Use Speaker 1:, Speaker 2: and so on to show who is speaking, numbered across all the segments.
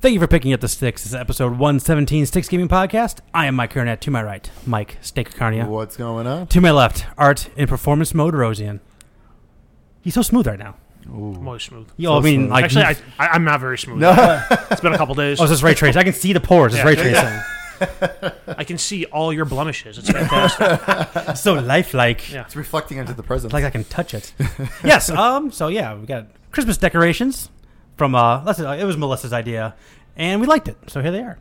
Speaker 1: Thank you for picking up the sticks. This is episode 117 Sticks Gaming Podcast. I am Mike Kernet. To my right, Mike Steakacarnia.
Speaker 2: What's going on?
Speaker 1: To my left, Art in Performance Mode Rosian. He's so smooth right now.
Speaker 2: Ooh.
Speaker 3: I'm always smooth.
Speaker 1: You
Speaker 2: So
Speaker 1: I mean,
Speaker 2: smooth.
Speaker 1: like
Speaker 3: Actually, I,
Speaker 1: he's-
Speaker 3: I, I'm not very smooth. It's been a couple days.
Speaker 1: oh, it's just ray trace. I can see the pores. It's
Speaker 3: Yeah.
Speaker 1: ray tracing.
Speaker 3: I can see all your blemishes. It's fantastic.
Speaker 1: It's so lifelike.
Speaker 3: Yeah.
Speaker 2: It's reflecting into the
Speaker 1: It's
Speaker 2: present.
Speaker 1: like I can touch it. yes. Um. So yeah, we got Christmas decorations from uh. Let's, uh, it was Melissa's idea, and we liked it. So here they are.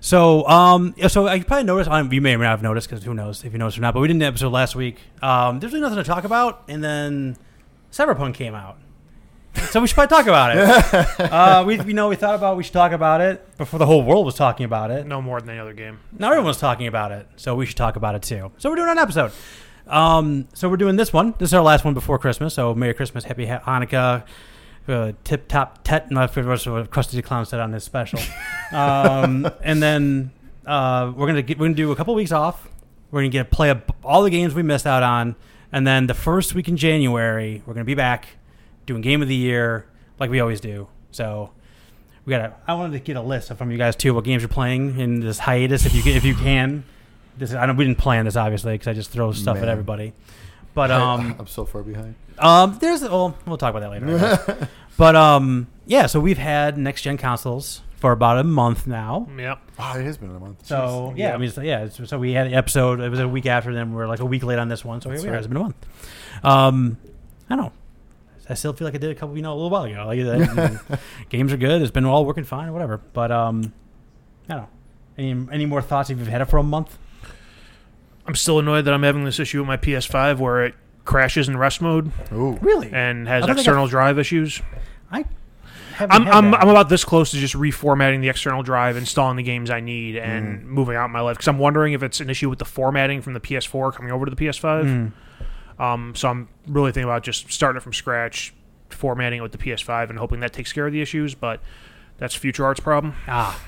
Speaker 1: So um. yeah, So I probably noticed. I- You may or may not have noticed because who knows if you noticed or not. But we did an episode last week. Um. There's really nothing to talk about, and then Cyberpunk came out. So we should probably talk about it. uh, we, you know, we thought about we should talk about it before the whole world was talking about it.
Speaker 3: no more than any other game.
Speaker 1: Now everyone's talking about it, so we should talk about it too. So we're doing an episode. Um, so we're doing this one. This is our last one before Christmas. So Merry Christmas, Happy Ha- Hanukkah, uh, Tip Top Tet. No, I forget what sort of Krusty the Clown said on this special. um, and then uh, we're gonna get, we're gonna do a couple weeks off. We're gonna get to play up all the games we missed out on, and then the first week in January we're gonna be back doing Game of the Year like we always do. So we got. to I wanted to get a list from you guys too. What games you're playing in this hiatus, if you can- if you can. This I don't. We didn't plan this obviously because I just throw stuff at
Speaker 2: Man.
Speaker 1: everybody. But
Speaker 2: I,
Speaker 1: um,
Speaker 2: am so far behind.
Speaker 1: um, there's well, we'll talk about that later. I guess. but um, yeah. So we've had next gen consoles for about a month now.
Speaker 3: Yeah.
Speaker 2: Wow, Ah, it has been a month.
Speaker 1: So
Speaker 2: Jeez.
Speaker 1: yeah, I mean, so, yeah. So, so we had an episode. It was a week after. Then we are like a week late on this one. So here
Speaker 2: That's
Speaker 1: we are.
Speaker 2: right.
Speaker 1: It's been a month. Um, I don't know. I still feel like I did a couple, you know, a little while ago. Like that- games are good. It's been all working fine, whatever. But um, I don't know. Any any more thoughts if you've had it for a month?
Speaker 3: I'm still annoyed that I'm having this issue with my PS5 where it crashes in rest mode
Speaker 2: Ooh.
Speaker 1: Really?
Speaker 3: and
Speaker 1: I
Speaker 3: has
Speaker 1: don't think
Speaker 3: external drive issues.
Speaker 1: I. haven't
Speaker 3: I'm,
Speaker 1: had
Speaker 3: I'm,
Speaker 1: that.
Speaker 3: I'm about this close to just reformatting the external drive, installing the games I
Speaker 1: Mm.
Speaker 3: need, and moving out in my life. Because I'm wondering if it's an issue with the formatting from the PS4 coming over to the PS5.
Speaker 1: Mm.
Speaker 3: Um, so I'm really thinking about just starting it from scratch, formatting it with the PS5, and hoping that takes care of the issues. But that's Future Art's problem.
Speaker 1: Ah,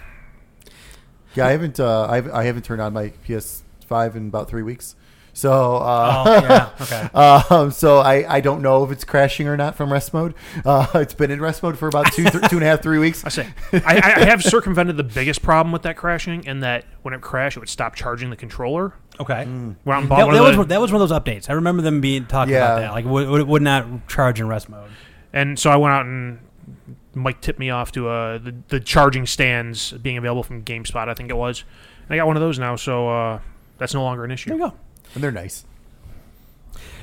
Speaker 2: Yeah, I haven't. Uh, I've, I haven't turned on my PS5 in about three weeks. So. Uh,
Speaker 1: oh yeah, okay.
Speaker 2: Um, so I, I don't know if it's crashing or not from rest mode. Uh, it's been in rest mode for about two, th- two and a half, three weeks.
Speaker 3: I say I, I I have circumvented the biggest problem with that crashing, in that when it crashed, it would stop charging the controller.
Speaker 1: Okay.
Speaker 3: When I'm
Speaker 1: That,
Speaker 3: bought one
Speaker 1: that
Speaker 3: of
Speaker 1: was
Speaker 3: the-
Speaker 1: one- that was one of those updates. I remember them being talking about
Speaker 2: Yeah.
Speaker 1: that. Like, would, would, would not charge in rest mode.
Speaker 3: and so I went out and Mike tipped me off to uh, the the charging stands being available from GameSpot, I think it was. And I got one of those now, so uh, that's no longer an
Speaker 1: There
Speaker 3: issue.
Speaker 1: you go.
Speaker 2: And they're nice.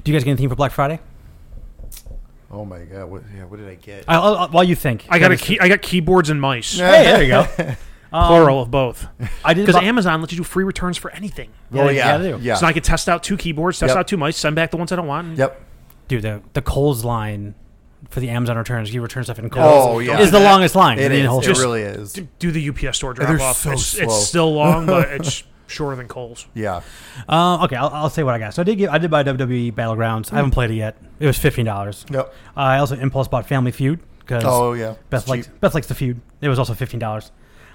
Speaker 1: Do you guys get anything for Black Friday?
Speaker 2: Oh my god! What, yeah, what did I get?
Speaker 1: I, I, while you think,
Speaker 3: I got a key, I got keyboards and mice,
Speaker 1: Hey, there you go. Um,
Speaker 3: plural of both,
Speaker 1: I did
Speaker 3: because
Speaker 1: buy-
Speaker 3: Amazon lets you do free returns for anything.
Speaker 2: Oh
Speaker 1: you
Speaker 2: yeah,
Speaker 1: gotta do.
Speaker 2: yeah.
Speaker 3: So I could test out two keyboards, test
Speaker 2: Yep.
Speaker 3: out two mice, send back the ones I don't want. and-
Speaker 2: yep.
Speaker 1: dude the the Kohl's line for the Amazon returns. You return stuff in Kohl's.
Speaker 2: Oh yeah.
Speaker 1: is the longest line.
Speaker 2: It
Speaker 1: in
Speaker 2: is.
Speaker 1: The whole
Speaker 2: It
Speaker 1: system.
Speaker 2: really is.
Speaker 3: d- Do the UPS store
Speaker 2: they're
Speaker 3: drop off.
Speaker 2: so
Speaker 3: it's,
Speaker 2: slow.
Speaker 3: it's still long, but it's shorter than Cole's.
Speaker 2: Yeah.
Speaker 1: Uh, okay, I'll, I'll say what I got. So I did get I did buy WWE Battlegrounds. I haven't played it yet. It was fifteen dollars.
Speaker 2: Yep.
Speaker 1: I also impulse bought Family Feud because
Speaker 2: Oh yeah.
Speaker 1: Beth
Speaker 2: It's
Speaker 1: likes
Speaker 2: cheap.
Speaker 1: Beth likes the feud. It was also fifteen dollars.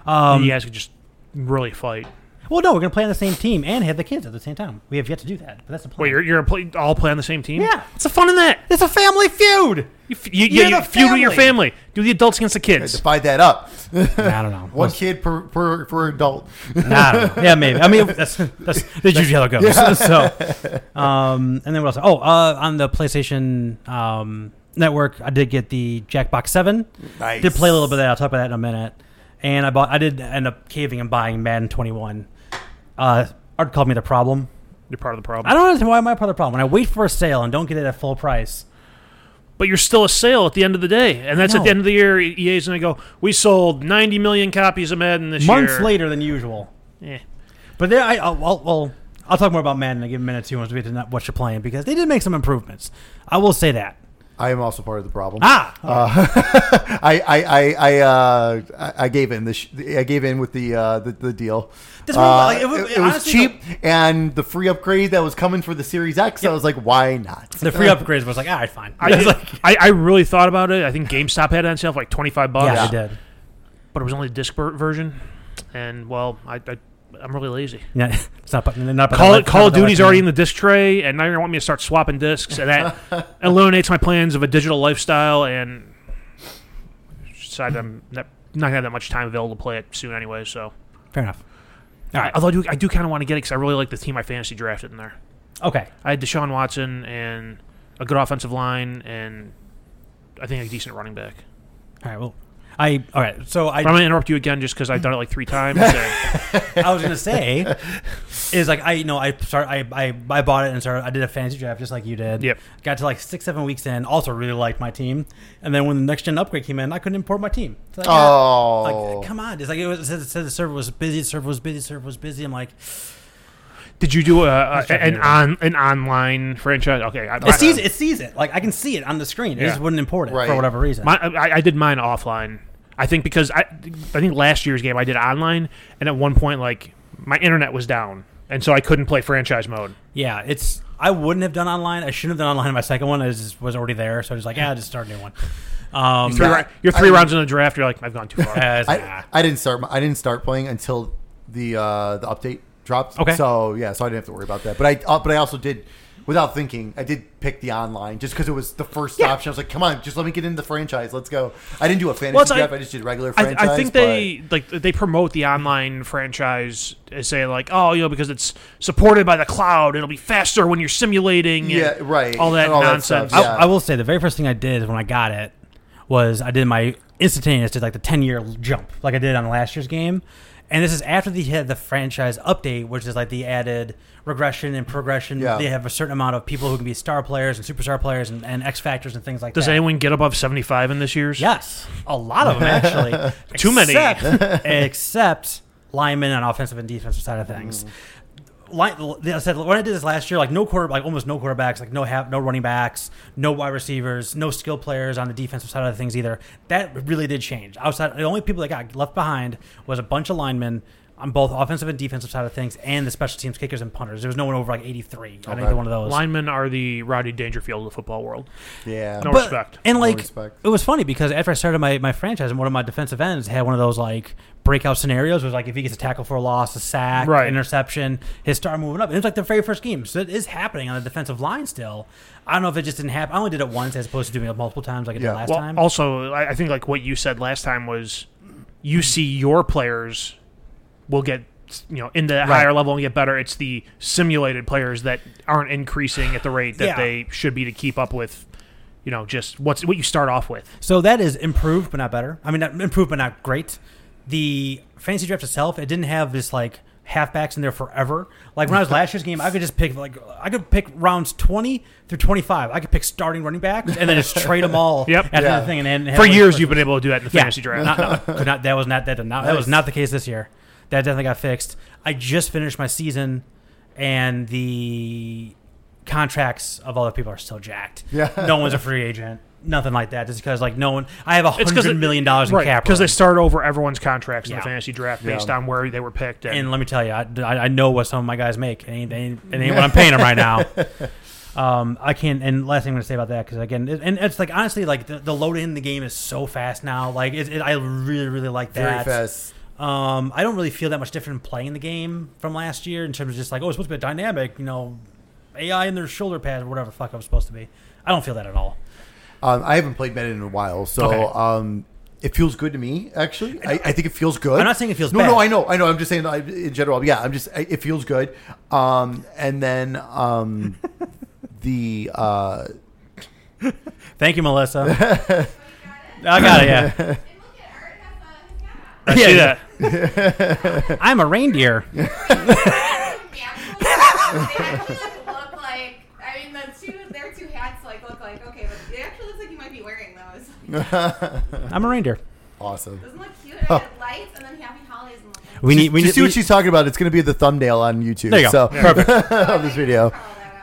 Speaker 1: Um,
Speaker 3: you guys could just really fight.
Speaker 1: Well, no, we're gonna play on the same team and have the kids at the same time. We have yet to do that, but that's the plan.
Speaker 3: Wait, you're, you're gonna play, all play on the same team?
Speaker 1: Yeah.
Speaker 3: What's the fun in that?
Speaker 1: it's a family feud.
Speaker 3: You, f- you,
Speaker 1: You're
Speaker 3: yeah, you
Speaker 1: the
Speaker 3: feud with your
Speaker 1: family.
Speaker 3: family. Do the adults against the kids.
Speaker 2: Divide that up.
Speaker 1: I don't know.
Speaker 2: One kid per per, per adult.
Speaker 1: Nah, I don't know. Yeah, maybe. I mean, that's, that's, that's usually how it goes. so, um, and then what else? Oh, uh, on the PlayStation um, Network, I did get the Jackbox Seven.
Speaker 2: Nice.
Speaker 1: Did play a little bit of that. I'll talk about that in a minute. And I bought. I did end up caving and buying Madden 21. Uh, Art called me the problem.
Speaker 3: You're part of the
Speaker 1: I
Speaker 3: problem.
Speaker 1: don't understand why am I part of the problem when I wait for a sale and don't get it at full price.
Speaker 3: But you're still a sale at the end of the day, and that's at
Speaker 1: know.
Speaker 3: the end of the year. E, EA's gonna go. We sold 90 million copies of Madden this
Speaker 1: Months
Speaker 3: year.
Speaker 1: later than usual.
Speaker 3: later,
Speaker 1: But there, I I'll, well, well, I'll talk more about Madden in a minute too once we get to not- what you're playing because they did make some improvements. I will say that.
Speaker 2: I am also part of the problem.
Speaker 1: Ah,
Speaker 2: I I I I, uh, I- I gave in the sh- I gave in with the uh, the, the deal.
Speaker 1: This one,
Speaker 2: Uh,
Speaker 1: like, it
Speaker 2: it,
Speaker 1: was-
Speaker 2: it was
Speaker 1: honestly,
Speaker 2: cheap, and the free upgrade that was coming for the Series X. I was like, why not?
Speaker 1: The free upgrades was like, all right, fine.
Speaker 3: Uh, I,
Speaker 1: It was
Speaker 3: did-
Speaker 1: like,
Speaker 3: I, I really thought about it. I think GameStop had it on sale for like 25 bucks,
Speaker 1: yeah, I
Speaker 2: Yeah.
Speaker 1: did.
Speaker 3: but it was only the disc ver- version. And well, I, I I'm really lazy.
Speaker 1: Yeah, it's not. Not, not
Speaker 3: Call Call of Duty's already in the disc tray, and now you want me to start swapping discs, and that eliminates my plans of a digital lifestyle. And side, I'm not not gonna have that much time available to play it soon anyway. So,
Speaker 1: Fair enough. All right.
Speaker 3: although I do, I do kind of want to get it because I really like the team I fantasy drafted in there.
Speaker 1: Okay.
Speaker 3: I had Deshaun Watson and a good offensive line and I think a decent running back.
Speaker 1: All right. Well, I all right. So I
Speaker 3: But I'm gonna interrupt you again just because I've done it like three times. and-
Speaker 1: I was gonna say is like I you know I start I, I I bought it and started I did a fantasy draft just like you did.
Speaker 3: Yep.
Speaker 1: Got to like six seven weeks in. Also really liked my team. And then when the next gen upgrade came in, I couldn't import my team. It's like,
Speaker 2: Oh.
Speaker 1: like, come on! It's like it, was, it said, it said the server was busy. The server was busy. The server was busy. I'm like,
Speaker 3: Did you do a,
Speaker 1: trying
Speaker 3: a
Speaker 1: to
Speaker 3: an
Speaker 1: hear
Speaker 3: on an online franchise? Okay, I,
Speaker 1: it sees it, it sees it. Like I can see it on the screen. It
Speaker 3: Yeah.
Speaker 1: just wouldn't import it
Speaker 2: Right.
Speaker 1: for whatever reason.
Speaker 3: My, I, I did mine offline. I think because I, I think last year's game I did online, and at one point like my internet was down, and so I couldn't play franchise mode.
Speaker 1: yeah, it's. I wouldn't have done online. I shouldn't have done online. in My second one I just was already there, so I was like, yeah, just start a new one. Um,
Speaker 3: Three,
Speaker 2: Yeah,
Speaker 3: rou- you're three
Speaker 2: I-
Speaker 3: rounds in the draft. You're like, I've gone too far.
Speaker 1: uh, it's- nah.
Speaker 2: I, I didn't start. I didn't start playing until the uh, the update dropped.
Speaker 1: Okay.
Speaker 2: So yeah, so I didn't have to worry about that. But I uh, but I also did without thinking. I did pick the online just because it was the first option. I was like, come on, just let me get into the franchise. Let's go. I didn't do a fantasy
Speaker 3: Well, it's-
Speaker 2: draft.
Speaker 3: I-
Speaker 2: I, just did regular
Speaker 3: I,
Speaker 2: franchise.
Speaker 3: I think
Speaker 2: but-
Speaker 3: they like they promote the online franchise as say like, oh, you know, because it's supported by the cloud, it'll be faster when you're simulating. and
Speaker 2: Yeah, right,
Speaker 3: All that
Speaker 2: and all that
Speaker 3: nonsense.
Speaker 2: stuff, yeah.
Speaker 1: I, I will say the very first thing I did when I got it was I did my instantaneous, did like the ten year jump, like I did on last year's game. And this is after they had the franchise update, which is like the added regression and progression.
Speaker 2: Yeah.
Speaker 1: They have a certain amount of people who can be star players and superstar players and, and X factors and things like
Speaker 3: Does
Speaker 1: that.
Speaker 3: anyone get above 75 in this year's?
Speaker 1: Yes, a lot of them actually.
Speaker 3: Too many.
Speaker 1: except, except linemen on offensive and defensive side of things. Like I said, when I did this last year, like no quarter, like almost no quarterbacks, like no half, no running backs, no wide receivers, no skill players on the defensive side of things either. That really did change. Outside, the only people that got left behind was a bunch of linemen on both offensive and defensive side of things, and the special teams kickers and punters. There was no one over like eighty three on
Speaker 2: Okay.
Speaker 1: either one of those.
Speaker 3: Linemen are the Roddy Dangerfield of the football world.
Speaker 2: Yeah.
Speaker 3: No
Speaker 1: But-
Speaker 3: respect.
Speaker 1: And like,
Speaker 2: respect.
Speaker 1: it was funny because after I started my, my franchise, and one of my defensive ends had one of those like breakout scenarios, was like if he gets a tackle for a loss, a sack,
Speaker 3: Right.
Speaker 1: interception, his star moving up. And it was like the very first game, so it is happening on the defensive line still. I don't know if it just didn't happen. I only did it once as opposed to doing it multiple times like I
Speaker 2: Yeah.
Speaker 1: did last
Speaker 3: well,
Speaker 1: time.
Speaker 3: also, I, I think like what you said last time was, you see your players will get you know in the higher level and get better. It's the simulated players that aren't increasing at the rate that
Speaker 1: Yeah.
Speaker 3: they should be to keep up with. You know, just what's what you start off with.
Speaker 1: So that is improved, but not better. I mean, not improved, but not great. The fantasy draft itself, it didn't have this like halfbacks in there forever. Like when I was last year's game, I could just pick like I could pick rounds twenty through twenty five. I could pick starting running backs and then just trade them all
Speaker 3: Yep.
Speaker 1: after
Speaker 2: Yeah.
Speaker 1: the thing. And, and have
Speaker 3: For
Speaker 1: like-
Speaker 3: years, you've been able to do that in the
Speaker 1: yeah,
Speaker 3: fantasy draft.
Speaker 1: Not, not, could not- that was not that did not that was
Speaker 2: Nice.
Speaker 1: not the case this year. That definitely got fixed. I just finished my season, and the contracts of all the people are still jacked.
Speaker 2: Yeah.
Speaker 1: no one's a free agent. Nothing like that. Just because like no one, I have a
Speaker 3: It's
Speaker 1: hundred million dollars in cap
Speaker 3: because they
Speaker 1: room.
Speaker 3: start over everyone's contracts in the
Speaker 1: Yeah.
Speaker 3: fantasy draft
Speaker 2: Yeah.
Speaker 3: based on where they were picked. And,
Speaker 1: And let me tell you, I, I know what some of my guys make. It ain't, it ain't, it ain't what I'm paying them right now. Um, I can't. And last thing I'm gonna say about that because again, it, and it's like honestly, like the, the load in the game is so fast now. Like it, it, I really, really like
Speaker 2: Very
Speaker 1: that.
Speaker 2: fast.
Speaker 1: Um, I don't really feel that much different playing the game from last year in terms of just like, oh, it's supposed to be a dynamic, you know, AI in their shoulder pads or whatever the fuck I was supposed to be. I don't feel that at all.
Speaker 2: Um, I haven't played Madden in a while, so
Speaker 1: Okay.
Speaker 2: um, it feels good to me. Actually, I, I think it feels good.
Speaker 1: I'm not saying it feels
Speaker 2: no,
Speaker 1: bad.
Speaker 2: no. I know, I know. I'm just saying I, in general. Yeah, I'm just. I, it feels good. Um, and then um, the uh,
Speaker 1: Thank you, Melissa. I got it. Yeah,
Speaker 4: And look at her,
Speaker 3: I
Speaker 4: it has a hat.
Speaker 3: see that.
Speaker 1: I'm a reindeer.
Speaker 4: they actually like, look like. I mean, the two their two hats like look like okay, but it actually looks like you might be wearing those.
Speaker 1: I'm a reindeer.
Speaker 2: awesome.
Speaker 4: Doesn't it look cute. I had lights and then happy holidays. And like,
Speaker 1: We need. We
Speaker 2: you
Speaker 1: need.
Speaker 2: see
Speaker 1: we-
Speaker 2: what she's talking about? It's going to be the thumbnail on YouTube.
Speaker 1: There you go.
Speaker 2: So
Speaker 1: Perfect.
Speaker 2: of this video.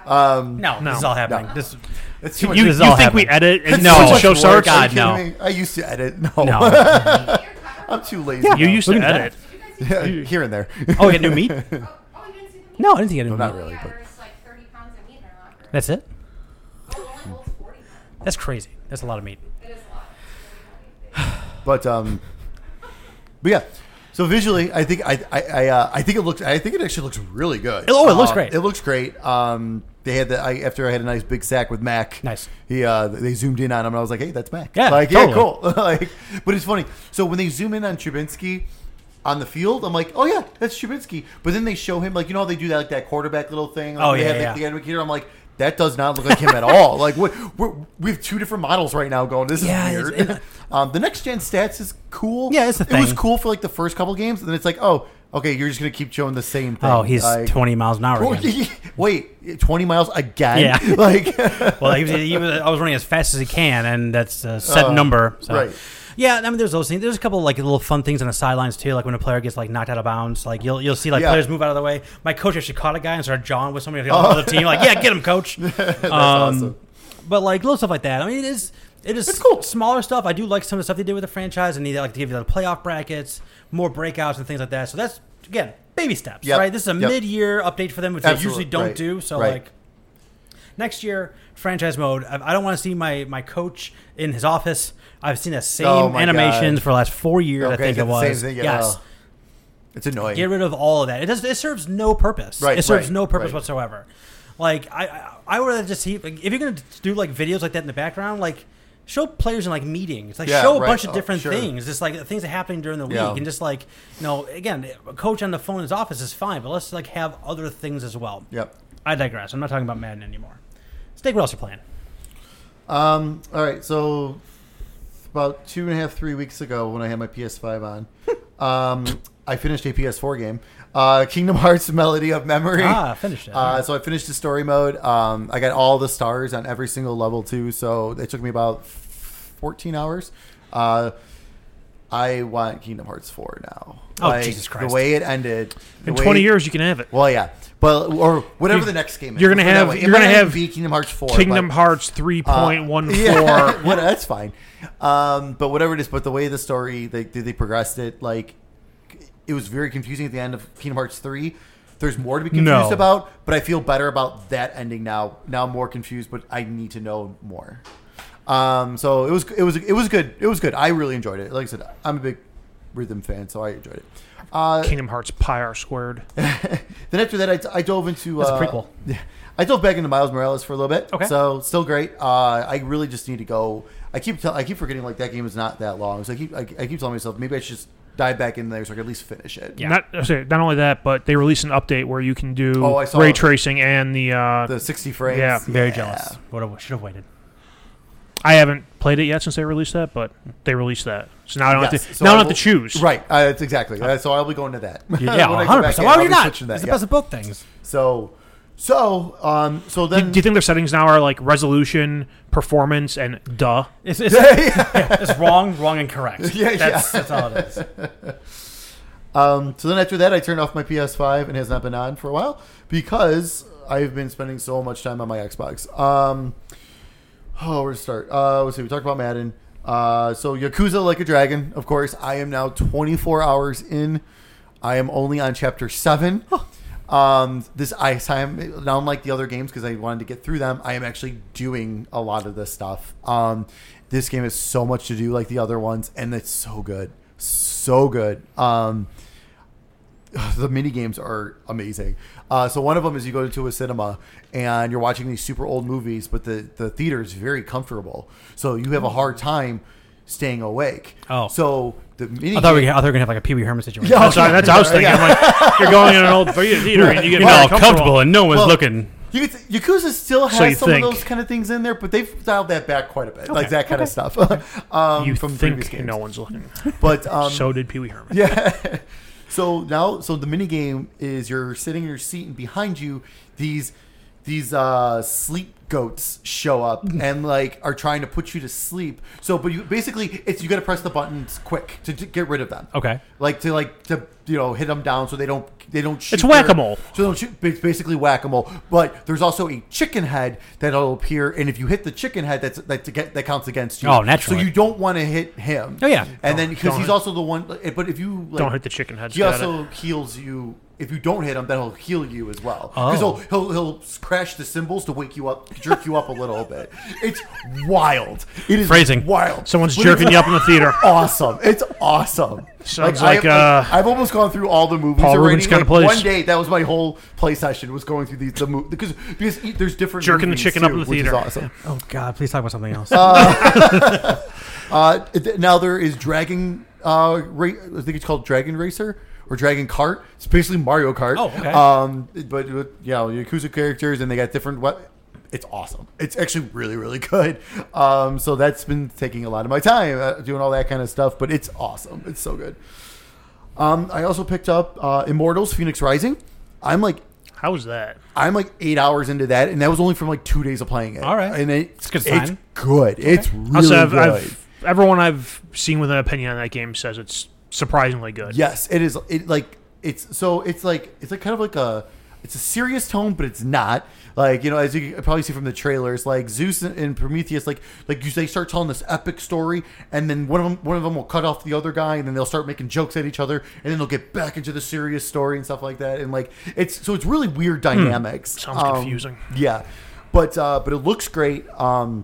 Speaker 2: Um,
Speaker 1: No,
Speaker 3: No.
Speaker 1: this is all happening.
Speaker 2: No.
Speaker 1: This.
Speaker 2: it's
Speaker 3: You,
Speaker 1: much-
Speaker 3: you
Speaker 1: This
Speaker 3: think
Speaker 1: is all
Speaker 3: we
Speaker 1: happening.
Speaker 3: edit and
Speaker 1: No.
Speaker 3: no,
Speaker 1: Much
Speaker 3: show
Speaker 1: work.
Speaker 3: starts?
Speaker 1: God,
Speaker 2: Are you kidding
Speaker 1: no.
Speaker 2: me? I used to edit. No,
Speaker 1: No.
Speaker 2: I'm too lazy.
Speaker 3: You used to
Speaker 1: Look at
Speaker 3: edit.
Speaker 2: Yeah, here and there.
Speaker 1: Oh, you got new meat?
Speaker 4: Oh, oh, you didn't see the
Speaker 1: No, I didn't think I got new
Speaker 2: No,
Speaker 1: meat.
Speaker 2: not really. But
Speaker 4: There's like 30 pounds of meat in our locker.
Speaker 1: That's it.
Speaker 4: Oh, it only holds 40 pounds.
Speaker 1: That's crazy. That's a lot of meat.
Speaker 4: It is a lot.
Speaker 2: But um, but yeah. So visually, I think I I I, uh, I think it looks I think it actually looks really good.
Speaker 1: Oh, it looks
Speaker 2: Um,
Speaker 1: great.
Speaker 2: It looks great. Um, They had the I, after I had a nice big sack with Mac.
Speaker 1: Nice.
Speaker 2: He uh, they zoomed in on him, and I was like, "Hey, that's Mac."
Speaker 1: Yeah,
Speaker 2: like yeah,
Speaker 1: totally.
Speaker 2: cool. like, but it's funny. So when they zoom in on Trubinsky on the field, I'm like, "Oh yeah, that's Trubinsky." But then they show him like you know how they do that like that quarterback little thing. Like,
Speaker 1: Oh,
Speaker 2: they
Speaker 1: yeah,
Speaker 2: have,
Speaker 1: yeah.
Speaker 2: Like, the animated here. I'm like. That does not look like him at all. Like what we're, we have two different models right now going. This is
Speaker 1: Yeah, it's-
Speaker 2: weird.
Speaker 1: it-
Speaker 2: um, the next gen stats is cool.
Speaker 1: Yeah, it's a
Speaker 2: It was
Speaker 1: thing.
Speaker 2: cool for like the first couple games, and then it's like, oh, okay, you're just gonna keep showing the same thing.
Speaker 1: Oh, he's
Speaker 2: Like,
Speaker 1: 20 miles an hour. again.
Speaker 2: Wait, twenty miles again?
Speaker 1: Yeah.
Speaker 2: like
Speaker 1: well, he was, he was, I was running as fast as he can, and that's a set
Speaker 2: Oh,
Speaker 1: number. So.
Speaker 2: right.
Speaker 1: Yeah, I mean, there's those things. There's a couple like little fun things on the sidelines too, like when a player gets like knocked out of bounds, like you'll you'll see like
Speaker 2: Yeah. Oh.
Speaker 1: players move out of the way. My coach actually caught a guy and started jawing with somebody on the other team, like, "Yeah, get him, coach." That's
Speaker 2: awesome.
Speaker 1: But like little stuff like that. I mean, it is it is
Speaker 2: It's cool.
Speaker 1: smaller stuff. I do like some of the stuff they did with the franchise, and they like to give you the playoff brackets, more breakouts, and things like that. So that's again baby steps,
Speaker 2: Yep.
Speaker 1: right? This is a
Speaker 2: Yep.
Speaker 1: mid-year update for them, which
Speaker 2: Absolutely.
Speaker 1: they usually don't
Speaker 2: Right.
Speaker 1: do. So
Speaker 2: Right.
Speaker 1: like next year franchise mode i, I don't want to see my, my coach in his office i've seen the same
Speaker 2: Oh my
Speaker 1: animations
Speaker 2: God.
Speaker 1: for the last four years i
Speaker 2: Okay,
Speaker 1: think
Speaker 2: get
Speaker 1: it
Speaker 2: the same
Speaker 1: was
Speaker 2: thing, yeah.
Speaker 1: yes
Speaker 2: it's annoying.
Speaker 1: get rid of all of that it does it serves no purpose
Speaker 2: Right,
Speaker 1: it serves
Speaker 2: right,
Speaker 1: no purpose
Speaker 2: right.
Speaker 1: whatsoever like i i, I would rather just see like, if you're gonna do like videos like that in the background like show players in like meetings like
Speaker 2: Yeah,
Speaker 1: show a
Speaker 2: right.
Speaker 1: bunch of
Speaker 2: Oh,
Speaker 1: different
Speaker 2: sure.
Speaker 1: things just like things that are happening during the week
Speaker 2: Yeah.
Speaker 1: and just like you know again a coach on the phone in his office is fine but let's like have other things as well
Speaker 2: Yep.
Speaker 1: i digress i'm not talking about madden anymore Steak, what else are playing?
Speaker 2: Um. All right. So about two and a half, three weeks ago, when I had my PS5 on, um, I finished a PS4 game, uh, Kingdom Hearts: Melody of Memory.
Speaker 1: Ah, finished it.
Speaker 2: Uh, so I finished the story mode. Um, I got all the stars on every single level too. So it took me about fourteen hours. Uh, I want Kingdom Hearts four now.
Speaker 1: Oh, Jesus Christ.
Speaker 2: The way it ended. the
Speaker 3: In
Speaker 2: way-
Speaker 3: twenty years, you can have it.
Speaker 2: Well, yeah, but or whatever
Speaker 3: You-
Speaker 2: the next game. is.
Speaker 3: you're gonna
Speaker 2: Let's put it
Speaker 3: have-
Speaker 2: that way. It
Speaker 3: you're gonna
Speaker 2: might not
Speaker 3: have
Speaker 2: be Kingdom Hearts four.
Speaker 3: Kingdom
Speaker 2: but-
Speaker 3: Hearts three point one four.
Speaker 2: Uh, yeah, what- that's fine. Um, but whatever it is, but the way the story they they progressed it, like it was very confusing at the end of Kingdom Hearts three. There's more to be confused
Speaker 1: No.
Speaker 2: about, but I feel better about that ending now. Now I'm more confused, but I need to know more. Um, so it was it was it was good. It was good. I really enjoyed it. Like I said, I'm a big rhythm fan, so I enjoyed it. Uh,
Speaker 3: Kingdom Hearts pi r squared.
Speaker 2: then after that, I, I dove into
Speaker 1: That's a
Speaker 2: uh,
Speaker 1: prequel.
Speaker 2: yeah. I dove back into Miles Morales for a little bit.
Speaker 1: Okay.
Speaker 2: so still great. Uh, I really just need to go. I keep tell, I keep forgetting like that game is not that long, so I keep I, I keep telling myself maybe I should just dive back in there so I can at least finish it.
Speaker 1: Yeah.
Speaker 3: Not sorry, not only that, but they released an update where you can do
Speaker 2: Oh, I saw
Speaker 3: ray
Speaker 2: it.
Speaker 3: tracing and the. Uh,
Speaker 2: The sixty frames.
Speaker 3: Yeah.
Speaker 1: Very
Speaker 2: Yeah.
Speaker 1: jealous. What have- should have waited.
Speaker 3: I haven't played it yet since they released that, but they released that, so now I don't
Speaker 2: Yes,
Speaker 3: have to.
Speaker 2: so
Speaker 3: now I
Speaker 2: I
Speaker 3: don't have
Speaker 2: will-
Speaker 3: to choose.
Speaker 2: Right. Uh, that's exactly. Uh, so I'll be going to that. When
Speaker 1: Yeah,
Speaker 2: I go
Speaker 1: one
Speaker 2: back
Speaker 1: hundred percent.
Speaker 2: in,
Speaker 1: Why
Speaker 2: I'll
Speaker 1: would you
Speaker 2: be
Speaker 1: not? It's
Speaker 2: switching to that,
Speaker 1: the
Speaker 2: yeah.
Speaker 1: best of both things.
Speaker 2: So, so um, so
Speaker 3: Do,
Speaker 2: then
Speaker 3: do you think their settings now are like resolution, performance, and duh?
Speaker 1: It's, it's, yeah, it's wrong, wrong, and correct.
Speaker 2: Yeah,
Speaker 1: that's, that's all it is.
Speaker 2: Um, so then after that, I turned off my PS5 and has not been on for a while because I've been spending so much time on my Xbox. Um, oh, where to start? Uh, let's see. We talked about Madden. Uh, so Yakuza Like a Dragon, of course. I am now 24 hours in. I am only on chapter seven. Um, this I am now unlike the other games because I wanted to get through them. I am actually doing a lot of this stuff. Um, this game has so much to do like the other ones, and it's so good, so good. Um, the mini games are amazing. Uh, so one of them is you go to a cinema and you're watching these super old movies, but the the theater is very comfortable, so you have a hard time staying awake.
Speaker 1: Mm. Oh.
Speaker 2: so the mini.
Speaker 1: I thought we, I thought we were gonna have like a Pee Wee Herman situation.
Speaker 2: Yeah,
Speaker 3: That's, what I- that's what I was thinking. I'm like, you're going in an old theater and you get very
Speaker 1: and no one's
Speaker 2: Well, You could, Yakuza still has
Speaker 3: you
Speaker 2: some
Speaker 3: think.
Speaker 2: of those kind of things in there, but they've dialed that back quite a bit, like
Speaker 1: Okay,
Speaker 2: that kind of stuff um,
Speaker 3: You
Speaker 2: from previous
Speaker 3: think
Speaker 2: games.
Speaker 3: no one's looking?
Speaker 2: But um,
Speaker 3: so did Pee Wee Herman.
Speaker 2: yeah. So now, so the mini game is you're sitting in your seat, and behind you, these these uh, sleep goats show up and like are trying to put you to sleep. So, but you basically, it's you got to press the buttons quick to, to get rid of them.
Speaker 1: Okay.
Speaker 2: Like to like to you know hit them down so they don't they don't. Shoot
Speaker 3: It's whack-a-mole.
Speaker 2: so don't shoot. It's basically whack a mole. But there's also a chicken head that'll appear, and if you hit the chicken head, that's that that counts against you.
Speaker 1: Oh, naturally.
Speaker 2: So you don't want to hit him.
Speaker 1: Oh, yeah.
Speaker 2: And then because
Speaker 3: Don't-
Speaker 2: he's also the one. eh, But if you like,
Speaker 3: Don't hit the chicken heads,
Speaker 2: he
Speaker 3: got
Speaker 2: also heals you. If you don't hit him, then he'll heal you as well.
Speaker 1: Oh.
Speaker 2: Because he'll, he'll he'll crash the cymbals to wake you up, jerk you up a little bit. It's wild. It is
Speaker 1: Phrasing.
Speaker 2: wild.
Speaker 3: Someone's
Speaker 2: But
Speaker 3: jerking
Speaker 2: it's
Speaker 3: you up in the theater.
Speaker 2: Awesome. It's awesome.
Speaker 3: Sounds like,
Speaker 2: I've,
Speaker 3: uh,
Speaker 2: I've almost gone through all the movies
Speaker 3: Paul
Speaker 2: already.
Speaker 3: Rubin's kinda
Speaker 2: Like,
Speaker 3: place.
Speaker 2: One day, that was my whole play session was going through these the mo- because because e- there's different
Speaker 3: Jerking the
Speaker 2: movies,
Speaker 3: chicken up
Speaker 2: too,
Speaker 3: in the
Speaker 2: which is
Speaker 3: theater.
Speaker 2: awesome.
Speaker 1: Oh God! Please talk about something else.
Speaker 2: Uh, th- now there is Dragon. Uh, Ra- I think it's called Dragon Racer or Dragon Kart. It's basically Mario Kart.
Speaker 1: Oh, okay.
Speaker 2: Um, but with, you know, Yakuza characters, and they got different. What? It's awesome. It's actually really, really good. Um, so that's been taking a lot of my time uh, doing all that kind of stuff, but it's awesome. It's so good. Um, I also picked up uh, Immortals: Phoenix Rising. I'm like,
Speaker 3: How's that?
Speaker 2: I'm like eight hours into that, and that was only from like two days of playing it.
Speaker 1: All right.
Speaker 2: and it, it's
Speaker 1: good
Speaker 2: good.
Speaker 1: sign.
Speaker 2: It's good. It's really
Speaker 3: Also, I've,
Speaker 2: good.
Speaker 3: I've, everyone I've seen with an opinion on that game says it's surprisingly good.
Speaker 2: Yes, it is. It like it's so it's like it's like kind of like a it's a serious tone, but it's not like you know as you can probably see from the trailers, like Zeus and, and Prometheus, like like you, they start telling this epic story, and then one of them one of them will cut off the other guy, and then they'll start making jokes at each other, and then they'll get back into the serious story and stuff like that, and like it's so it's really weird dynamics.
Speaker 3: Hmm.
Speaker 2: Um,
Speaker 3: Sounds confusing.
Speaker 2: Yeah, but uh, but it looks great. Um,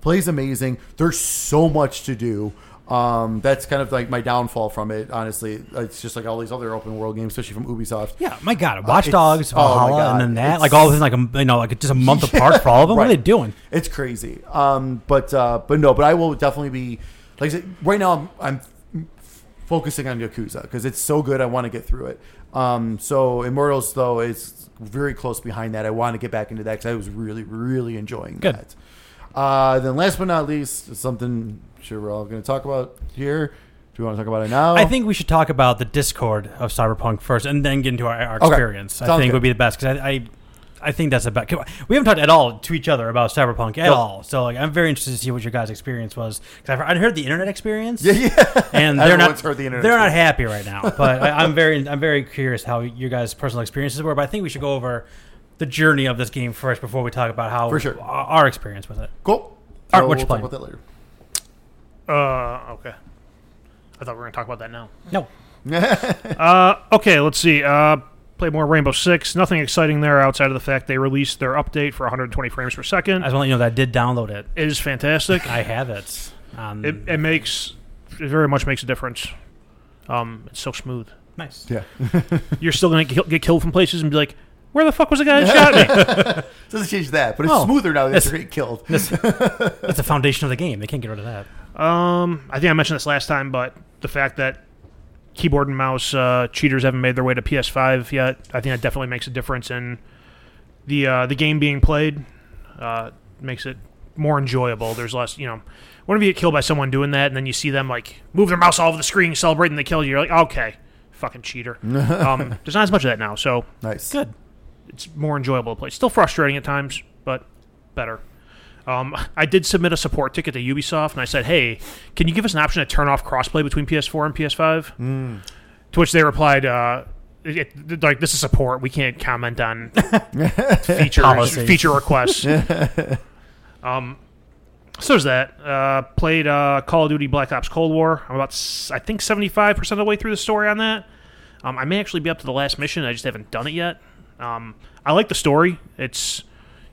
Speaker 2: plays amazing. There's so much to do. Um, that's kind of like my downfall from it. Honestly, it's just like all these other open world games, especially from Ubisoft.
Speaker 1: yeah, my God, Watch
Speaker 2: it's-
Speaker 1: Dogs,
Speaker 2: oh, my
Speaker 1: Valhalla,
Speaker 2: God,
Speaker 1: and then that,
Speaker 2: it's-
Speaker 1: like all within like a you know like just a month apart for all of them. What are
Speaker 2: Right.
Speaker 1: they doing?
Speaker 2: It's crazy. Um, but uh, but no, but I will definitely be like I said, right now. I'm, I'm focusing on Yakuza because it's so good. I want to get through it. Um, so Immortals though is very close behind that. I want to get back into that because I was really really enjoying
Speaker 1: Good.
Speaker 2: that. Uh, then last but not least, something I'm sure we're all going to talk about here. Do we want to talk about it now?
Speaker 1: I think we should talk about the Discord of Cyberpunk first, and then get into our, our
Speaker 2: Okay.
Speaker 1: experience. I
Speaker 2: Sounds
Speaker 1: think
Speaker 2: good.
Speaker 1: would be the best because I, I, I think that's the best. 'Cause We haven't talked at all to each other about Cyberpunk at
Speaker 2: No.
Speaker 1: all, so like I'm very interested to see what your guys' experience was because I've, I'd heard the internet experience.
Speaker 2: Yeah, yeah.
Speaker 1: And they're not
Speaker 2: Everyone's heard the internet
Speaker 1: they're not happy right now. But I, I'm very I'm very curious how your guys' personal experiences were. But I think we should go over the journey of this game first before we talk about how
Speaker 2: For sure.
Speaker 1: our, our experience with it.
Speaker 2: cool.
Speaker 1: All right,
Speaker 2: So
Speaker 1: what you
Speaker 2: we'll talk
Speaker 1: playing?
Speaker 2: about that later.
Speaker 3: Uh, okay. I thought we were going to talk about that now.
Speaker 1: No,
Speaker 3: Uh, okay, let's see. Uh, play more Rainbow Six. Nothing exciting there outside of the fact they released their update for 120 frames per second.
Speaker 1: I just want to let you know that I did download it.
Speaker 3: It is fantastic.
Speaker 1: I have it. Um,
Speaker 3: it, it makes it very much makes a difference. Um, it's so smooth.
Speaker 1: nice.
Speaker 2: Yeah.
Speaker 3: You're still going to get killed from places and be like, "Where the fuck was the guy that shot me?"
Speaker 2: Doesn't change that, but it's
Speaker 1: Oh.
Speaker 2: smoother now that
Speaker 1: Yes.
Speaker 2: you're getting killed.
Speaker 1: That's the foundation of the game. They can't get rid of that.
Speaker 3: Um, I think I mentioned this last time, but the fact that keyboard and mouse uh, cheaters haven't made their way to PS5 yet, I think that definitely makes a difference in the uh, the game being played. Uh, makes it more enjoyable. There's less, you know, whenever you get killed by someone doing that, and then you see them like move their mouse all over the screen, celebrating they killed you, you're like, okay, fucking cheater. um, there's not as much of that now, so
Speaker 2: Nice.
Speaker 1: Good.
Speaker 3: it's more enjoyable to play. Still frustrating at times, but better. Um, I did submit a support ticket to Ubisoft, and I said, "Hey, can you give us an option to turn off crossplay between PS4 and PS5?" To which they replied, uh, it- it- "Like this is support. We can't comment on features,
Speaker 1: Policies.
Speaker 3: feature requests." um, so there's that. Uh, played uh, Call of Duty Black Ops Cold War. I'm about, s- I think, 75 percent of the way through the story on that. Um, I may actually be up to the last mission. I just haven't done it yet. Um, I like the story. It's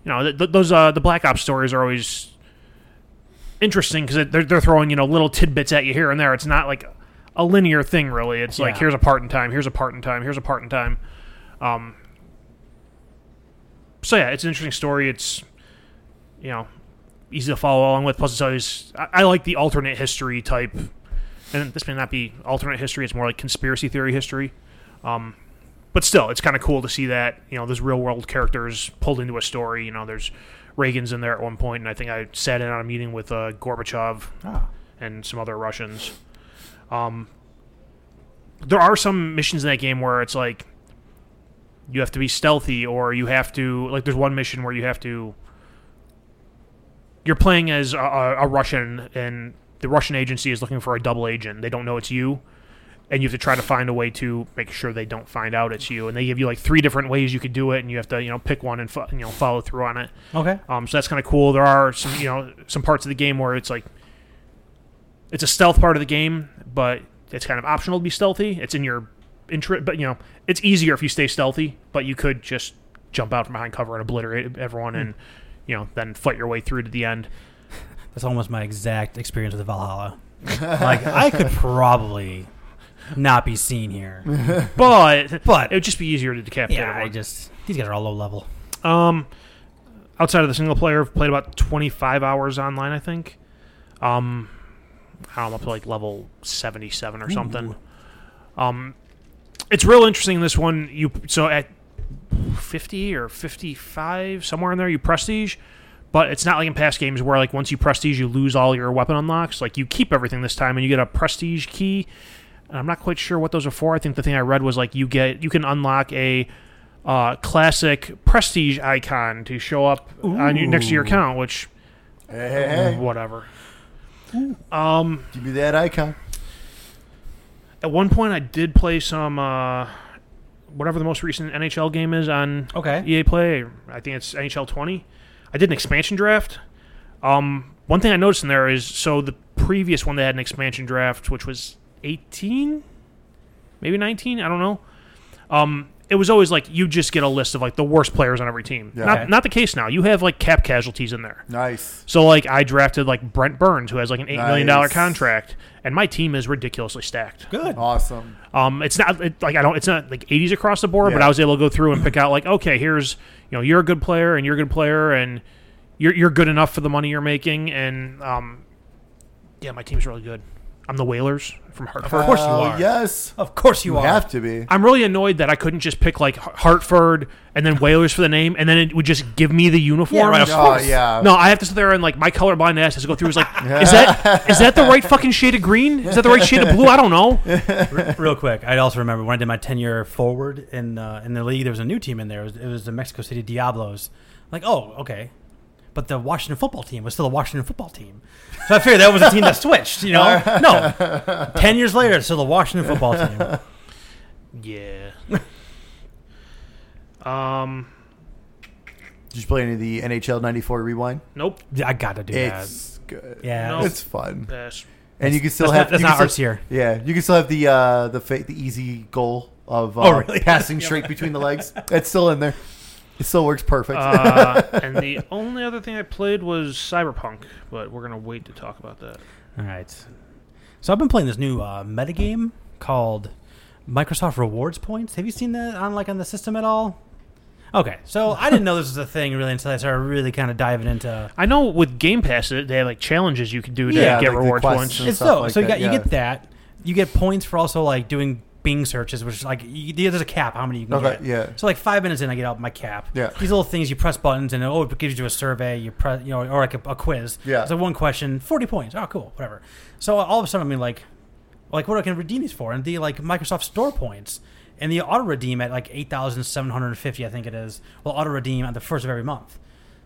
Speaker 3: you know th- th- those uh, the Black Ops stories are always interesting because they're they're throwing you know little tidbits at you here and there. It's not like a linear thing really. It's like
Speaker 1: Yeah.
Speaker 3: here's a part in time, here's a part in time, here's a part in time. Um, so yeah, it's an interesting story. It's you know easy to follow along with. Plus, it's always I, I like the alternate history type, and this may not be alternate history. It's more like conspiracy theory history. Um, but still, it's kind of cool to see that you know there's real world characters pulled into a story. You know, there's Reagan's in there at one point, and I think I sat in on a meeting with uh, Gorbachev and some other Russians. Um, there are some missions in that game where it's like you have to be stealthy, or you have to like. There's one mission where you have to. You're playing as a, a a Russian, and the Russian agency is looking for a double agent. They don't know it's you, and you have to try to find a way to make sure they don't find out it's you. And they give you like three different ways you could do it, and you have to you know pick one and fo- you know follow through on it.
Speaker 1: Okay.
Speaker 3: Um, so that's kind of cool. There are some, you know, some parts of the game where it's like it's a stealth part of the game, but it's kind of optional to be stealthy. It's in your interest, but you know, it's easier if you stay stealthy. But you could just jump out from behind cover and obliterate everyone,
Speaker 1: Hmm.
Speaker 3: and you know, then fight your way through to the end.
Speaker 1: That's almost my exact experience with Valhalla. Like I could probably not be seen here.
Speaker 3: But
Speaker 1: But-
Speaker 3: it would just be easier to decapitate
Speaker 1: Yeah, I
Speaker 3: everyone.
Speaker 1: just these guys are all low level.
Speaker 3: Um, outside of the single player, I've played about 25 hours online, I think. Um, I'm up to like level 77 or something. Um, it's real interesting. in This one, you so at 50 or 55 somewhere in there, you prestige. But it's not like in past games where like once you prestige, you lose all your weapon unlocks. Like you keep everything this time, and you get a prestige key. And I'm not quite sure what those are for. I think the thing I read was like you get you can unlock a uh, classic prestige icon to show up on your, next to your account, which
Speaker 2: Hey, hey, hey.
Speaker 3: whatever.
Speaker 1: Mm-hmm.
Speaker 2: Give me that icon.
Speaker 3: At one point, I did play some uh, whatever the most recent NHL game is on
Speaker 1: Okay.
Speaker 3: EA Play. I think it's NHL 20. I did an expansion draft. Um, one thing I noticed in there is so the previous one they had an expansion draft, which was 18, maybe 19. I don't know. Um, it was always like you just get a list of like the worst players on every team.
Speaker 2: Yeah.
Speaker 3: Not
Speaker 1: Okay.
Speaker 3: not the case now. You have like cap casualties in there.
Speaker 2: Nice.
Speaker 3: So like I drafted like Brent Burns, who has like an eight million dollar
Speaker 2: Nice.
Speaker 3: contract, and my team is ridiculously stacked.
Speaker 1: Good.
Speaker 2: Awesome.
Speaker 3: Um, it's not it, like I don't. It's not like 80s across the board, but
Speaker 2: Yeah.
Speaker 3: I was able to go through and pick out like, okay, here's you know you're a good player and you're a good player and you're you're good enough for the money you're making and um, yeah, my team's really good. I'm the Whalers from Hartford.
Speaker 1: Of course you
Speaker 2: Hell
Speaker 1: are.
Speaker 2: Yes.
Speaker 1: Of course you,
Speaker 2: You
Speaker 1: are.
Speaker 2: have to be.
Speaker 3: I'm really annoyed that I couldn't just pick like Har- Hartford and then Whalers for the name, and then it would just give me the uniform.
Speaker 1: right, of
Speaker 2: Oh, yeah.
Speaker 3: No, I have to sit there and like my colorblind ass has to go through. Is like, is that is that the right fucking shade of green? Is that the right shade of blue? I don't know.
Speaker 1: Real quick, I also remember when I did my tenure forward in uh, in the league. There was a new team in there. It was, it was the Mexico City Diablos. Like, oh, okay, but the Washington football team was still the Washington football team. So I figured that was a team that switched. You know, no. Ten years later, it's still the Washington football team.
Speaker 3: Yeah. um.
Speaker 2: Did you play any of the NHL 94 Rewind?
Speaker 3: Nope.
Speaker 1: I gotta do that.
Speaker 2: It's good.
Speaker 1: Yeah,
Speaker 3: No.
Speaker 2: It's fun.
Speaker 3: Pass.
Speaker 2: And you can still
Speaker 1: that's not- that's
Speaker 2: have you can
Speaker 1: not
Speaker 2: still-
Speaker 1: arts here.
Speaker 2: Yeah, you can still have the uh, the fa- the easy goal of uh,
Speaker 1: Oh, really?
Speaker 2: passing straight between the legs. It's still in there. It still works perfect.
Speaker 3: Uh, and the only other thing I played was Cyberpunk, but we're gonna wait to talk about that.
Speaker 1: All right. So I've been playing this new uh, metagame called Microsoft Rewards Points. Have you seen that on like on the system at all? Okay, so I didn't know this was a thing really until I started really kind of diving into.
Speaker 3: I know with Game Pass, it- they have like challenges you can do to
Speaker 2: Yeah,
Speaker 3: get
Speaker 2: like the
Speaker 3: rewards
Speaker 2: quests
Speaker 3: once.
Speaker 2: and
Speaker 1: It's
Speaker 2: stuff
Speaker 1: so
Speaker 2: like
Speaker 1: so you
Speaker 2: that,
Speaker 1: got you
Speaker 2: yeah.
Speaker 1: get that. You get points for also like doing Bing searches, which is like you, there's a cap how many you can
Speaker 2: Okay,
Speaker 1: get.
Speaker 2: yeah.
Speaker 1: So like five minutes in, I get out my cap.
Speaker 2: Yeah.
Speaker 1: These little things you press buttons and oh it gives you a survey. You press you know or like a, a quiz.
Speaker 2: Yeah.
Speaker 1: So one question, forty points. Oh cool, whatever. So all of a sudden I mean like like what I can redeem these for, and the like Microsoft Store points, and the auto redeem at like eight thousand seven hundred fifty, I think it is. Well, auto redeem at the first of every month.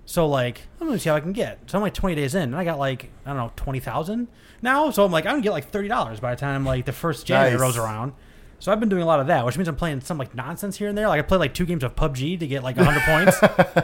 Speaker 1: So like, I'm gonna see how I can get. So I'm like twenty days in, and I got like I don't know twenty thousand now. So I'm like, I'm gonna get like thirty dollars by the time like the first January
Speaker 2: Nice.
Speaker 1: rolls around. So I've been doing a lot of that, which means I'm playing some like nonsense here and there. Like I played like two games of PUBG to get like hundred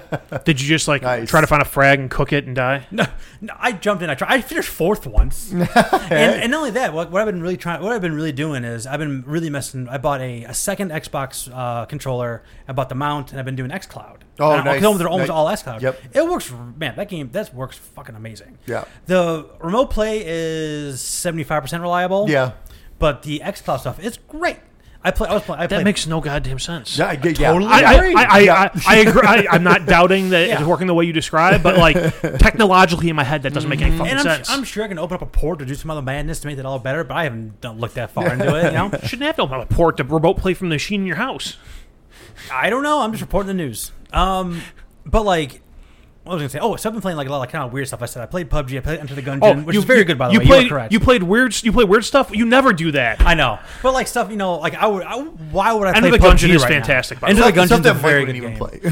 Speaker 1: points.
Speaker 3: Did you just like
Speaker 2: Nice.
Speaker 3: try to find a frag and cook it and die?
Speaker 1: No, no, I jumped in. I tried. I finished fourth once, and, and not only that, what, what I've been really trying, what I've been really doing is I've been really messing. I bought a, a second Xbox uh, controller. I bought the mount, and I've been doing XCloud.
Speaker 2: Oh,
Speaker 1: And I- 'cause
Speaker 2: nice.
Speaker 1: They're almost
Speaker 2: Nice.
Speaker 1: all XCloud.
Speaker 2: Yep.
Speaker 1: It works, man. That game that works fucking amazing.
Speaker 2: Yeah.
Speaker 1: The remote play is seventy five percent reliable.
Speaker 2: yeah,
Speaker 1: But the XCloud stuff, it's great. I play. I was playing. I
Speaker 3: That
Speaker 1: played,
Speaker 3: makes no goddamn sense.
Speaker 2: yeah, I, get- yeah.
Speaker 1: totally
Speaker 3: I, I,
Speaker 1: agree.
Speaker 3: I, I,
Speaker 2: Yeah.
Speaker 3: I, I agree. I, I'm not doubting that
Speaker 1: Yeah.
Speaker 3: it's working the way you describe, but like technologically in my head, that doesn't make any fucking
Speaker 1: And I'm,
Speaker 3: sense.
Speaker 1: I'm sure I can open up a port to do some other madness to make that all better, but I haven't done- looked that far into it. You know,
Speaker 3: You shouldn't have to open up a port to remote play from the machine in your house.
Speaker 1: I don't know. I'm just reporting the news. Um, but like, what was I gonna say? Oh, so I've been playing like a lot of kind of weird stuff. I said I played PUBG. I played Enter the Gungeon, which is very good by the
Speaker 3: Oh, you
Speaker 1: way.
Speaker 3: Played,
Speaker 1: you are correct.
Speaker 3: You played weird. You play weird stuff. You never do that.
Speaker 1: I know, but like stuff you know, like I would. I, would- why would I
Speaker 3: Enter
Speaker 1: play
Speaker 3: the
Speaker 1: PUBG
Speaker 3: Gungeon is
Speaker 1: right now?
Speaker 3: fantastic, by the
Speaker 1: Enter
Speaker 2: way.
Speaker 1: the Gungeon's
Speaker 2: Stuff
Speaker 1: a
Speaker 2: that Mike
Speaker 1: very good
Speaker 2: wouldn't even
Speaker 1: game.
Speaker 2: play.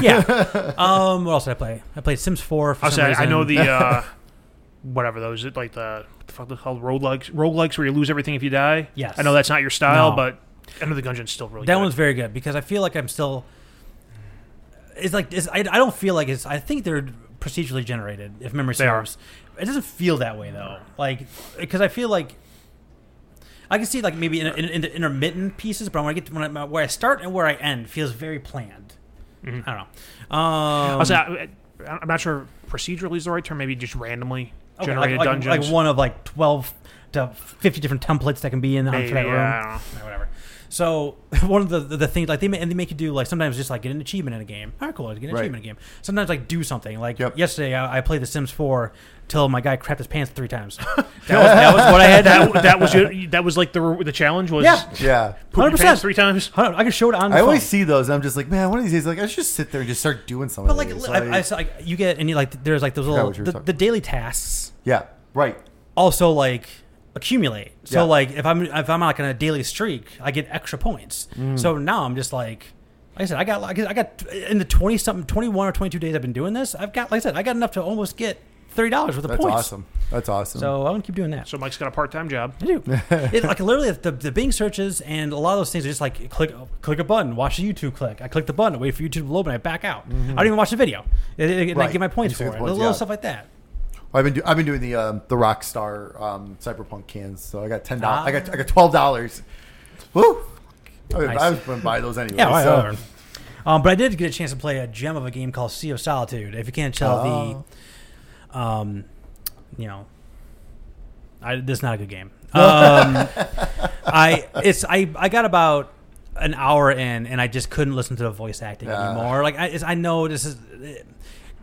Speaker 1: yeah. Um, what else did I play? I played Sims 4. For
Speaker 3: I'll
Speaker 1: some
Speaker 3: say, I
Speaker 1: reason.
Speaker 3: know the uh, whatever those like the what the fuck they're called roguelikes. Roguelikes where you lose everything if you die.
Speaker 1: Yes.
Speaker 3: I know that's not your style,
Speaker 1: No.
Speaker 3: but Enter the Gungeon's still really
Speaker 1: that
Speaker 3: good.
Speaker 1: one's very good because I feel like I'm still. It's like it's, I, I don't feel like it's. I think they're procedurally generated, if memory
Speaker 3: They are.
Speaker 1: serves. It doesn't feel that way though, like because I feel like I can see like maybe in, in, in the intermittent pieces, but when I get to when I, where I start and where I end feels very planned. I don't know. Um,
Speaker 3: I'll say, Mm-hmm. I, I- I'm not sure if procedurally is the right term. Maybe just randomly
Speaker 1: okay,
Speaker 3: generated
Speaker 1: like, like,
Speaker 3: dungeons.
Speaker 1: like one of like twelve to 50 different templates that can be in on for
Speaker 3: Maybe,
Speaker 1: that room.
Speaker 3: yeah, I don't know.
Speaker 1: Or whatever. So one of the, the the things like they ma- and they make you do like sometimes just like get an achievement in a game. All right, cool, I get an
Speaker 2: Right.
Speaker 1: achievement in a game. Sometimes like do something. Like
Speaker 2: Yep.
Speaker 1: yesterday, I, I played The Sims 4 till my guy crapped his pants three times. that, was, that was what I had.
Speaker 3: that, that was your, that was like the the challenge was
Speaker 1: Yeah.
Speaker 2: Yeah.
Speaker 3: poop
Speaker 1: 100%.
Speaker 3: your pants three times.
Speaker 1: Hold on, I can show it on. The
Speaker 2: I
Speaker 1: phone.
Speaker 2: always see those, and I'm just like, man, one of these days, like, I should just sit there and just start doing
Speaker 1: But
Speaker 2: something.
Speaker 1: like, I, I saw, like you get and you like there's like those little
Speaker 2: what you were
Speaker 1: the,
Speaker 2: talking
Speaker 1: the
Speaker 2: about.
Speaker 1: daily tasks
Speaker 2: yeah, right.
Speaker 1: also like accumulate. So
Speaker 2: Yeah.
Speaker 1: like if I'm if I'm like on a daily streak, I get extra points.
Speaker 2: Mm.
Speaker 1: So now I'm just like. Like I said, I got like I got in the twenty something, twenty one or twenty two days I've been doing this. I've got like I said, I got enough to almost get thirty dollars worth of
Speaker 2: That's
Speaker 1: points.
Speaker 2: awesome. That's awesome.
Speaker 1: So I'm gonna keep doing that.
Speaker 3: So Mike's got a part time job.
Speaker 1: I do. it, like literally, the, the Bing searches and a lot of those things are just like click click a button, watch the YouTube click. I click the button, wait for YouTube to load, and I back out. I don't even watch the video. It, it, And I
Speaker 2: Mm-hmm. Right.
Speaker 1: get my points
Speaker 2: You
Speaker 1: for it.
Speaker 2: get the
Speaker 1: little,
Speaker 2: points,
Speaker 1: little
Speaker 2: yeah.
Speaker 1: stuff like that.
Speaker 2: I've been do- I've been doing the um, the Rockstar um, Cyberpunk cans, so I got ten dollars.
Speaker 1: Ah.
Speaker 2: I got I got twelve dollars. Woo! I, mean,
Speaker 1: Nice.
Speaker 2: I was going to buy those anyway.
Speaker 1: Yeah,
Speaker 2: so-
Speaker 1: whatever. Um, but I did get a chance to play a gem of a game called Sea of Solitude. If you can't tell the, um, you know, I, this is not a good game. Um, I it's I I got about an hour in and I just couldn't listen to the voice acting
Speaker 2: Ah.
Speaker 1: anymore. Like I it's, I know this is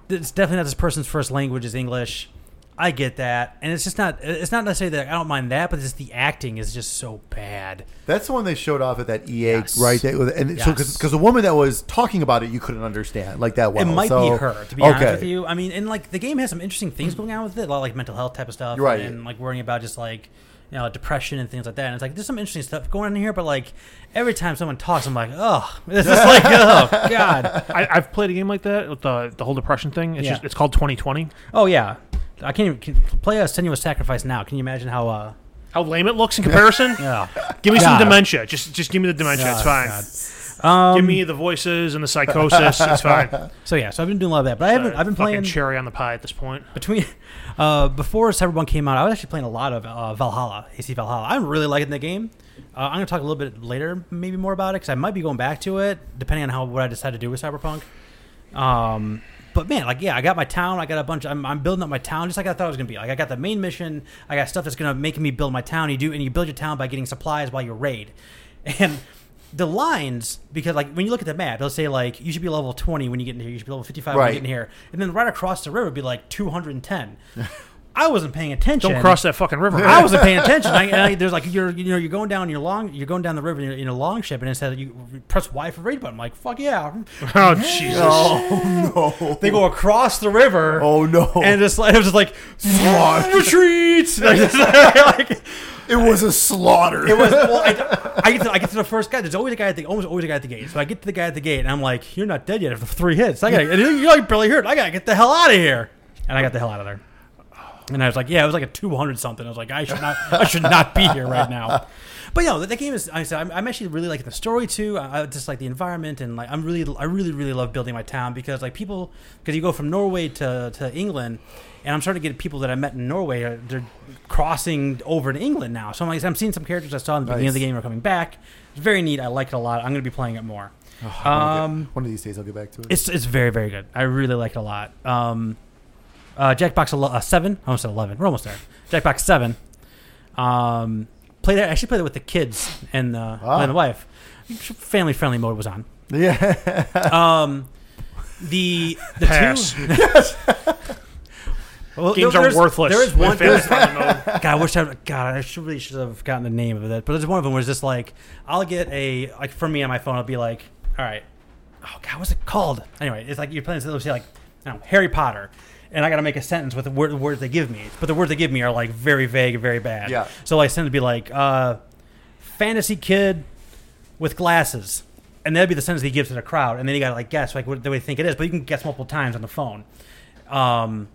Speaker 1: it's definitely not this person's first language is English. I get that, and it's just not it's not necessarily that I don't mind that, but it's the acting is just so bad.
Speaker 2: That's the one they showed off at that EA,
Speaker 1: Yes.
Speaker 2: right? They, and so
Speaker 1: Yes.
Speaker 2: because the woman that was talking about it, you couldn't understand like that well.
Speaker 1: it might
Speaker 2: so-
Speaker 1: be her, to be honest with you. I mean, and like the game has some interesting things going on with it, a lot of, like mental health type of stuff,
Speaker 2: Right.
Speaker 1: And like worrying about just like you know depression and things like that. And it's like there's some interesting stuff going on here, but like every time someone talks, I'm like, oh, this is like, oh god,
Speaker 3: I, I've played a game like that with the the whole depression thing. It's
Speaker 1: Yeah.
Speaker 3: just it's called 2020.
Speaker 1: oh yeah, I can't even can, play a Senua's Sacrifice now. Can you imagine how? uh
Speaker 3: How lame it looks in comparison.
Speaker 1: yeah.
Speaker 3: Give me some
Speaker 1: God.
Speaker 3: dementia. Just just give me the dementia. it's
Speaker 1: Oh,
Speaker 3: fine.
Speaker 1: God. Um,
Speaker 3: Give me the voices and the psychosis. it's fine.
Speaker 1: so yeah, so I've been doing a lot of that, but I haven't. I've been
Speaker 3: Fucking
Speaker 1: playing
Speaker 3: cherry on the pie at this point.
Speaker 1: between uh, before Cyberpunk came out, I was actually playing a lot of uh, Valhalla, AC Valhalla. I'm really liking the game. Uh, I'm gonna talk a little bit later, maybe more about it, because I might be going back to it depending on how what I decide to do with Cyberpunk. Um, but man, like yeah, I got my town. I got a bunch. I'm, I'm building up my town just like I thought it was gonna be. Like I got the main mission. I got stuff that's gonna make me build my town. You do and you build your town by getting supplies while you raid, and the lines because like when you look at the map, they'll say like you should be level 20 when you get in here. You should be level 55 when
Speaker 2: Right.
Speaker 1: you get in here, and then right across the river would be like 210. I wasn't paying attention.
Speaker 3: Don't cross that fucking river.
Speaker 1: I wasn't paying attention. I, and I- there's like you're you know you're going down your long you're going down the river in a, in a long ship and it says you press Y for raid button. I'm like fuck yeah,
Speaker 3: Oh Jesus!
Speaker 2: Oh no!
Speaker 1: they go across the river.
Speaker 2: Oh no!
Speaker 1: And it's like, it was just like
Speaker 2: Fuck.
Speaker 1: retreat. Like, just, like,
Speaker 2: it was a slaughter.
Speaker 1: it was. Well, I, I get to I get to the first guy. There's always a guy at the almost always a guy at the gate. So I get to the guy at the gate, and I'm like, "You're not dead yet." After three hits, I got to you like barely hurt. I gotta get the hell out of here. And I got the hell out of there. And I was like, yeah, it was like a 200 something. I was like, I should not, I should not be here right now. But you know, that game is. I said, I'm, I'm actually really liking the story too. I, I just like the environment, and like I'm really, I really, really love building my town because like people, because you go from Norway to to England, and I'm starting to get people that I met in Norway. Are, they're crossing over to England now. So I'm like, I'm seeing some characters I saw in the beginning of the
Speaker 2: Nice.
Speaker 1: game are coming back. It's very neat. I like it a lot. I'm going to be playing it more. um,
Speaker 2: One of these days, I'll get back to it.
Speaker 1: it's it's very very good. I really like it a lot. Um, uh, Jackbox ele- uh, seven. I almost said eleven. We're almost there. Jackbox seven. Um, played it. Actually played it with the kids and uh,
Speaker 2: Ah.
Speaker 1: and the wife. Family friendly mode was on.
Speaker 2: yeah.
Speaker 1: Um, the the
Speaker 3: Pass.
Speaker 1: two well,
Speaker 3: Games
Speaker 1: there-
Speaker 3: are
Speaker 1: there's-
Speaker 3: worthless.
Speaker 1: There is one.
Speaker 3: Family
Speaker 1: There's,
Speaker 3: friendly mode.
Speaker 1: God, I wish I God, I should, really should have gotten the name of it. But there's one of them where it's just like I'll get a like for me on my phone. I'll be like, all right, oh God, what's it called? Anyway, it's like you're playing. They'll say like, I don't know, Harry Potter, and I got to make a sentence with the, word, the words they give me. But the words they give me are like very vague, and very bad.
Speaker 2: Yeah.
Speaker 1: So I send it to be like, uh, fantasy kid with glasses. And that'd be the sentence he gives to the crowd, and then you gotta like guess like what they would think it is, but you can guess multiple times on the phone. Um,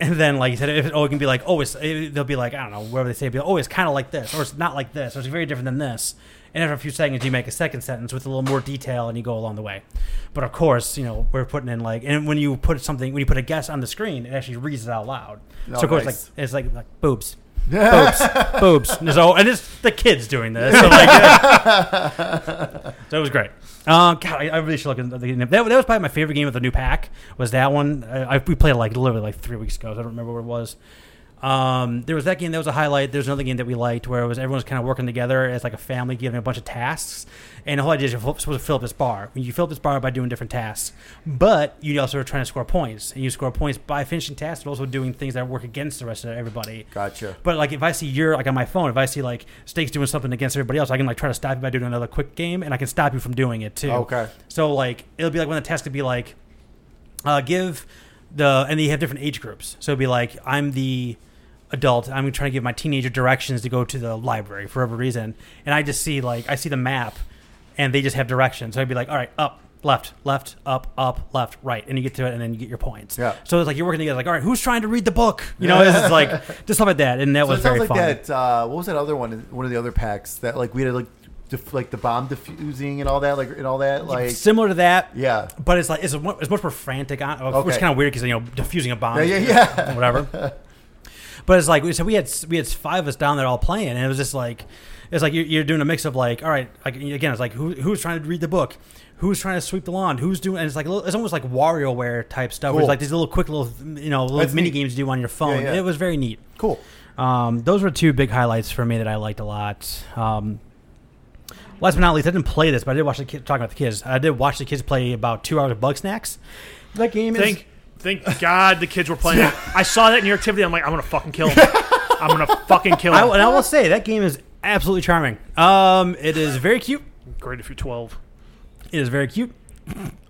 Speaker 1: and then, like you said, if, oh, it can be like, oh, it's, it, they'll be like, I don't know, whatever they say, be like, oh, it's kind of like this, or it's not like this, or it's very different than this. And after a few seconds, you make a second sentence with a little more detail, and you go along the way. But of course, you know, we're putting in like, and when you put something, when you put a guess on the screen, it actually reads it out loud.
Speaker 2: Oh,
Speaker 1: so of course,
Speaker 2: nice.
Speaker 1: like it's like, like boobs, boobs, boobs. And so, and it's the kids doing this. So, like, so it was great. Uh, God, I, I really should look at the that, that was probably my favorite game of the new pack. Was that one? I, I, we played it like literally like three weeks ago. So I don't remember what it was. Um, there was that game that was a highlight. There's another game that we liked where it was everyone's kind of working together as like a family, giving a bunch of tasks. And the whole idea is you're fo- supposed to fill up this bar. You fill up this bar by doing different tasks, but you also are trying to score points. And you score points by finishing tasks, but also doing things that work against the rest of everybody.
Speaker 2: Gotcha.
Speaker 1: But like if I see you're like on my phone, if I see like Stakes doing something against everybody else, I can like try to stop you by doing another quick game, and I can stop you from doing it too.
Speaker 2: Okay.
Speaker 1: So like it'll be like when the test could be like, uh, give the and they have different age groups. So it'd be like I'm the adult. I'm trying to give my teenager directions to go to the library for whatever reason, and I just see like I see the map, and they just have directions. So I'd be like, all right, up. Left, left, up, up, left, right, and you get to it, and then you get your points.
Speaker 2: Yeah.
Speaker 1: So it's like you're working together. Like, all right, who's trying to read the book? You know, it's just like just stuff like that, and that
Speaker 2: So
Speaker 1: was
Speaker 2: it sounds
Speaker 1: very
Speaker 2: like
Speaker 1: fun.
Speaker 2: that. Uh, what was that other one? One of the other packs that like we had like def- like the bomb diffusing and all that, like and all that, like
Speaker 1: similar to that.
Speaker 2: yeah.
Speaker 1: But it's like it's, mu- it's much more frantic, on, which is
Speaker 2: Okay.
Speaker 1: kind of weird because you know diffusing a bomb,
Speaker 2: Yeah, yeah, yeah.
Speaker 1: whatever. but it's like we so we had we had five of us down there all playing, and it was just like it's like you're, you're doing a mix of like all right, like again, it's like who, who's trying to read the book, who's trying to sweep the lawn, who's doing, and it's like a little, it's almost like WarioWare type stuff. Where it's
Speaker 2: Cool.
Speaker 1: like these little quick little you know little
Speaker 2: That's
Speaker 1: mini
Speaker 2: neat.
Speaker 1: games you do on your phone.
Speaker 2: yeah.
Speaker 1: It was very neat.
Speaker 2: Cool.
Speaker 1: Um, those were two big highlights for me that I liked a lot. Um, last but not least, I didn't play this, but I did watch the kid talking about the kids. I did watch the kids play about two hours of Bug Snacks. That game is
Speaker 3: Thank, thank God the kids were playing. it. I saw that in your activity. I'm like, I'm gonna fucking kill him. I'm gonna fucking kill
Speaker 1: I,
Speaker 3: him.
Speaker 1: and I will say that game is absolutely charming. Um, it is very cute.
Speaker 3: Great if you're 12.
Speaker 1: It is very cute.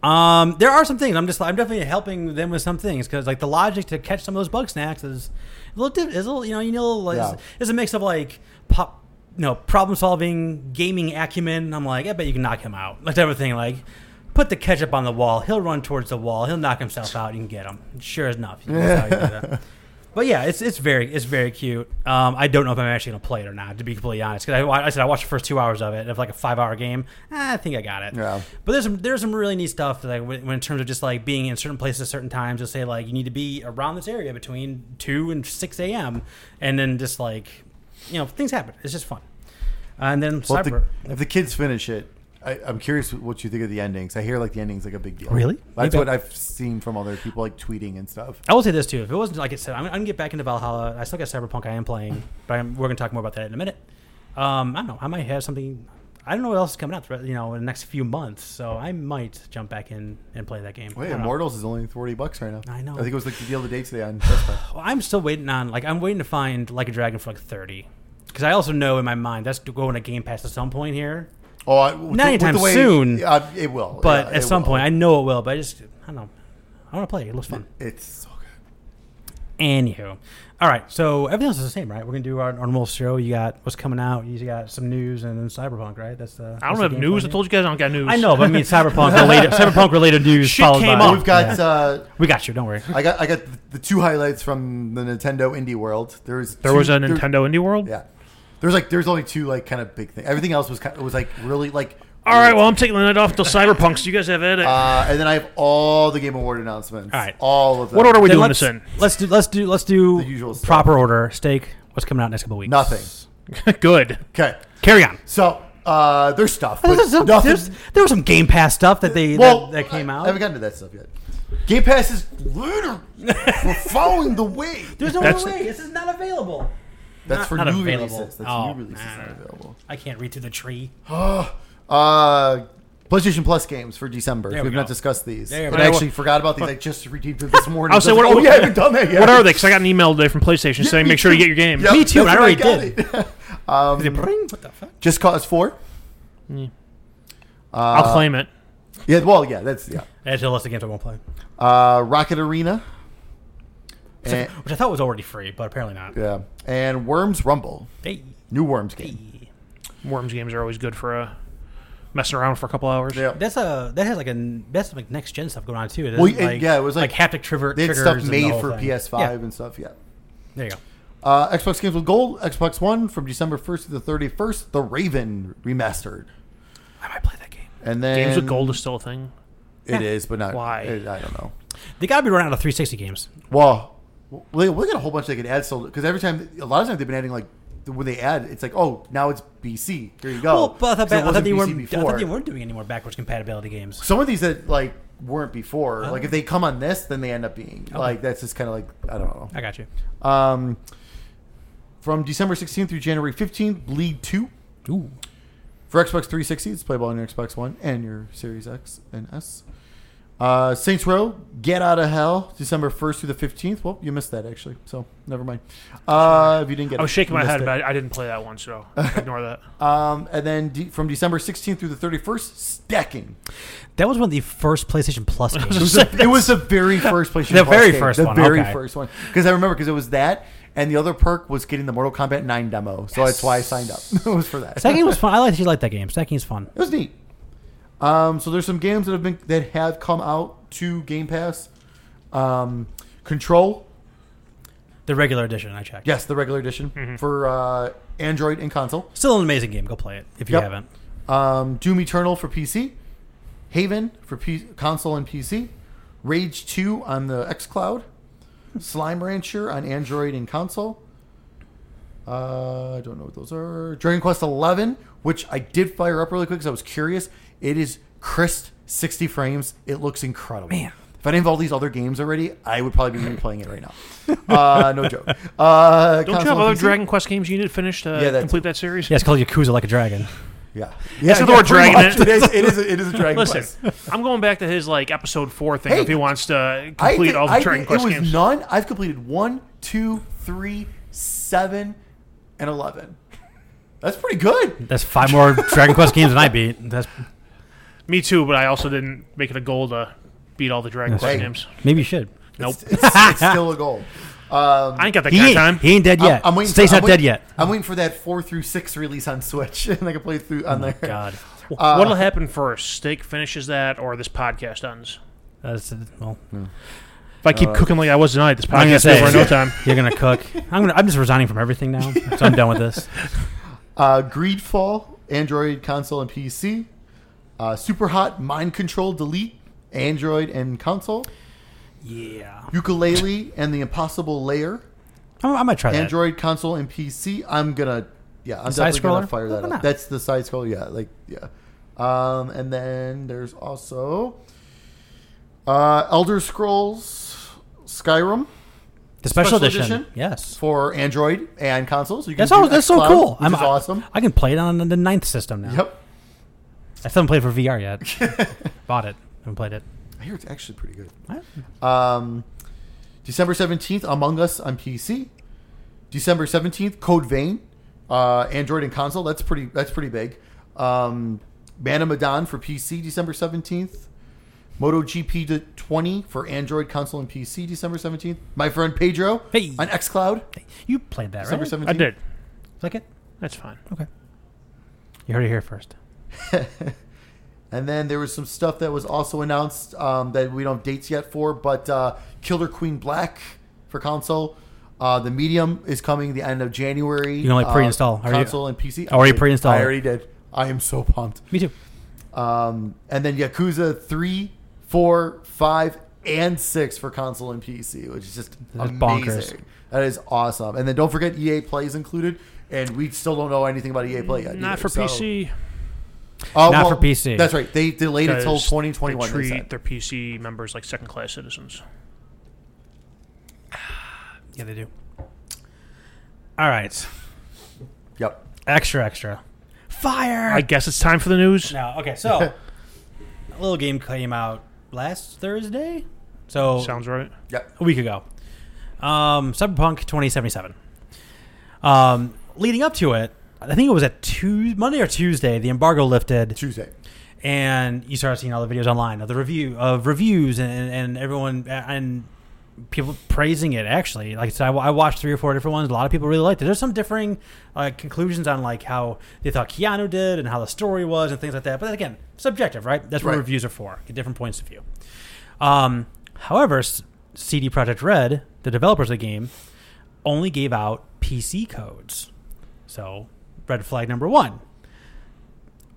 Speaker 1: Um, there are some things I'm just I'm definitely helping them with some things because like the logic to catch some of those bug snacks is a little diff- is a little you know you know like,
Speaker 2: Yeah.
Speaker 1: it's, it's a mix of like pop you know problem solving gaming acumen. I'm like I bet you can knock him out like type of thing like. Put the ketchup on the wall. He'll run towards the wall. He'll knock himself out. You can get him. Sure enough. That's how you do that. But yeah, it's it's very it's very cute. Um, I don't know if I'm actually gonna play it or not, to be completely honest. Because I, wa- I said I watched the first two hours of it of like a five hour game. Ah, I think I got it.
Speaker 2: Yeah.
Speaker 1: But there's some there's some really neat stuff like when, when in terms of just like being in certain places at certain times. You'll say like you need to be around this area between two and six a.m. and then just like you know things happen. It's just fun. and then
Speaker 2: Well, if,
Speaker 1: cyber.
Speaker 2: the, if the kids finish it, I, I'm curious what you think of the endings. I hear like the endings like a big deal.
Speaker 1: Really?
Speaker 2: That's
Speaker 1: Maybe
Speaker 2: what
Speaker 1: I-
Speaker 2: I've seen from other people like tweeting and stuff.
Speaker 1: I will say this too. If it wasn't like it said, I'm, I'm gonna get back into Valhalla. I still got Cyberpunk. I am playing, but I'm, we're gonna talk more about that in a minute. Um, I don't know. I might have something. I don't know what else is coming out. You know, in the next few months, so I might jump back in and play that game. I
Speaker 2: Wait,
Speaker 1: don't know.
Speaker 2: Immortals is only forty bucks right now.
Speaker 1: I know.
Speaker 2: I think it was like the deal of the day today on Best Buy.
Speaker 1: Well, I'm still waiting on like I'm waiting to find like a dragon for like thirty, because I also know in my mind that's going to Game Pass at some point here.
Speaker 2: Oh, I, with with
Speaker 1: anytime
Speaker 2: way-
Speaker 1: soon,
Speaker 2: Uh, it will.
Speaker 1: But
Speaker 2: Yeah,
Speaker 1: at
Speaker 2: it
Speaker 1: some
Speaker 2: will.
Speaker 1: point, I know it will. But I just I don't know. I want to play. It It looks fun.
Speaker 2: it's so good.
Speaker 1: Anywho, all right. So everything else is the same, right? We're gonna do our our normal show. You got what's coming out. You got some news and then Cyberpunk, right? That's the.
Speaker 3: I don't have news. I told you guys I don't got news.
Speaker 1: I know, but I mean Cyberpunk related. Cyberpunk related news.
Speaker 3: Shit
Speaker 1: followed
Speaker 3: came
Speaker 1: by,
Speaker 3: up.
Speaker 2: We've got.
Speaker 1: Yeah.
Speaker 2: Uh,
Speaker 1: we got you. Don't worry.
Speaker 2: I got. I got the, the two highlights from the Nintendo Indie World. There's
Speaker 3: There
Speaker 2: two-
Speaker 3: was a
Speaker 2: there-
Speaker 3: Nintendo Indie World.
Speaker 2: Yeah. There's like there's only two like kind of big things. Everything else was kind of, was like really like.
Speaker 3: All right, well, I'm taking the night off till Cyberpunk, so you guys have at it.
Speaker 2: Uh, and then I have all the Game Award announcements.
Speaker 1: All right.
Speaker 2: All of them.
Speaker 3: what order are we
Speaker 1: Then
Speaker 3: doing
Speaker 1: let's,
Speaker 3: this in?
Speaker 1: let's do let's do let's do
Speaker 2: The usual stuff.
Speaker 1: proper order. Steak. What's coming out next couple weeks?
Speaker 2: Nothing.
Speaker 3: Good.
Speaker 2: Okay.
Speaker 1: Carry on.
Speaker 2: So uh, there's stuff, but
Speaker 1: There's some,
Speaker 2: nothing.
Speaker 1: there's- there was some Game Pass stuff that they
Speaker 2: well,
Speaker 1: that, that came
Speaker 2: I,
Speaker 1: out.
Speaker 2: haven't gotten to that stuff yet. Game Pass is later. We're following the wave.
Speaker 1: There's no
Speaker 3: That's-
Speaker 1: other way. This is not available.
Speaker 2: That's
Speaker 1: Not-
Speaker 2: for
Speaker 1: not
Speaker 2: new
Speaker 1: available.
Speaker 2: releases. That's
Speaker 1: Oh,
Speaker 2: new releases
Speaker 1: nah.
Speaker 2: not available.
Speaker 1: I can't read through the tree.
Speaker 2: Uh, PlayStation Plus games for December.
Speaker 1: There
Speaker 2: We've
Speaker 1: we
Speaker 2: not
Speaker 1: go.
Speaker 2: discussed these.
Speaker 1: There we
Speaker 2: But
Speaker 1: go.
Speaker 2: I actually forgot about these. I just redeemed them this morning.
Speaker 3: I'll say,
Speaker 2: I was
Speaker 3: what-
Speaker 2: like, oh, yeah, I haven't done that yet.
Speaker 3: What are they? Because I got an email today from PlayStation saying
Speaker 2: me
Speaker 3: make sure you
Speaker 2: too.
Speaker 3: get your game.
Speaker 2: Yep,
Speaker 1: Me too,
Speaker 2: that's
Speaker 1: I
Speaker 2: when
Speaker 1: already
Speaker 2: got it. um,
Speaker 1: What the fuck?
Speaker 2: Just Cause 4. Uh,
Speaker 3: I'll claim it.
Speaker 2: Yeah, well, yeah, that's, yeah.
Speaker 1: That's a list of games I won't play,
Speaker 2: Uh, Rocket Arena. And,
Speaker 1: which I thought was already free, but apparently not.
Speaker 2: Eh. yeah. And Worms Rumble.
Speaker 1: Hey,
Speaker 2: New Worms game.
Speaker 1: hey.
Speaker 3: Worms games are always good for uh, messing around for a couple hours.
Speaker 2: Yeah.
Speaker 1: That's a that has like a that's like next gen stuff going on too. It
Speaker 2: Well,
Speaker 1: isn't
Speaker 2: yeah, yeah, it was like-
Speaker 1: haptic trigger
Speaker 2: They had
Speaker 1: triggers
Speaker 2: stuff
Speaker 1: and the
Speaker 2: made
Speaker 1: whole
Speaker 2: for
Speaker 1: thing.
Speaker 2: PS5
Speaker 1: Yeah,
Speaker 2: and stuff, yeah.
Speaker 1: there you go.
Speaker 2: Uh, Xbox Games with Gold, Xbox One from December 1st to the 31st, The Raven remastered.
Speaker 1: I might play that game.
Speaker 2: And then
Speaker 3: Games with gold is still a thing.
Speaker 2: It is, but not
Speaker 3: Why?
Speaker 2: it- I don't know.
Speaker 1: They got to be running out of 360 games.
Speaker 2: Well, we we got a whole bunch they could add still because every time, a lot of times they've been adding like when they add, it's like, oh, now it's BC. Here you go.
Speaker 1: well, but I thought,
Speaker 2: 'Cause Oh, it
Speaker 1: I thought
Speaker 2: wasn't
Speaker 1: they
Speaker 2: BC
Speaker 1: weren't. I thought they weren't doing any more backwards compatibility games.
Speaker 2: Some of these that like weren't before.
Speaker 1: Uh-huh.
Speaker 2: Like if they come on this, then they end up being like that's just kind of like I don't know.
Speaker 1: I got you.
Speaker 2: Um, from December 16th through January 15th, League Two
Speaker 1: Ooh.
Speaker 2: for Xbox 360. It's playable on your Xbox One and your Series X and S. Uh, Saints Row, Get Out of Hell, December 1st through the 15th. Well, you missed that actually, so never mind. Uh, if you didn't get,
Speaker 3: I was
Speaker 2: it,
Speaker 3: shaking
Speaker 2: you
Speaker 3: my
Speaker 2: missed
Speaker 3: head,
Speaker 2: it.
Speaker 3: but I didn't play that one, so ignore that.
Speaker 2: Um, and then de- from December 16th through the 31st, Stacking.
Speaker 1: That was one of the first PlayStation Plus
Speaker 2: It
Speaker 1: games.
Speaker 2: was, the- it was the very first PlayStation
Speaker 1: The
Speaker 2: Plus
Speaker 1: very
Speaker 2: game.
Speaker 1: first
Speaker 2: the
Speaker 1: one,
Speaker 2: very
Speaker 1: okay.
Speaker 2: first one. Because I remember, because it was that, and the other perk was getting the Mortal Kombat 9 demo. So that's why I signed up. it was for that.
Speaker 1: that game was fun. I actually like that game. That game's fun.
Speaker 2: It was neat. Um, so there's some games that have been that have come out to Game Pass. Um, Control,
Speaker 1: The regular edition, I checked.
Speaker 2: yes, the regular edition for uh, Android and console.
Speaker 1: Still an amazing game. Go play it if you
Speaker 2: Yep.
Speaker 1: haven't.
Speaker 2: Um, Doom Eternal for PC, Haven for P- console and PC, Rage 2 on the XCloud, Slime Rancher on Android and console. Uh, I don't know what those are. Dragon Quest 11, which I did fire up really quick because I was curious. It is crisp, 60 frames. It looks incredible.
Speaker 1: Man.
Speaker 2: If I didn't have all these other games already, I would probably be replaying it right now. Uh, no joke. Uh,
Speaker 3: Don't you
Speaker 2: console
Speaker 3: have
Speaker 2: and
Speaker 3: other
Speaker 2: PC?
Speaker 3: Dragon Quest games you need to finish to
Speaker 2: Yeah, that's
Speaker 3: complete that series?
Speaker 1: Yeah, it's called Yakuza Like a Dragon.
Speaker 2: Yeah. yeah
Speaker 3: the word
Speaker 2: pretty
Speaker 3: dragon in
Speaker 2: much. It
Speaker 3: it.
Speaker 2: is, it, is a, it is a Dragon
Speaker 3: Listen,
Speaker 2: Quest.
Speaker 3: I'm going back to his like episode four thing.
Speaker 2: Hey,
Speaker 3: if he wants to
Speaker 2: I
Speaker 3: complete
Speaker 2: did-
Speaker 3: all the
Speaker 2: I
Speaker 3: Dragon
Speaker 2: did-
Speaker 3: Quest
Speaker 2: It was
Speaker 3: games,
Speaker 2: none. I've completed one, two, three, seven, and eleven. That's pretty good.
Speaker 1: That's five more Dragon Quest games than I beat. That's
Speaker 3: me too. But I also didn't make it a goal to beat all the Dragon
Speaker 1: That's
Speaker 3: Quest
Speaker 2: right.
Speaker 3: games.
Speaker 1: maybe you should.
Speaker 3: Nope,
Speaker 2: It's, it's, it's still a goal. Um,
Speaker 3: I ain't got that
Speaker 1: He
Speaker 3: kind
Speaker 1: ain't,
Speaker 3: of time.
Speaker 1: he ain't dead yet.
Speaker 2: I'm, I'm waiting.
Speaker 1: State's
Speaker 2: for, I'm
Speaker 1: not
Speaker 2: wait-
Speaker 1: dead yet.
Speaker 2: I'm waiting for that four through six release on Switch, and I can play through
Speaker 3: Oh
Speaker 2: on there.
Speaker 1: God,
Speaker 3: What'll happen first? Steak finishes that, or this podcast ends?
Speaker 1: that's well.
Speaker 3: If I keep cooking like I was tonight, this
Speaker 1: Uh, I'm gonna
Speaker 3: podcast
Speaker 1: say,
Speaker 3: over in no time.
Speaker 1: You're gonna cook. I'm gonna. I'm just resigning from everything now. So I'm done with this.
Speaker 2: Uh, Greedfall, Android console and PC. Uh, Super hot mind control delete, Android and console.
Speaker 1: Yeah,
Speaker 2: Ukulele and the impossible layer.
Speaker 1: I, I might try that.
Speaker 2: Android console and PC. I'm gonna yeah, I'm
Speaker 1: Side
Speaker 2: definitely gonna
Speaker 1: scroller?
Speaker 2: fire
Speaker 1: Well,
Speaker 2: that
Speaker 1: why not?
Speaker 2: up. That's the side scroll. Yeah, like yeah. Um, and then there's also uh, Elder Scrolls Skyrim
Speaker 1: The special,
Speaker 2: Special
Speaker 1: edition.
Speaker 2: edition?
Speaker 1: Yes,
Speaker 2: for Android and consoles. You can
Speaker 1: that's
Speaker 2: do
Speaker 1: all. That's so
Speaker 2: xCloud,
Speaker 1: cool.
Speaker 2: which
Speaker 1: I'm
Speaker 2: is awesome.
Speaker 1: I, can play it on the ninth system now.
Speaker 2: Yep.
Speaker 1: I still haven't played for VR yet. Bought it. Haven't played it.
Speaker 2: I hear it's actually pretty good.
Speaker 1: I-
Speaker 2: Um, December 17th, Among Us on PC. December 17th, Code Vein, uh, Android and console. That's pretty that's pretty big. Um, Man of Medan for PC, December 17th. MotoGP to 20 for Android, console, and PC, December 17th. My friend Pedro
Speaker 1: Hey.
Speaker 2: on xCloud,
Speaker 1: You played that
Speaker 2: December
Speaker 1: right?
Speaker 2: 17th.
Speaker 3: I did.
Speaker 1: Click it.
Speaker 3: That's fine.
Speaker 1: Okay. You heard it here first.
Speaker 2: And then there was some stuff that was also announced um, that we don't have dates yet for, but uh, Killer Queen Black for console. Uh, the Medium is coming the end of January. You
Speaker 1: can, like, pre-install. Are you-
Speaker 2: console and PC.
Speaker 1: I already
Speaker 2: I-
Speaker 1: pre-installed
Speaker 2: I
Speaker 1: it.
Speaker 2: already did. I am so pumped.
Speaker 1: Me too.
Speaker 2: Um, and then Yakuza 3, 4, 5, and 6 for console and PC, which is just
Speaker 1: That is bonkers.
Speaker 2: amazing. That is awesome. And then don't forget EA Play is included. And we still don't know anything about EA Play yet.
Speaker 3: Not
Speaker 2: either,
Speaker 3: for
Speaker 2: so-
Speaker 3: PC.
Speaker 2: Oh,
Speaker 1: Not for PC.
Speaker 2: That's right. They delayed it till
Speaker 3: 'cause
Speaker 2: 2021.
Speaker 3: They
Speaker 2: they
Speaker 3: treat
Speaker 2: said.
Speaker 3: their PC members like second class citizens.
Speaker 1: Yeah, they do. All right.
Speaker 2: Yep.
Speaker 1: Extra, extra. Fire.
Speaker 3: I guess it's time for the news.
Speaker 1: now, okay, so a little game came out last Thursday, so
Speaker 3: Sounds right.
Speaker 2: Yep.
Speaker 1: a week ago. Um, Cyberpunk 2077. Um, leading up to it, I think it was at Tuesday, Monday or Tuesday. The embargo lifted,
Speaker 2: Tuesday.
Speaker 1: and you started seeing all the videos online of the review of reviews and, and everyone uh, and people praising it actually like i said I, I watched three or four different ones a lot of people really liked it there's some differing uh, conclusions on like how they thought keanu did and how the story was and things like that but again subjective right that's what
Speaker 2: Right.
Speaker 1: reviews are for get different points of view um, however S- cd project red the developers of the game only gave out pc codes so red flag number one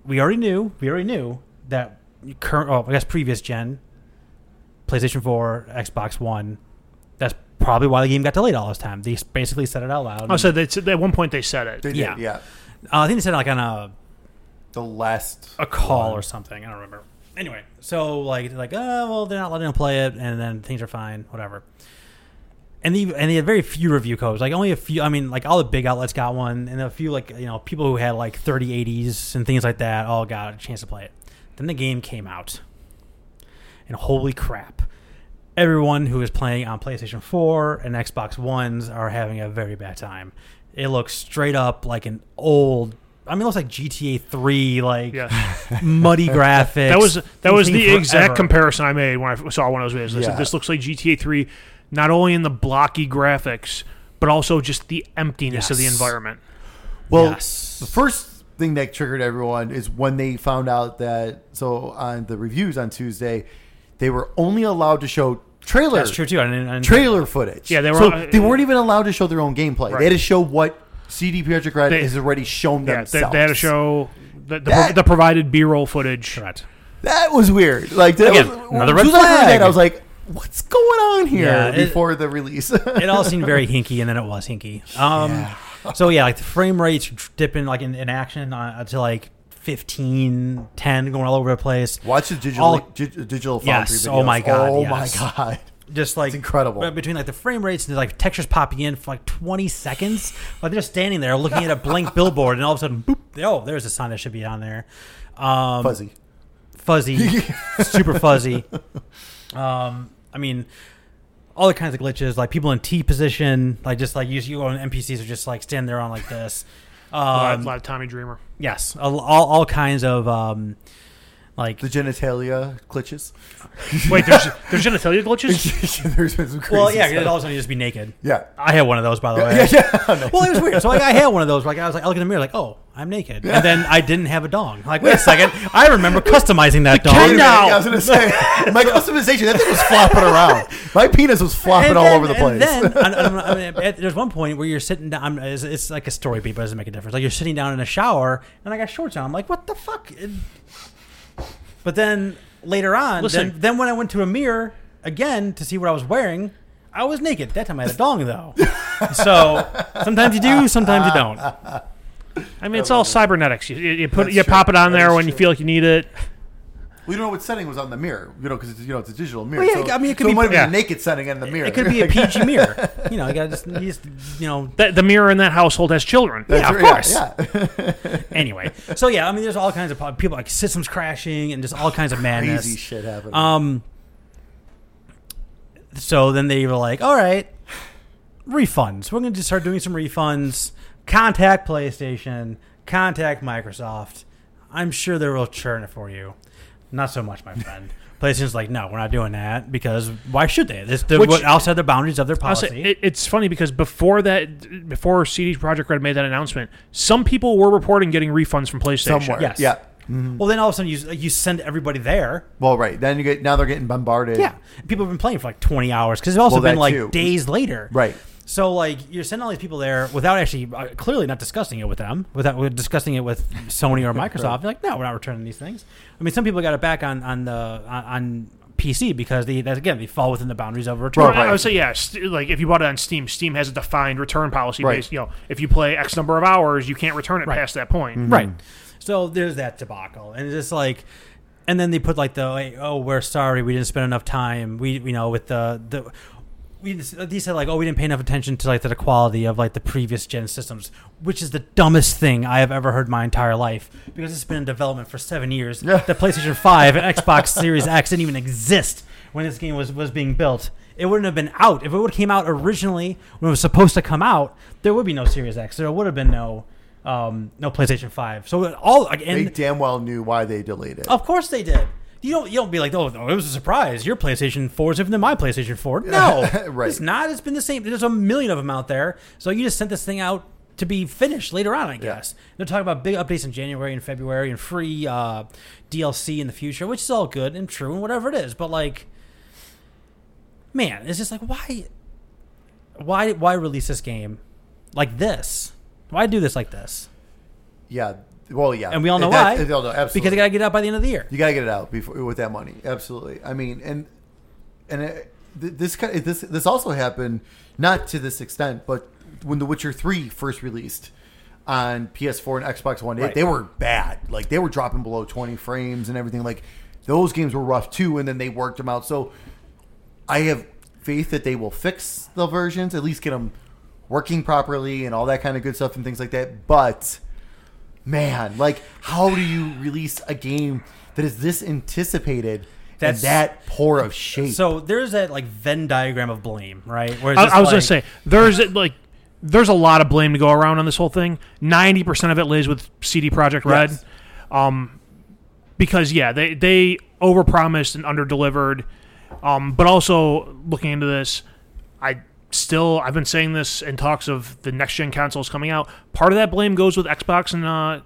Speaker 1: we already knew we already knew that current oh, I guess previous gen PlayStation 4, Xbox One. That's probably why the game got delayed all this time. They s- basically said it out loud.
Speaker 3: Oh, so they, said- at one point they said
Speaker 2: They
Speaker 3: it.
Speaker 2: did,
Speaker 1: Yeah.
Speaker 2: yeah.
Speaker 1: Uh, I think they said it like on a
Speaker 2: The last
Speaker 3: Uh,
Speaker 1: a call or something. I don't remember. Anyway, so like like oh well they're not letting them play it, and then things are fine, whatever. And the and they had very few review codes, like only a few. I mean, like all the big outlets got one, and a few like you know people who had like 3080s and things like that all got a chance to play it. Then the game came out, and holy crap! Everyone who is playing on PlayStation 4 and Xbox Ones are having a very bad time. It looks straight up like an old. I mean, it looks like GTA 3, like
Speaker 3: Yeah,
Speaker 1: muddy graphics.
Speaker 3: that was that was the
Speaker 1: taking
Speaker 3: exact
Speaker 1: forever.
Speaker 3: comparison I made when I f- saw one of those videos. I
Speaker 2: Yeah.
Speaker 3: said this looks like GTA Three, not only in the blocky graphics, but also just the emptiness of the
Speaker 1: Yes.
Speaker 3: environment.
Speaker 2: Well,
Speaker 1: Yes.
Speaker 2: the first thing that triggered everyone is when they found out that so on the reviews on Tuesday, they were only allowed to show trailers.
Speaker 1: That's true too. And, and
Speaker 2: trailer footage.
Speaker 3: Yeah, they were- uh,
Speaker 2: So they weren't even allowed to show their own gameplay. They had to show what CD Projekt Red
Speaker 3: They-
Speaker 2: has already shown
Speaker 3: Yeah, they,
Speaker 2: themselves.
Speaker 3: they had to show the, the,
Speaker 2: That-
Speaker 3: the provided B-roll footage.
Speaker 1: Correct.
Speaker 2: That was weird. Like that
Speaker 1: Again,
Speaker 2: was,
Speaker 1: another red
Speaker 2: as soon as I heard
Speaker 1: flag.
Speaker 2: That, I was like, "What's going on here?"
Speaker 1: Yeah, it-
Speaker 2: before the release.
Speaker 1: It all seemed very hinky, and then it was hinky. Um, so yeah, like the frame rates dipping like in, in action uh, to like 15, 10, going all over the place.
Speaker 2: Watch the digital
Speaker 1: All-
Speaker 2: dig- digital foundry
Speaker 1: Yes,
Speaker 2: videos.
Speaker 1: oh my God,
Speaker 2: Oh
Speaker 1: yes.
Speaker 2: my god.
Speaker 1: Just like it's
Speaker 2: incredible.
Speaker 1: between like the frame rates and like textures popping in for like twenty seconds. Like they're just standing there looking at a blank billboard, and all of a sudden, boop! Oh, there's a sign that should be on there. Um,
Speaker 2: Fuzzy.
Speaker 1: fuzzy, super fuzzy. Um, I mean, all the kinds of glitches, like people in T position, like just like you, you and NPCs are just like standing there on like this.
Speaker 3: A lot-
Speaker 1: Um,
Speaker 3: a lot of Tommy Dreamer.
Speaker 1: yes, all, all all kinds of um, like
Speaker 2: The genitalia glitches.
Speaker 3: Wait, there's there's genitalia glitches.
Speaker 2: There's been some crazy.
Speaker 1: well, yeah, 'cause
Speaker 2: stuff.
Speaker 1: all of a sudden you just be naked.
Speaker 2: yeah.
Speaker 1: I had one of those, by the way.
Speaker 2: Yeah, yeah. No. Oh,
Speaker 1: Well, it was weird. So like, I had one of those. Like I was like, I look in the mirror, like, oh, I'm naked, and then I didn't have a dong. Like, wait a second, I remember customizing that dong.
Speaker 2: Wait a minute, I was gonna say my customization. That thing was flopping around. My penis was flopping all over the
Speaker 1: And
Speaker 2: place.
Speaker 1: then, and- and- I mean, at- there's one point where you're sitting down. I'm- It's, it's like a story beat, but it doesn't make a difference. Like you're sitting down in a shower, and I got shorts on. I'm like, what the fuck? It- But then later on,
Speaker 3: Listen.
Speaker 1: then, then when I went to a mirror again to see what I was wearing, I was naked. That time I had a dong though. so sometimes you do, sometimes you don't.
Speaker 3: I mean, it's all cybernetics. You, you you put
Speaker 2: That's
Speaker 3: you
Speaker 2: true.
Speaker 3: pop it on
Speaker 2: That
Speaker 3: there
Speaker 2: is
Speaker 3: when you
Speaker 2: true.
Speaker 3: feel like you need it.
Speaker 2: we don't know what setting was on the mirror, you know, because it's you know it's a digital mirror.
Speaker 1: Well, yeah,
Speaker 2: so,
Speaker 1: I mean, it could
Speaker 2: so
Speaker 1: be-
Speaker 2: might have been
Speaker 3: yeah.
Speaker 2: a naked setting in the mirror.
Speaker 1: It could be a PG mirror. You know, you got to just, you just, you know,
Speaker 3: That the mirror in that household has children.
Speaker 1: yeah, of
Speaker 2: right,
Speaker 1: course.
Speaker 2: Yeah,
Speaker 1: Anyway, so yeah, I mean, there's all kinds of po- people like systems crashing and just all kinds of madness.
Speaker 2: crazy shit happened.
Speaker 1: Um. So then they were like, "All right, refunds. We're going to start doing some refunds. Contact PlayStation. Contact Microsoft. I'm sure they will churn it for you. Not so much, my friend." PlayStation's like, "No, we're not doing that because why should they? This they're
Speaker 3: Which-
Speaker 1: what- outside the boundaries of their
Speaker 3: I'll say,
Speaker 1: policy."
Speaker 3: it, it's funny because before that, before CD Projekt Red made that announcement, some people were reporting getting refunds from PlayStation.
Speaker 2: somewhere.
Speaker 1: yes.
Speaker 2: Yeah.
Speaker 1: Well, then all of a sudden you you send everybody there.
Speaker 2: Well, right. Then you get now they're getting bombarded.
Speaker 1: Yeah, people have been playing for like 20 hours because it's also
Speaker 2: Well,
Speaker 1: been
Speaker 2: that
Speaker 1: like
Speaker 2: too.
Speaker 1: days later.
Speaker 2: Right.
Speaker 1: So like you're sending all these people there without actually uh, clearly not discussing it with them, without without discussing it with Sony or Microsoft. Like, no, we're not returning these things. I mean, some people got it back on on the on, on PC because they that, again they fall within the boundaries of return.
Speaker 2: Well,
Speaker 3: I- I
Speaker 2: right.
Speaker 3: would say yeah. St- like if you bought it on Steam, Steam has a defined return policy.
Speaker 2: Right.
Speaker 3: Based, you know, if you play X number of hours, you can't return it past that point.
Speaker 2: Mm-hmm.
Speaker 1: Right. So there's that debacle, and it's just like, and then they put like the like, oh we're sorry we didn't spend enough time we you know with the the. We, these said like, oh, we didn't pay enough attention to like the quality of like the previous gen systems, which is the dumbest thing I have ever heard in my entire life because it's been in development for seven years.
Speaker 2: Yeah.
Speaker 1: The PlayStation Five and Xbox Series X didn't even exist when this game was was being built. It wouldn't have been out if it would have came out originally when it was supposed to come out. There would be no Series X. There would have been no um, no PlayStation Five. So it all like,
Speaker 2: They
Speaker 1: and
Speaker 2: damn well knew why they deleted.
Speaker 1: of course they did. You don't you don't be like oh no, it was a surprise. Your PlayStation Four is different than my PlayStation Four. No,
Speaker 2: Right.
Speaker 1: It's not. It's been the same. There's a million of them out there. So you just sent this thing out to be finished later on, I guess. They're talking about big updates in January and February and free uh, DLC in the future, which is all good and true and whatever it is. But like, man, it's just like why, why, why release this game like this? Why do this like this?
Speaker 2: Yeah. Well, yeah.
Speaker 1: And we all know
Speaker 2: That's-
Speaker 1: why.
Speaker 2: They all know. Absolutely.
Speaker 1: Because they got to get it out by the end of the year.
Speaker 2: You gotta get it out before with that money. Absolutely. I mean, and and it, th- this kind this this also happened not to this extent, but when The Witcher Three first released on PS4 and Xbox One, it,
Speaker 1: Right.
Speaker 2: they were bad. Like they were dropping below twenty frames and everything. Like Those games were rough too, and then they worked them out. So I have faith that they will fix the versions, at least get them working properly and all that kind of good stuff and things like that. But man, like, how do you release a game that is this anticipated
Speaker 1: That's-
Speaker 2: and that poor of shape?
Speaker 1: So there's that like Venn diagram of blame, right? Where it's
Speaker 3: I,
Speaker 1: just
Speaker 3: I was gonna
Speaker 1: like-
Speaker 3: say there's like there's a lot of blame to go around on this whole thing. Ninety percent of it lays with CD Project Red,
Speaker 2: Yes.
Speaker 3: um, because yeah, they they overpromised and underdelivered. Um, but also looking into this, I still I've been saying this in talks of the next gen consoles coming out. Part of that blame goes with Xbox and uh,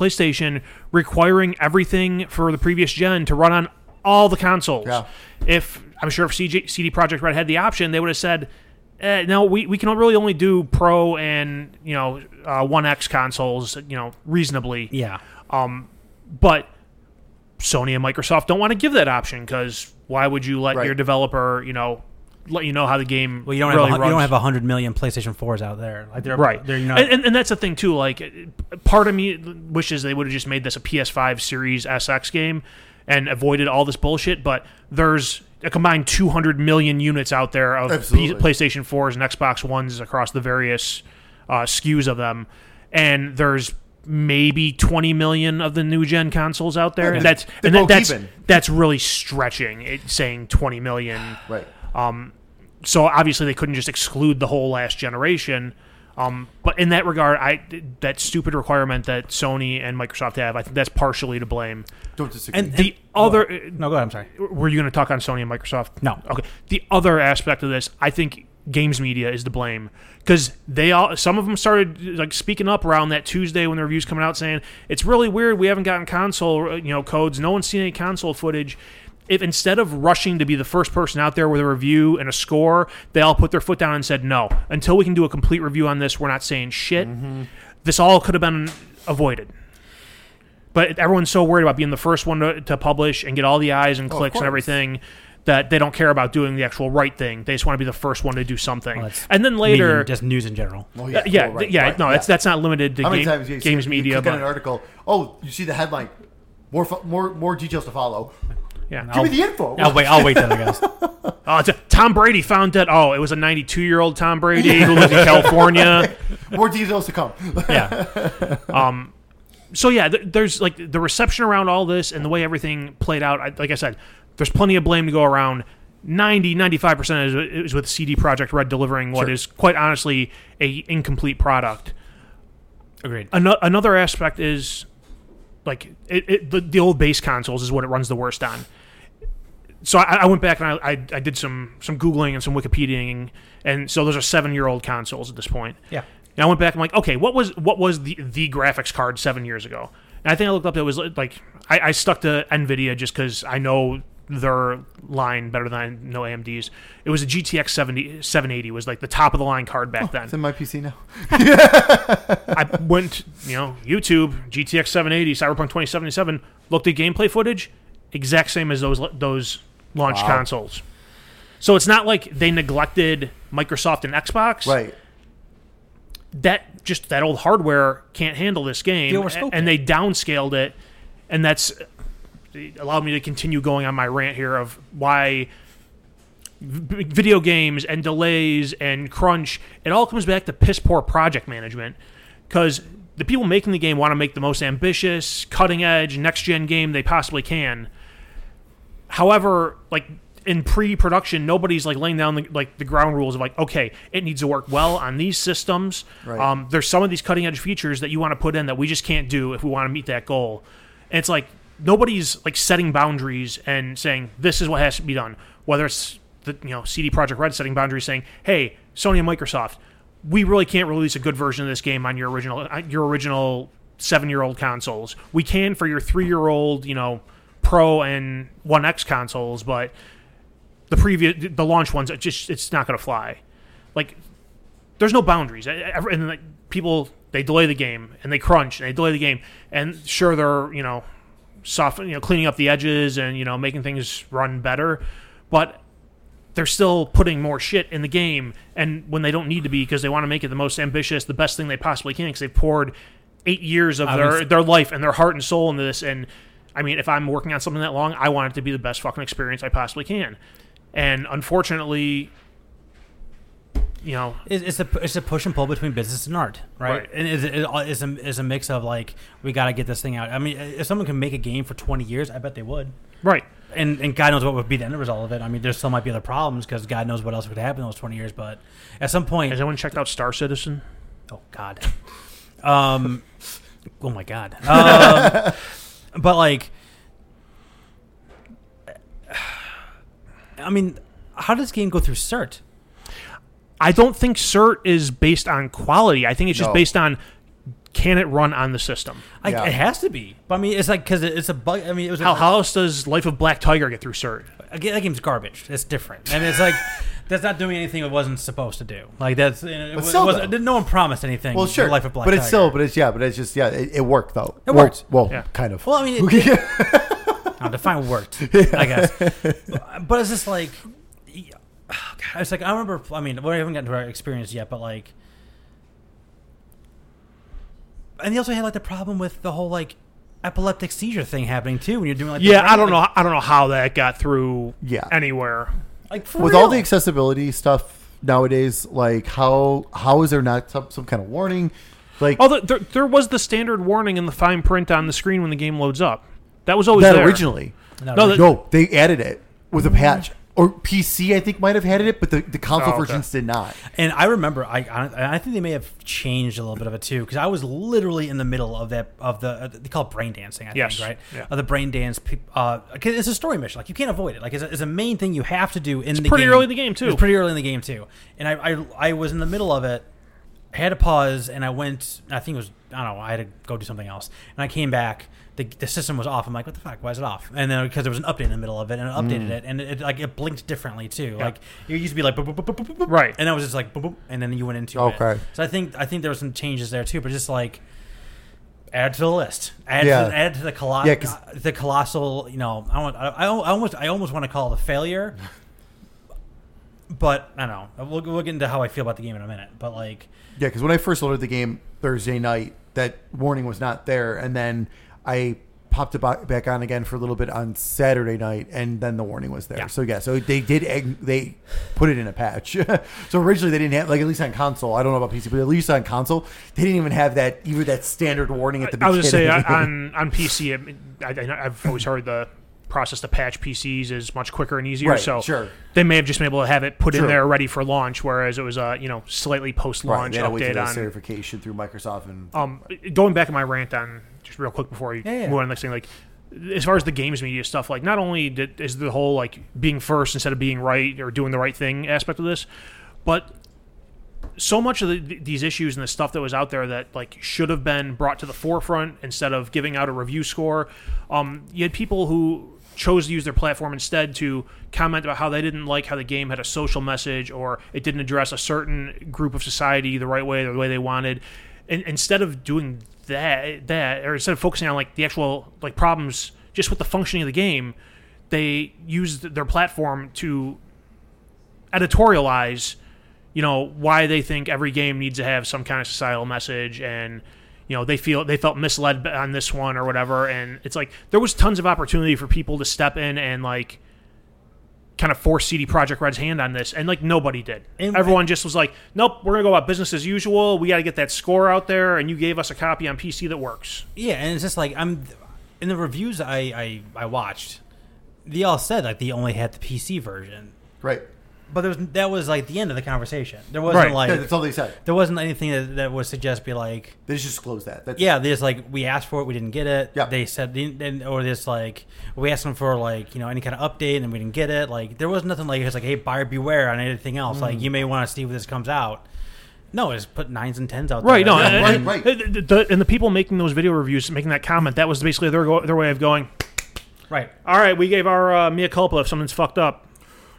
Speaker 3: PlayStation requiring everything for the previous gen to run on all the consoles.
Speaker 2: Yeah.
Speaker 3: If I'm sure if CG, CD Project Red had the option, they would have said, eh, "No, we, we can really only do Pro and you know uh, One X consoles, you know, reasonably."
Speaker 1: yeah,
Speaker 3: But Sony and Microsoft don't want to give that option because why would you let
Speaker 2: Right.
Speaker 3: your developer, you know, let you know how the game?
Speaker 1: well, you don't
Speaker 3: really
Speaker 1: have a, hun- you
Speaker 3: runs?
Speaker 1: don't have a hundred million PlayStation fours out there, like they're
Speaker 3: right.
Speaker 1: They're not.
Speaker 3: And, and, and that's the thing too. Like, part of me wishes they would have just made this a PS5 Series SX game and avoided all this bullshit. But there's a combined 200 million units out there of P-
Speaker 2: Absolutely.
Speaker 3: PlayStation 4s and Xbox Ones across the various uh, SKUs of them, and there's maybe 20 million of the new gen consoles out
Speaker 2: Oh,
Speaker 3: there, and that's
Speaker 2: They
Speaker 3: and that,
Speaker 2: broke
Speaker 3: that's
Speaker 2: even.
Speaker 3: that's really stretching it saying 20 million
Speaker 2: right.
Speaker 3: so obviously they couldn't just exclude the whole last generation. Um, but in that regard, I that stupid requirement that Sony and Microsoft have, I think that's partially to blame.
Speaker 2: Don't disagree.
Speaker 1: and
Speaker 3: The other,
Speaker 1: no, go ahead. I'm sorry.
Speaker 3: were you going to talk on Sony and Microsoft?
Speaker 1: No.
Speaker 3: Okay. The other aspect of this, I think games media is to blame because they all some of them started like speaking up around that Tuesday when the reviews coming out saying it's really weird we haven't gotten console uh, you know codes no one's seen any console footage if instead of rushing to be the first person out there with a review and a score they all put their foot down and said no until we can do a complete review on this we're not saying shit this all could have been avoided but everyone's so worried about being the first one to, to publish and get all the eyes
Speaker 1: Oh,
Speaker 3: and clicks and
Speaker 2: course.
Speaker 3: everything that they don't care about doing the actual right thing. They just want to be the first one to do something.
Speaker 1: Well, that's
Speaker 3: and then
Speaker 1: Meaning
Speaker 3: later,
Speaker 1: just news in general.
Speaker 2: Oh,
Speaker 3: yeah, yeah,
Speaker 2: cool, right,
Speaker 3: yeah,
Speaker 2: right,
Speaker 3: no, that's that's not limited to
Speaker 2: How many
Speaker 3: game,
Speaker 2: times you see-
Speaker 3: games
Speaker 2: you
Speaker 3: media,
Speaker 2: click on an
Speaker 3: but
Speaker 2: article? Oh, you see the headline. More, fo- more, more details to follow.
Speaker 3: yeah.
Speaker 1: I'll-
Speaker 2: Give me the info.
Speaker 1: I'll wait. I'll wait then. I guess.
Speaker 3: Oh, it's a- Tom Brady found that. Oh, it was a 92 year old Tom Brady who lives in California.
Speaker 2: more details to come.
Speaker 1: Yeah.
Speaker 3: so yeah, th- there's like the reception around all this and the way everything played out. I, like I said, there's plenty of blame to go around. 90, 95% is, is with CD Project Red delivering what
Speaker 2: Sure.
Speaker 3: is quite honestly a incomplete product.
Speaker 1: Agreed.
Speaker 3: Ano- another aspect is like it, it, the, the old base consoles is what it runs the worst on. So I, I went back and I, I, I did some some googling and some Wikipediaing, and so those are seven year old consoles at this point.
Speaker 1: Yeah.
Speaker 3: And I went back. I'm like, okay, what was what was the the graphics card seven years ago? And I think I looked up. It was like I, I stuck to Nvidia just because I know their line better than I know AMD's. It was a GTX 70, 780 was like the top of the line card back then.
Speaker 2: It's in my PC now.
Speaker 3: I went, you know, YouTube, GTX 780, Cyberpunk 2077, looked at gameplay footage, exact same as those those launch
Speaker 2: Wow.
Speaker 3: consoles. So it's not like they neglected Microsoft and Xbox.
Speaker 2: Right.
Speaker 3: That just that old hardware can't handle this game,
Speaker 1: They
Speaker 3: a-
Speaker 1: overscoped
Speaker 3: and they downscaled it, and that's it allowed me to continue going on my rant here of why v- video games and delays and crunch it all comes back to piss poor project management because the people making the game want to make the most ambitious cutting edge next gen game they possibly can however like in pre-production nobody's like laying down the, like the ground rules of like okay it needs to work well on these systems
Speaker 2: Right.
Speaker 3: um, there's some of these cutting edge features that you want to put in that we just can't do if we want to meet that goal and it's like nobody's like setting boundaries and saying this is what has to be done whether it's the you know cd project red setting boundaries saying hey sony and microsoft we really can't release a good version of this game on your original uh, your original seven year old consoles we can for your three year old you know pro and one x consoles but the previous the launch ones it just it's not going to fly like there's no boundaries E- ev- and like people they delay the game and they crunch and they delay the game and sure they're you know soften you know cleaning up the edges and you know making things run better but they're still putting more shit in the game and when they don't need to be because they want to make it the most ambitious the best thing they possibly can because they've poured eight years of
Speaker 1: I
Speaker 3: their
Speaker 1: was-
Speaker 3: their life and their heart and soul into this and I I mean, if I'm working on something that long, I want it to be the best fucking experience I possibly can. And unfortunately, you know,
Speaker 1: It's, it's a it's a push and pull between business and art, right?
Speaker 3: Right.
Speaker 1: And it's, it's, a, it's a mix of like we got to get this thing out. I mean, if someone can make a game for twenty years, I bet they would.
Speaker 3: right.
Speaker 1: And and God knows what would be the end result of it. I mean, there still might be other problems because God knows what else would happen in those twenty years. But at some point,
Speaker 3: Has anyone checked out Star Citizen?
Speaker 1: Oh God. Um. oh my God. Um, but like, I mean, how does game go through cert?
Speaker 3: I don't think cert is based on quality. I think it's just
Speaker 2: No.
Speaker 3: based on can it run on the system.
Speaker 1: Like,
Speaker 2: Yeah.
Speaker 1: it has to be. But I mean, it's like because it's a bug. I mean, it was
Speaker 3: How, how else does Life of Black Tiger get through cert?
Speaker 1: again, that game's garbage. It's different. I mean, it's like. That's not doing anything it wasn't supposed to do. Like that's it, was,
Speaker 2: still,
Speaker 1: it was,
Speaker 2: though.
Speaker 1: no one promised anything.
Speaker 2: Well,
Speaker 1: for
Speaker 2: sure,
Speaker 1: Life of Black
Speaker 2: but it's
Speaker 1: Tiger.
Speaker 2: still, but it's yeah, but it's just yeah, it, it worked though.
Speaker 1: It
Speaker 2: Well-
Speaker 1: worked.
Speaker 2: Well,
Speaker 3: Yeah.
Speaker 2: kind of.
Speaker 1: Well, I mean, it, now define worked, I guess. But, but it's just like, yeah, oh, God, it's like I remember. I mean, we haven't gotten to our experience yet, but like, and they also had like the problem with the whole like epileptic seizure thing happening too when you're doing like the
Speaker 3: Yeah,
Speaker 1: brain-
Speaker 3: I don't
Speaker 1: like,
Speaker 3: know. I don't know how that got through.
Speaker 2: Yeah.
Speaker 3: anywhere.
Speaker 1: Like for
Speaker 2: with all the
Speaker 1: real.
Speaker 2: accessibility stuff nowadays, like how how is there not some, some kind of warning? Like
Speaker 3: Although there, there was the standard warning in the fine print on the screen when the game loads up. That was always
Speaker 2: that
Speaker 3: there.
Speaker 2: originally,
Speaker 1: No,
Speaker 3: No,
Speaker 1: no,
Speaker 3: that-
Speaker 2: no, they added it with a patch. Or PC, I think might have had it, but the, the console
Speaker 3: Oh, okay.
Speaker 2: versions did not.
Speaker 1: and I remember I, I I think they may have changed a little bit of it too because I was literally in the middle of that of the uh, they call it brain dancing I
Speaker 3: Yes.
Speaker 1: think right
Speaker 3: Yeah.
Speaker 1: of the brain dance pe- uh 'cause it's a story mission like you can't avoid it like it's a, it's a main thing you have to do in the
Speaker 3: pretty
Speaker 1: game.
Speaker 3: early in the game, too.
Speaker 1: It's pretty early in the game too and I, I I was in the middle of it I had a pause and I went I think it was I don't know I had to go do something else and I came back. The, the system was off. I'm like, what the fuck? Why is it off? And then because there was an update in the middle of it, and it updated
Speaker 3: Mm.
Speaker 1: it, and it like it blinked differently too. Like it used to be like boop, boop, boop, boop, boop, boop, boop,
Speaker 3: Right.
Speaker 1: and I was just like boop, boop, and then you went into it.
Speaker 2: Okay.
Speaker 1: So I think I think there were some changes there too, but just like add to the list, add
Speaker 2: Yeah.
Speaker 1: to, add to the colossal,
Speaker 2: Yeah, 'cause-
Speaker 1: the colossal. You know, I want I, I almost I almost want to call it a failure, but I don't know. We'll, we'll get into how I feel about the game in a minute, but like
Speaker 2: Yeah, because when I first loaded the game Thursday night, that warning was not there, and then I popped it ba- back on again for a little bit on Saturday night, and then the warning was there.
Speaker 1: Yeah.
Speaker 2: So yeah, so they did ag- they put it in a patch. so originally they didn't have like at least on console. I don't know about PC, but at least on console they didn't even have that either that standard warning at the
Speaker 3: I
Speaker 2: beginning.
Speaker 3: was just say I- on on PC. I, I, I've always heard the process to patch PCs is much quicker and easier.
Speaker 2: Right,
Speaker 3: so
Speaker 2: sure.
Speaker 3: they may have just been able to have it put in
Speaker 2: True.
Speaker 3: there ready for launch, whereas it was a you know slightly post
Speaker 2: Right,
Speaker 3: launch
Speaker 2: they had to wait for
Speaker 3: update
Speaker 2: the
Speaker 3: on
Speaker 2: certification through Microsoft and
Speaker 3: um, going back to my rant on just real quick before you
Speaker 1: Yeah, yeah.
Speaker 3: move on to the next thing, like as far as the games media stuff, like not only did, is the whole like being first instead of being right or doing the right thing aspect of this, but so much of the, these issues and the stuff that was out there that like should have been brought to the forefront instead of giving out a review score. Um, you had people who chose to use their platform instead to comment about how they didn't like how the game had a social message or it didn't address a certain group of society the right way or the way they wanted. And instead of doing that, that or instead of focusing on like the actual like problems just with the functioning of the game, they used their platform to editorialize you know why they think every game needs to have some kind of societal message and you know they feel they felt misled b- on this one or whatever and it's like there was tons of opportunity for people to step in and like kind of force CD Project Red's hand on this and like nobody did.
Speaker 1: And-
Speaker 3: Everyone just was like, "Nope, we're going to go about business as usual. We got to get that score out there and you gave us a copy on PC that works."
Speaker 1: Yeah, and it's just like I'm in the reviews I I, I watched. They all said like they only had the PC version,
Speaker 2: right.
Speaker 1: but there was that was like the end of the conversation. There wasn't
Speaker 3: Right.
Speaker 1: like
Speaker 2: Yeah, that's all they said.
Speaker 1: there wasn't anything that, that would suggest be like
Speaker 2: They just disclosed that. That's
Speaker 1: yeah, they just like we asked for it, we didn't get it.
Speaker 2: Yeah.
Speaker 1: They said they didn't- or this like we asked them for like you know any kind of update and we didn't get it. Like there was nothing like it's like hey buyer beware on anything else. Like you may want to see when this comes out. No, it's put nines and tens out
Speaker 3: Right,
Speaker 1: there.
Speaker 3: no, and,
Speaker 2: right, right.
Speaker 3: and- and the- the, and the people making those video reviews, making that comment, that was basically their go- their way of going,
Speaker 1: right.
Speaker 3: "All right, we gave our uh, mea culpa if something's fucked up."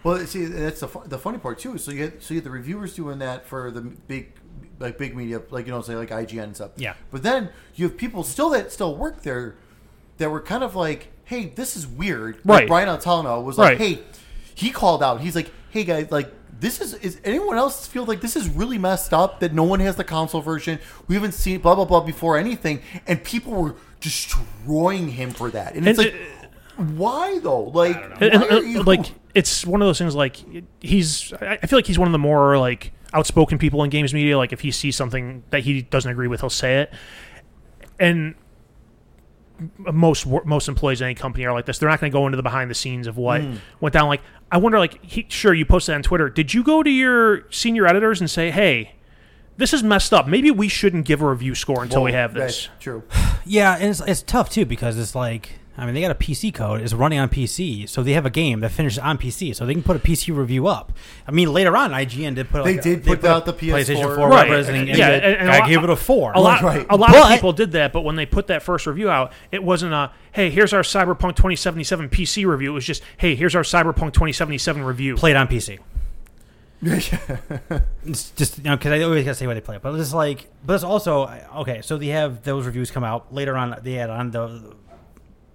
Speaker 2: Well, see, that's the, fu- the funny part too. So you had, so you had the reviewers doing that for the big like big media, like you know, say like IGN and stuff.
Speaker 1: Yeah.
Speaker 2: But then you have people still that still work there that were kind of like, "Hey, this is weird." Like
Speaker 3: Right.
Speaker 2: Brian Altano was like,
Speaker 3: Right.
Speaker 2: "Hey," he called out. He's like, "Hey guys, like this is is anyone else feel like this is really messed up that no one has the console version? We haven't seen blah blah blah before anything, and people were destroying him for that. And it's
Speaker 3: And, uh,
Speaker 2: like, why though? Like,
Speaker 3: And-
Speaker 2: why
Speaker 3: and,
Speaker 2: are
Speaker 3: uh,
Speaker 2: you-
Speaker 3: like it's one of those things like he's i I feel like he's one of the more like outspoken people in games media like if he sees something that he doesn't agree with he'll say it and m- most wor- most employees in any company are like this they're not going to go into the behind the scenes of what
Speaker 2: Mm.
Speaker 3: went down like i wonder like he, sure you posted that on twitter did you go to your senior editors and say hey this is messed up maybe we shouldn't give a review score until we
Speaker 2: Well,
Speaker 3: have this
Speaker 2: that's True.
Speaker 1: Yeah, and it's, it's tough too because it's like I mean they got a PC code, it's running on PC, so they have a game that finishes on PC, so they can put a PC review up. I mean later on IGN did put
Speaker 2: They
Speaker 1: like,
Speaker 2: did
Speaker 1: a,
Speaker 2: put out the PS4.
Speaker 1: PlayStation 4
Speaker 3: Right,
Speaker 1: whatever, and,
Speaker 3: yeah,
Speaker 1: and,
Speaker 3: and- and a
Speaker 1: I
Speaker 3: lot-
Speaker 1: gave it a four.
Speaker 3: A lot,
Speaker 2: Right.
Speaker 3: a lot
Speaker 1: But-
Speaker 3: of people did that, but when they put that first review out, it wasn't a "Hey, here's our Cyberpunk 2077 PC review." It was just "Hey, here's our Cyberpunk 2077 review."
Speaker 1: played on PC. it's just you know because I always gotta say where they play it, but it's like, but it's also okay. So they have those reviews come out later on. They had on the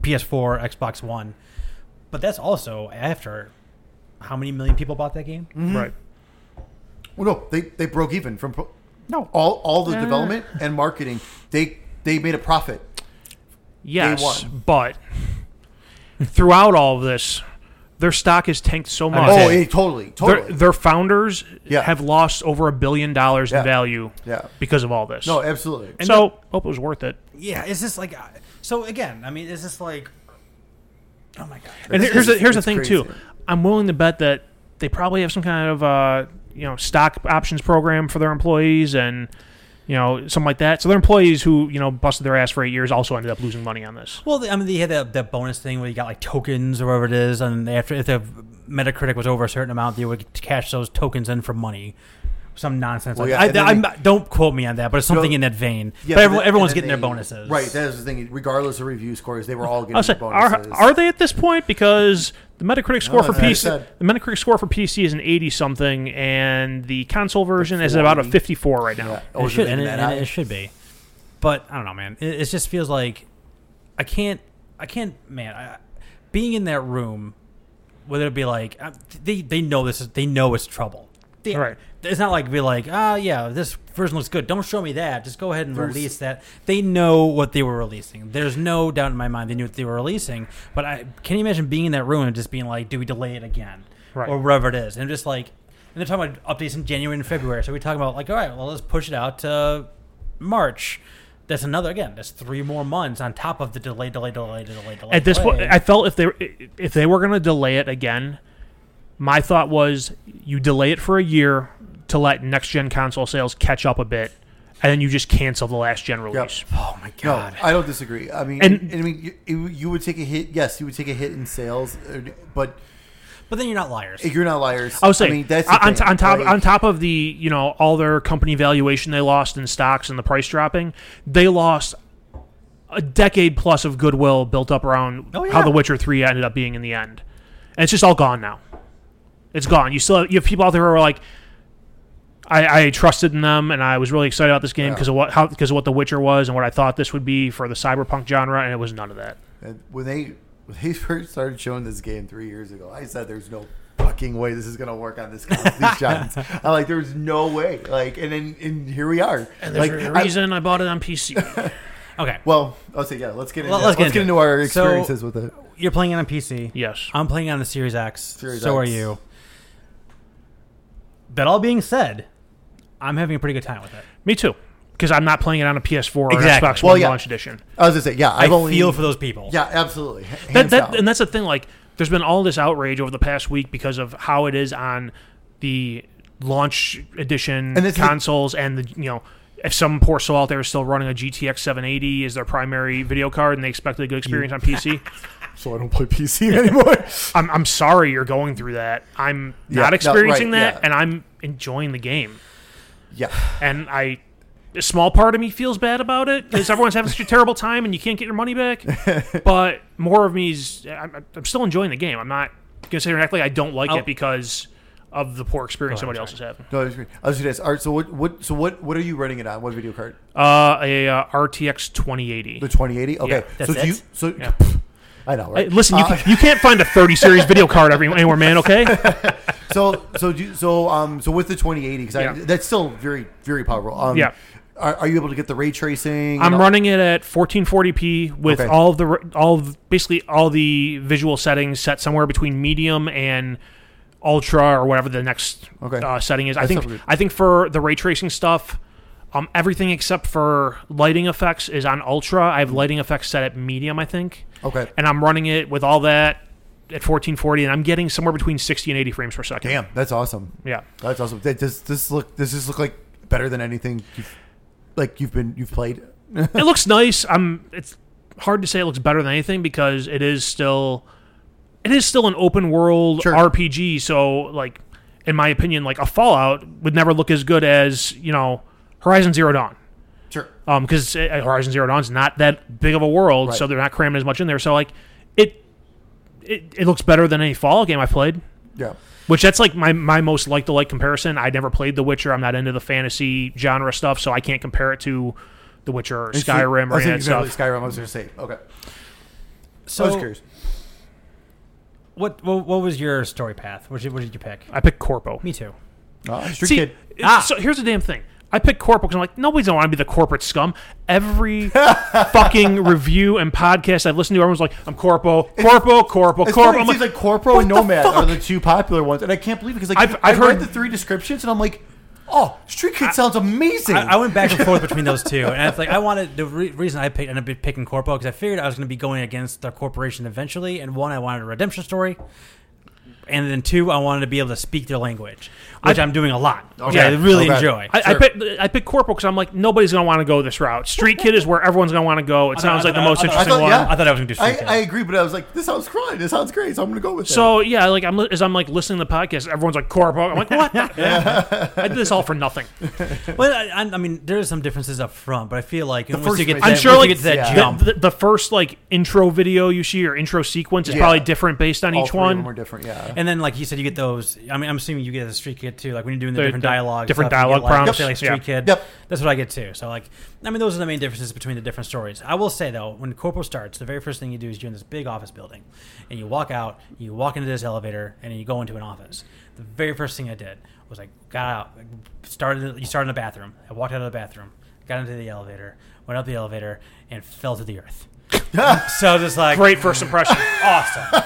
Speaker 1: PS4, Xbox One, but that's also after how many million people bought that game?
Speaker 3: Right.
Speaker 2: Well, no, they they broke even from pro-
Speaker 1: No,
Speaker 2: all all the development and marketing. They they made a profit.
Speaker 3: Yes,
Speaker 2: Day one.
Speaker 3: but throughout all of this, their stock has tanked so much.
Speaker 1: Okay.
Speaker 2: Oh, yeah, totally,
Speaker 3: their,
Speaker 2: totally.
Speaker 3: their founders
Speaker 2: Yeah.
Speaker 3: have lost over a billion dollars
Speaker 2: Yeah.
Speaker 3: in value
Speaker 2: Yeah.
Speaker 3: because of all this.
Speaker 2: no, absolutely.
Speaker 3: so hope it was worth it.
Speaker 1: yeah. It's just like I- so again. I mean, it's just like oh my god.
Speaker 3: And
Speaker 2: It's-
Speaker 3: here's the,
Speaker 2: it's-
Speaker 3: here's the
Speaker 2: it's
Speaker 3: thing
Speaker 2: crazy.
Speaker 3: too. I'm willing to bet that they probably have some kind of uh, you know stock options program for their employees and you know something like that. So their employees who you know busted their ass for eight years also ended up losing money on this.
Speaker 1: Well, they- I mean, they had that, that bonus thing where you got like tokens or whatever it is, and after if the Metacritic was over a certain amount, they would cash those tokens in for money. Some nonsense.
Speaker 2: Well,
Speaker 1: like
Speaker 2: yeah,
Speaker 1: that.
Speaker 2: and then
Speaker 1: I, I'm,
Speaker 2: they-
Speaker 1: don't quote me on that, but it's something
Speaker 2: No.
Speaker 1: in that vein. but
Speaker 2: Yeah, then-
Speaker 1: everyone,
Speaker 2: and
Speaker 1: everyone's
Speaker 2: then
Speaker 1: getting their
Speaker 2: they-
Speaker 1: bonuses, Oh,
Speaker 2: Right, that is the thing. Regardless of review scores, they were all getting
Speaker 3: I was like,
Speaker 2: bonuses.
Speaker 3: are, are they at this point? Because the Metacritic score for
Speaker 2: that's what I
Speaker 3: PC,
Speaker 2: said.
Speaker 3: the Metacritic score for PC is an eighty something, and the console version is about a
Speaker 2: 40.
Speaker 3: fifty four right now.
Speaker 2: Yeah, I
Speaker 1: And it
Speaker 2: wasn't
Speaker 1: should, and,
Speaker 2: thinking
Speaker 1: it,
Speaker 2: that
Speaker 1: and
Speaker 2: high.
Speaker 1: it should be. But I don't know, man. It, it just feels like I can't. I can't, man. I, being in that room, whether it be like uh, they they know this is they know it's trouble. They,
Speaker 3: Right.
Speaker 1: It's not like be like, ah, yeah, this version looks good. Don't show me that. Just go ahead and
Speaker 2: There's-
Speaker 1: release that. They know what they were releasing. There's no doubt in my mind they knew what they were releasing. But I can you imagine being in that room and just being like, do we delay it again,
Speaker 3: Right.
Speaker 1: or whatever it is, and just like, and they're talking about updates in January and February. So we talking about like, all right, well, let's push it out to March. That's another again. That's three more months on top of the delay, delay, delay, delay, delay.
Speaker 3: At this point,
Speaker 1: delay.
Speaker 3: I felt if they if they were going to delay it again, my thought was you delay it for a year to let next gen console sales catch up a bit, and then you just cancel the last gen release.
Speaker 1: oh my
Speaker 2: No,
Speaker 1: god.
Speaker 2: I don't disagree. I mean,
Speaker 3: And-
Speaker 2: and, I mean, you- you, you would take a hit. Yes, you would take a hit in sales, uh, but
Speaker 1: But then you're not liars.
Speaker 2: you're not liars.
Speaker 3: I was saying,
Speaker 2: mean, that's the
Speaker 3: on,
Speaker 2: thing.
Speaker 3: on top
Speaker 2: Like,
Speaker 3: on top of the you know all their company valuation they lost in stocks and the price dropping, they lost a decade plus of goodwill built up around
Speaker 1: Oh,
Speaker 3: how
Speaker 1: yeah.
Speaker 3: The Witcher Three ended up being in the end, and it's just all gone now. It's gone. You still have, you have people out there who are like, I, I trusted in them and I was really excited about this game because of what how because of what The Witcher was and what I thought this would be for the cyberpunk genre, and it was none of that.
Speaker 2: and when they when they first started showing this game three years ago, I said, "There's no fucking way this is gonna work on this con- these giants." I like, there's no way. Like, and then and here we are.
Speaker 3: And
Speaker 2: like,
Speaker 3: there's a
Speaker 2: I-
Speaker 3: reason I, bought it on PC.
Speaker 1: Okay.
Speaker 2: well, I'll say yeah. Let's get into
Speaker 1: Well, let's get
Speaker 2: let's get
Speaker 1: into
Speaker 2: into
Speaker 1: it.
Speaker 2: our
Speaker 1: So-
Speaker 2: experiences with it.
Speaker 1: You're playing it on PC.
Speaker 3: yes.
Speaker 1: I'm playing on the Series X.
Speaker 2: Series
Speaker 1: so
Speaker 2: X.
Speaker 1: are you. That all being said, I'm having a pretty good time with it.
Speaker 3: Me too, because I'm not playing it on a PS4 or an
Speaker 1: Exactly.
Speaker 3: Xbox
Speaker 2: Well,
Speaker 3: One
Speaker 2: yeah.
Speaker 3: launch edition.
Speaker 2: I was gonna say yeah.
Speaker 1: i
Speaker 2: I've only
Speaker 1: feel for those people.
Speaker 2: yeah, absolutely. H-
Speaker 3: That,
Speaker 2: hands
Speaker 3: that,
Speaker 2: down.
Speaker 3: and that's the thing. Like, there's been all this outrage over the past week because of how it is on the launch edition
Speaker 2: And this is-
Speaker 3: consoles, and the you know, if some poor soul out there is still running a GTX 780 as their primary video card, and they expected a good experience on PC,
Speaker 2: so I don't play PC anymore.
Speaker 3: I'm, I'm sorry you're going through that. I'm
Speaker 2: Yeah, no,
Speaker 3: not experiencing
Speaker 2: right,
Speaker 3: that,
Speaker 2: yeah.
Speaker 3: and I'm enjoying the game.
Speaker 2: yeah.
Speaker 3: and I a small part of me feels bad about it because everyone's having such a terrible time and you can't get your money back. But more of me is I'm, I'm still enjoying the game. I'm not gonna say exactly I don't like
Speaker 1: I'll-
Speaker 3: it because of the poor experience
Speaker 1: Oh. Go ahead,
Speaker 3: somebody else is having.
Speaker 2: No, I was gonna I was gonna ask. All right, so what, what, so what, what are you running it on? What video card?
Speaker 3: Uh, a uh, RTX 2080.
Speaker 2: The 2080. Okay,
Speaker 1: that's
Speaker 2: so do
Speaker 1: it?
Speaker 2: you? So
Speaker 3: Yeah.
Speaker 2: I know,
Speaker 3: Hey,
Speaker 2: right?
Speaker 3: listen, you,
Speaker 2: Uh,
Speaker 3: can, you can't find a 30 series video card every, anywhere, man. Okay,
Speaker 2: so so do you, so um so with the 2080 because
Speaker 3: Yeah.
Speaker 2: that's still very very powerful. Um,
Speaker 3: Yeah.
Speaker 2: Are, are you able to get the ray tracing?
Speaker 3: I'm
Speaker 2: and all-
Speaker 3: running it at 1440p with
Speaker 2: Okay.
Speaker 3: all of the all of, basically all the visual settings set somewhere between medium and ultra or whatever the next
Speaker 2: Okay.
Speaker 3: uh, setting is. I
Speaker 2: That
Speaker 3: think
Speaker 2: sounds good.
Speaker 3: I think for the ray tracing stuff, um, everything except for lighting effects is on ultra. I
Speaker 2: Mm-hmm.
Speaker 3: have lighting effects set at medium, I think,
Speaker 2: Okay.
Speaker 3: and I'm running it with all that at 1440, and I'm getting somewhere between 60 and 80 frames per second.
Speaker 2: Damn, that's awesome.
Speaker 3: Yeah.
Speaker 2: That's awesome. That, does this look? Does this look like better than anything? You've, like you've been you've played.
Speaker 3: it looks nice. I'm. It's hard to say it looks better than anything because it is still, it is still an open world
Speaker 2: Sure.
Speaker 3: RPG. So like, in my opinion, like a Fallout would never look as good as you know Horizon Zero Dawn.
Speaker 2: Sure.
Speaker 3: Um, because Horizon Zero Dawn's not that big of a world, so
Speaker 2: Right.
Speaker 3: they're not cramming as much in there. So like, it, it it looks better than any Fallout game I played.
Speaker 2: Yeah.
Speaker 3: Which that's like my, my most like to like comparison. I never played The Witcher. I'm not into the fantasy genre stuff, so I can't compare it to The Witcher or Skyrim or
Speaker 2: I
Speaker 3: any of that
Speaker 2: think
Speaker 3: stuff.
Speaker 2: Skyrim. I was gonna say. Okay.
Speaker 1: So
Speaker 2: I was curious.
Speaker 1: What, what what was your story path? What did, what did you pick?
Speaker 3: I picked Corpo.
Speaker 1: Me too.
Speaker 2: Ah, street
Speaker 3: See,
Speaker 2: kid.
Speaker 3: it-
Speaker 1: Ah.
Speaker 3: so here's the damn thing. I picked Corpo because I'm like, nobody's gonna want to be the corporate scum. Every fucking review and podcast I've listened to, everyone's like, I'm Corpo, Corpo, Corpo,
Speaker 2: It's
Speaker 3: Corpo.
Speaker 2: funny,
Speaker 3: I'm
Speaker 2: it seems
Speaker 3: like,
Speaker 2: like Corporal and
Speaker 3: what the
Speaker 2: Nomad
Speaker 3: fuck?
Speaker 2: are the two popular ones, and I can't believe it because like,
Speaker 3: I've- I've
Speaker 2: I read
Speaker 3: heard-
Speaker 2: the three descriptions, and I'm like, oh, Street Kid sounds amazing.
Speaker 1: I, I went back and forth between those two, and I was like, I wanted the re- reason I picked ended up picking Corpo because I figured I was going to be going against the corporation eventually, and one I wanted a redemption story, and then two I wanted to be able to speak their language, which I, am doing a lot, which I
Speaker 3: Okay.
Speaker 1: really
Speaker 2: Okay.
Speaker 1: enjoy.
Speaker 3: I, I picked I picked Corpo because I'm like, nobody's gonna want to go this route. Street Kid is where everyone's gonna want to go. It sounds
Speaker 1: I-
Speaker 3: like the
Speaker 1: I-
Speaker 3: most
Speaker 1: I- I
Speaker 3: interesting
Speaker 2: thought-
Speaker 3: one.
Speaker 2: yeah.
Speaker 1: I thought I was going to do
Speaker 2: I,
Speaker 1: Street Kid.
Speaker 2: I agree, but I was like, this sounds fun. This sounds great. So I'm gonna go with it.
Speaker 3: So yeah, like I'm li- as I'm like listening to the podcast, everyone's like Corpo. I'm like, what? I did this all for nothing.
Speaker 1: Well, I, I I mean, there are some differences up front, but I feel like once
Speaker 2: first
Speaker 1: you get, to
Speaker 2: phase-
Speaker 1: that,
Speaker 2: I'm
Speaker 3: sure,
Speaker 1: once
Speaker 3: like,
Speaker 1: you get to that
Speaker 2: yeah.
Speaker 1: jump,
Speaker 3: The, the first like intro video you see or intro sequence is
Speaker 2: Yeah.
Speaker 3: probably different based on
Speaker 2: All
Speaker 3: each
Speaker 2: three of
Speaker 3: one.
Speaker 2: them were different. Yeah.
Speaker 1: and then like you said, you get those. I mean, I'm assuming you get the street kid too. Like when you're doing the,
Speaker 3: The-
Speaker 1: different
Speaker 3: the
Speaker 1: dialogue,
Speaker 3: different
Speaker 1: stuff, you
Speaker 3: dialogue
Speaker 1: get, like,
Speaker 3: prompts.
Speaker 1: say, like street
Speaker 3: Yep.
Speaker 1: kid.
Speaker 2: Yep.
Speaker 1: That's what I get too. So like, I mean, those are the main differences between the different stories. I will say though, when Corpo starts, the very first thing you do is you're in this big office building, and you walk out, you walk into this elevator, and you go into an office. The very first thing I did was like got out, like, started. You started in the bathroom. I walked out of the bathroom, got into the elevator, went up the elevator, and fell to the earth. so just like
Speaker 3: Great first impression.
Speaker 1: awesome.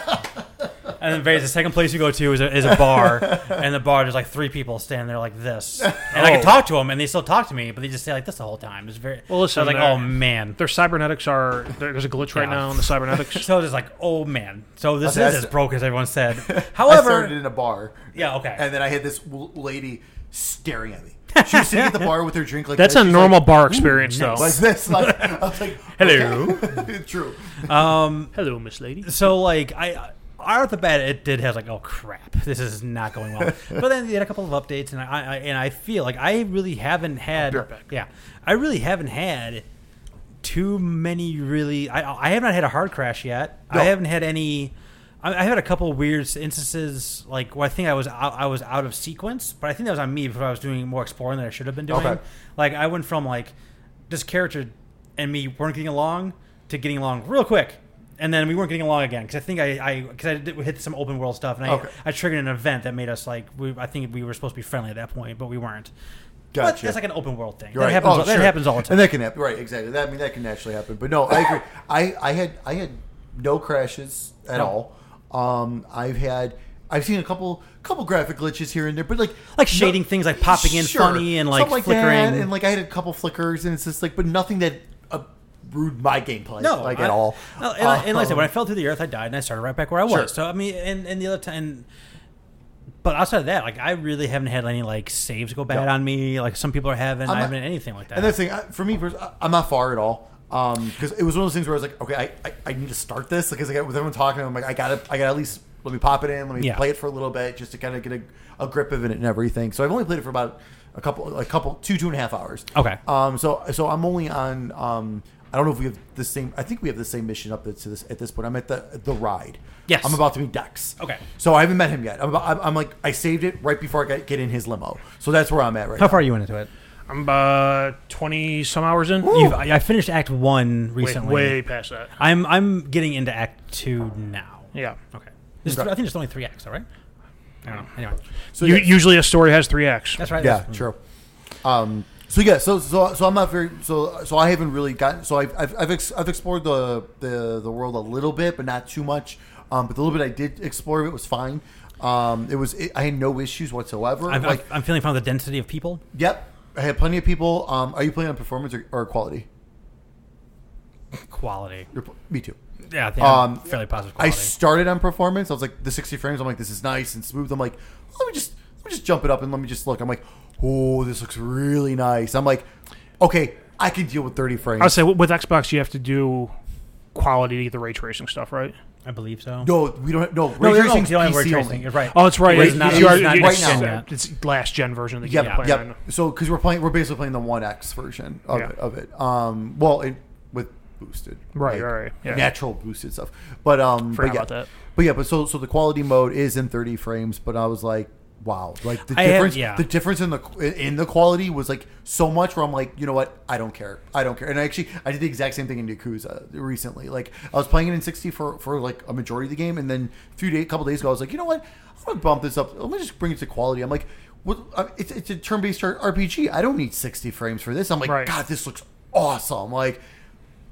Speaker 1: And then Vegas, the second place you go to is a, is a bar, and the bar there's like three people standing there like this, and I
Speaker 2: Oh.
Speaker 1: can talk to them, and they still talk to me, but they just stay like this the whole time. It's very
Speaker 3: Well, listen,
Speaker 1: so I was like,
Speaker 3: they're-
Speaker 1: oh man.
Speaker 3: Their cybernetics are there- there's a glitch right
Speaker 1: Yeah.
Speaker 3: now in the cybernetics.
Speaker 1: So it's like, oh man. So this
Speaker 2: Okay, I
Speaker 1: is as
Speaker 2: st-
Speaker 1: broke as everyone said.
Speaker 2: I
Speaker 1: However,
Speaker 2: started in a bar.
Speaker 1: yeah, okay.
Speaker 2: and then I had this w- lady staring at me. She was sitting at the bar with her drink like
Speaker 3: That's
Speaker 2: this.
Speaker 3: a
Speaker 2: She's
Speaker 3: normal
Speaker 2: like,
Speaker 3: bar experience, though.
Speaker 2: like this. Like, I was like,
Speaker 1: Hello.
Speaker 2: okay. True.
Speaker 3: Hello, Miss Lady.
Speaker 1: so like I out of the bat it did has like oh crap this is not going well but then they had a couple of updates and I, I and I feel like I really haven't had
Speaker 3: right back.
Speaker 1: yeah I really haven't had too many really I I have not had a hard crash yet I
Speaker 2: No.
Speaker 1: haven't had any I, I had a couple weird instances like where I think I was out, I was out of sequence but I think that was on me because I was doing more exploring than I should have been doing
Speaker 2: Okay.
Speaker 1: like I went from like this character and me weren't getting along to getting along real quick, and then we weren't getting along again because I think I I because I did, hit some open world stuff and I
Speaker 2: Okay.
Speaker 1: I triggered an event that made us like we I think we were supposed to be friendly at that point but we weren't. But
Speaker 2: Gotcha.
Speaker 1: that's like an open world thing.
Speaker 2: Right.
Speaker 1: That happens.
Speaker 2: Oh,
Speaker 1: that
Speaker 2: sure.
Speaker 1: happens all the time.
Speaker 2: and that can happen. Right, exactly. That I mean that can naturally happen. But no, I agree. I, I had I had no crashes at
Speaker 1: No.
Speaker 2: all. Um, I've had I've seen a couple couple graphic glitches here and there, but like
Speaker 1: Like shading things, like popping in funny and, like,
Speaker 2: Something that,
Speaker 1: flickering.
Speaker 2: and like I had a couple flickers, and it's just like, but nothing that uh, ruined my gameplay.
Speaker 1: no,
Speaker 2: like
Speaker 1: I-
Speaker 2: at all.
Speaker 1: No, and, I, and like I said, when I
Speaker 2: Um,
Speaker 1: fell through the earth, I died, and I started right back where I was.
Speaker 2: Sure.
Speaker 1: So I mean, and, and the other time, but outside of that, like I really haven't had any like saves go bad
Speaker 2: No.
Speaker 1: on me. Like some people are having, I
Speaker 2: not-
Speaker 1: haven't had anything like that.
Speaker 2: And that's the thing I- for me, pers- I- I'm not far at all. Um, because it was one of those things where I was like, okay, I, I, I need to start this because I got with everyone talking, I'm like, I gotta, I gotta at least let me pop it in, let me
Speaker 1: Yeah.
Speaker 2: play it for a little bit just to kind of get a, a grip of it and everything. So I've only played it for about a couple, a couple, two, two and a half hours.
Speaker 1: Okay.
Speaker 2: Um, so, so I'm only on, um, I don't know if we have the same, I think we have the same mission up to this, at this point. I'm at the, the ride.
Speaker 1: Yes.
Speaker 2: I'm about to meet Dex.
Speaker 1: Okay.
Speaker 2: So I haven't met him yet. I'm, about, I'm, I'm like, I saved it right before I got, get in his limo. So that's where I'm at right
Speaker 1: How
Speaker 2: now.
Speaker 1: far are you into it?
Speaker 3: I'm uh, 20 some hours in.
Speaker 1: You've, I I finished Act One
Speaker 3: Wait,
Speaker 1: recently.
Speaker 3: way past that.
Speaker 1: I'm I'm getting into Act Two now.
Speaker 3: Yeah.
Speaker 1: Okay. There's th- I think there's only three acts, all right? I don't know. Anyway,
Speaker 2: So
Speaker 3: U-
Speaker 2: yeah,
Speaker 3: Usually a story has three acts.
Speaker 1: that's right.
Speaker 2: yeah,
Speaker 1: that's-
Speaker 2: true. Um, so yeah, so so so I'm not very so so I haven't really gotten so I've I've I've, ex, I've explored the, the the world a little bit, but not too much. Um, but the little bit I did explore of it was fine. Um, it was it, I had no issues whatsoever.
Speaker 1: I'm,
Speaker 2: like,
Speaker 1: I'm feeling fine with the density of people.
Speaker 2: yep, I had plenty of people. Um, are you playing on performance or, or quality?
Speaker 1: Quality.
Speaker 2: You're, pl- me too.
Speaker 1: Yeah, I think I'm
Speaker 2: Um,
Speaker 1: fairly positive
Speaker 2: I
Speaker 1: quality.
Speaker 2: started on performance. I was like the 60 frames. I'm like this is nice and smooth. I'm like let me just let me just jump it up and let me just look. I'm like oh this looks really nice. I'm like okay I can deal with 30 frames.
Speaker 3: I would say with with Xbox, you have to do quality to get the ray tracing stuff, right?
Speaker 1: I believe so.
Speaker 2: no we don't have, no
Speaker 1: no,
Speaker 2: ray
Speaker 1: no, no,
Speaker 2: tracing's
Speaker 1: you don't have ray
Speaker 2: PC only.
Speaker 1: tracing. You're right.
Speaker 3: Oh, that's right.
Speaker 1: It
Speaker 2: Ray-
Speaker 1: is not,
Speaker 2: it
Speaker 1: you
Speaker 2: is
Speaker 1: are,
Speaker 2: not
Speaker 1: it's,
Speaker 2: right
Speaker 1: it's,
Speaker 2: now.
Speaker 1: uh,
Speaker 3: It's last gen version of the
Speaker 2: Yep,
Speaker 3: game. you're playing
Speaker 2: yep.
Speaker 3: on.
Speaker 2: So because we're playing, we're basically playing the One X version of
Speaker 3: Yeah.
Speaker 2: it. Of it. Um, well, it with boosted,
Speaker 3: Right, right, right. Yeah.
Speaker 2: natural boosted stuff. But um,
Speaker 3: Forgot
Speaker 2: but yeah,
Speaker 3: about that.
Speaker 2: but yeah, but so so the quality mode is in 30 frames. But I was like, wow, like the
Speaker 1: I had-
Speaker 2: difference,
Speaker 1: yeah.
Speaker 2: the difference in the in the quality was like so much. Where I'm like, you know what, I don't care, I don't care. And I actually, I did the exact same thing in Yakuza recently. Like I was playing it in 60 for for like a majority of the game, and then a few days, couple days ago, I was like, you know what, I'm gonna bump this up. Let me just bring it to quality. I'm like. What, uh, it's, it's a turn-based RPG. I don't need 60 frames for this. I'm like,
Speaker 3: Right.
Speaker 2: God, this looks awesome. Like,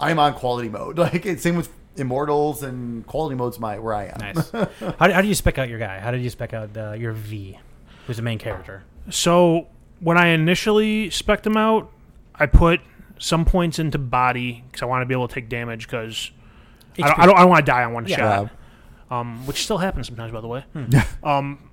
Speaker 2: I'm on quality mode. Like it's same with Immortals and quality mode's my where I am.
Speaker 1: nice. How, do- how do you spec out your guy? How did you spec out uh, your V, who's the main character?
Speaker 3: So when I initially spec them out, I put some points into body because I want to be able to take damage because I don't, I don't, I don't want to die on one
Speaker 2: Uh,
Speaker 3: shot, um, which still happens sometimes, by the way.
Speaker 2: Hmm.
Speaker 3: Um,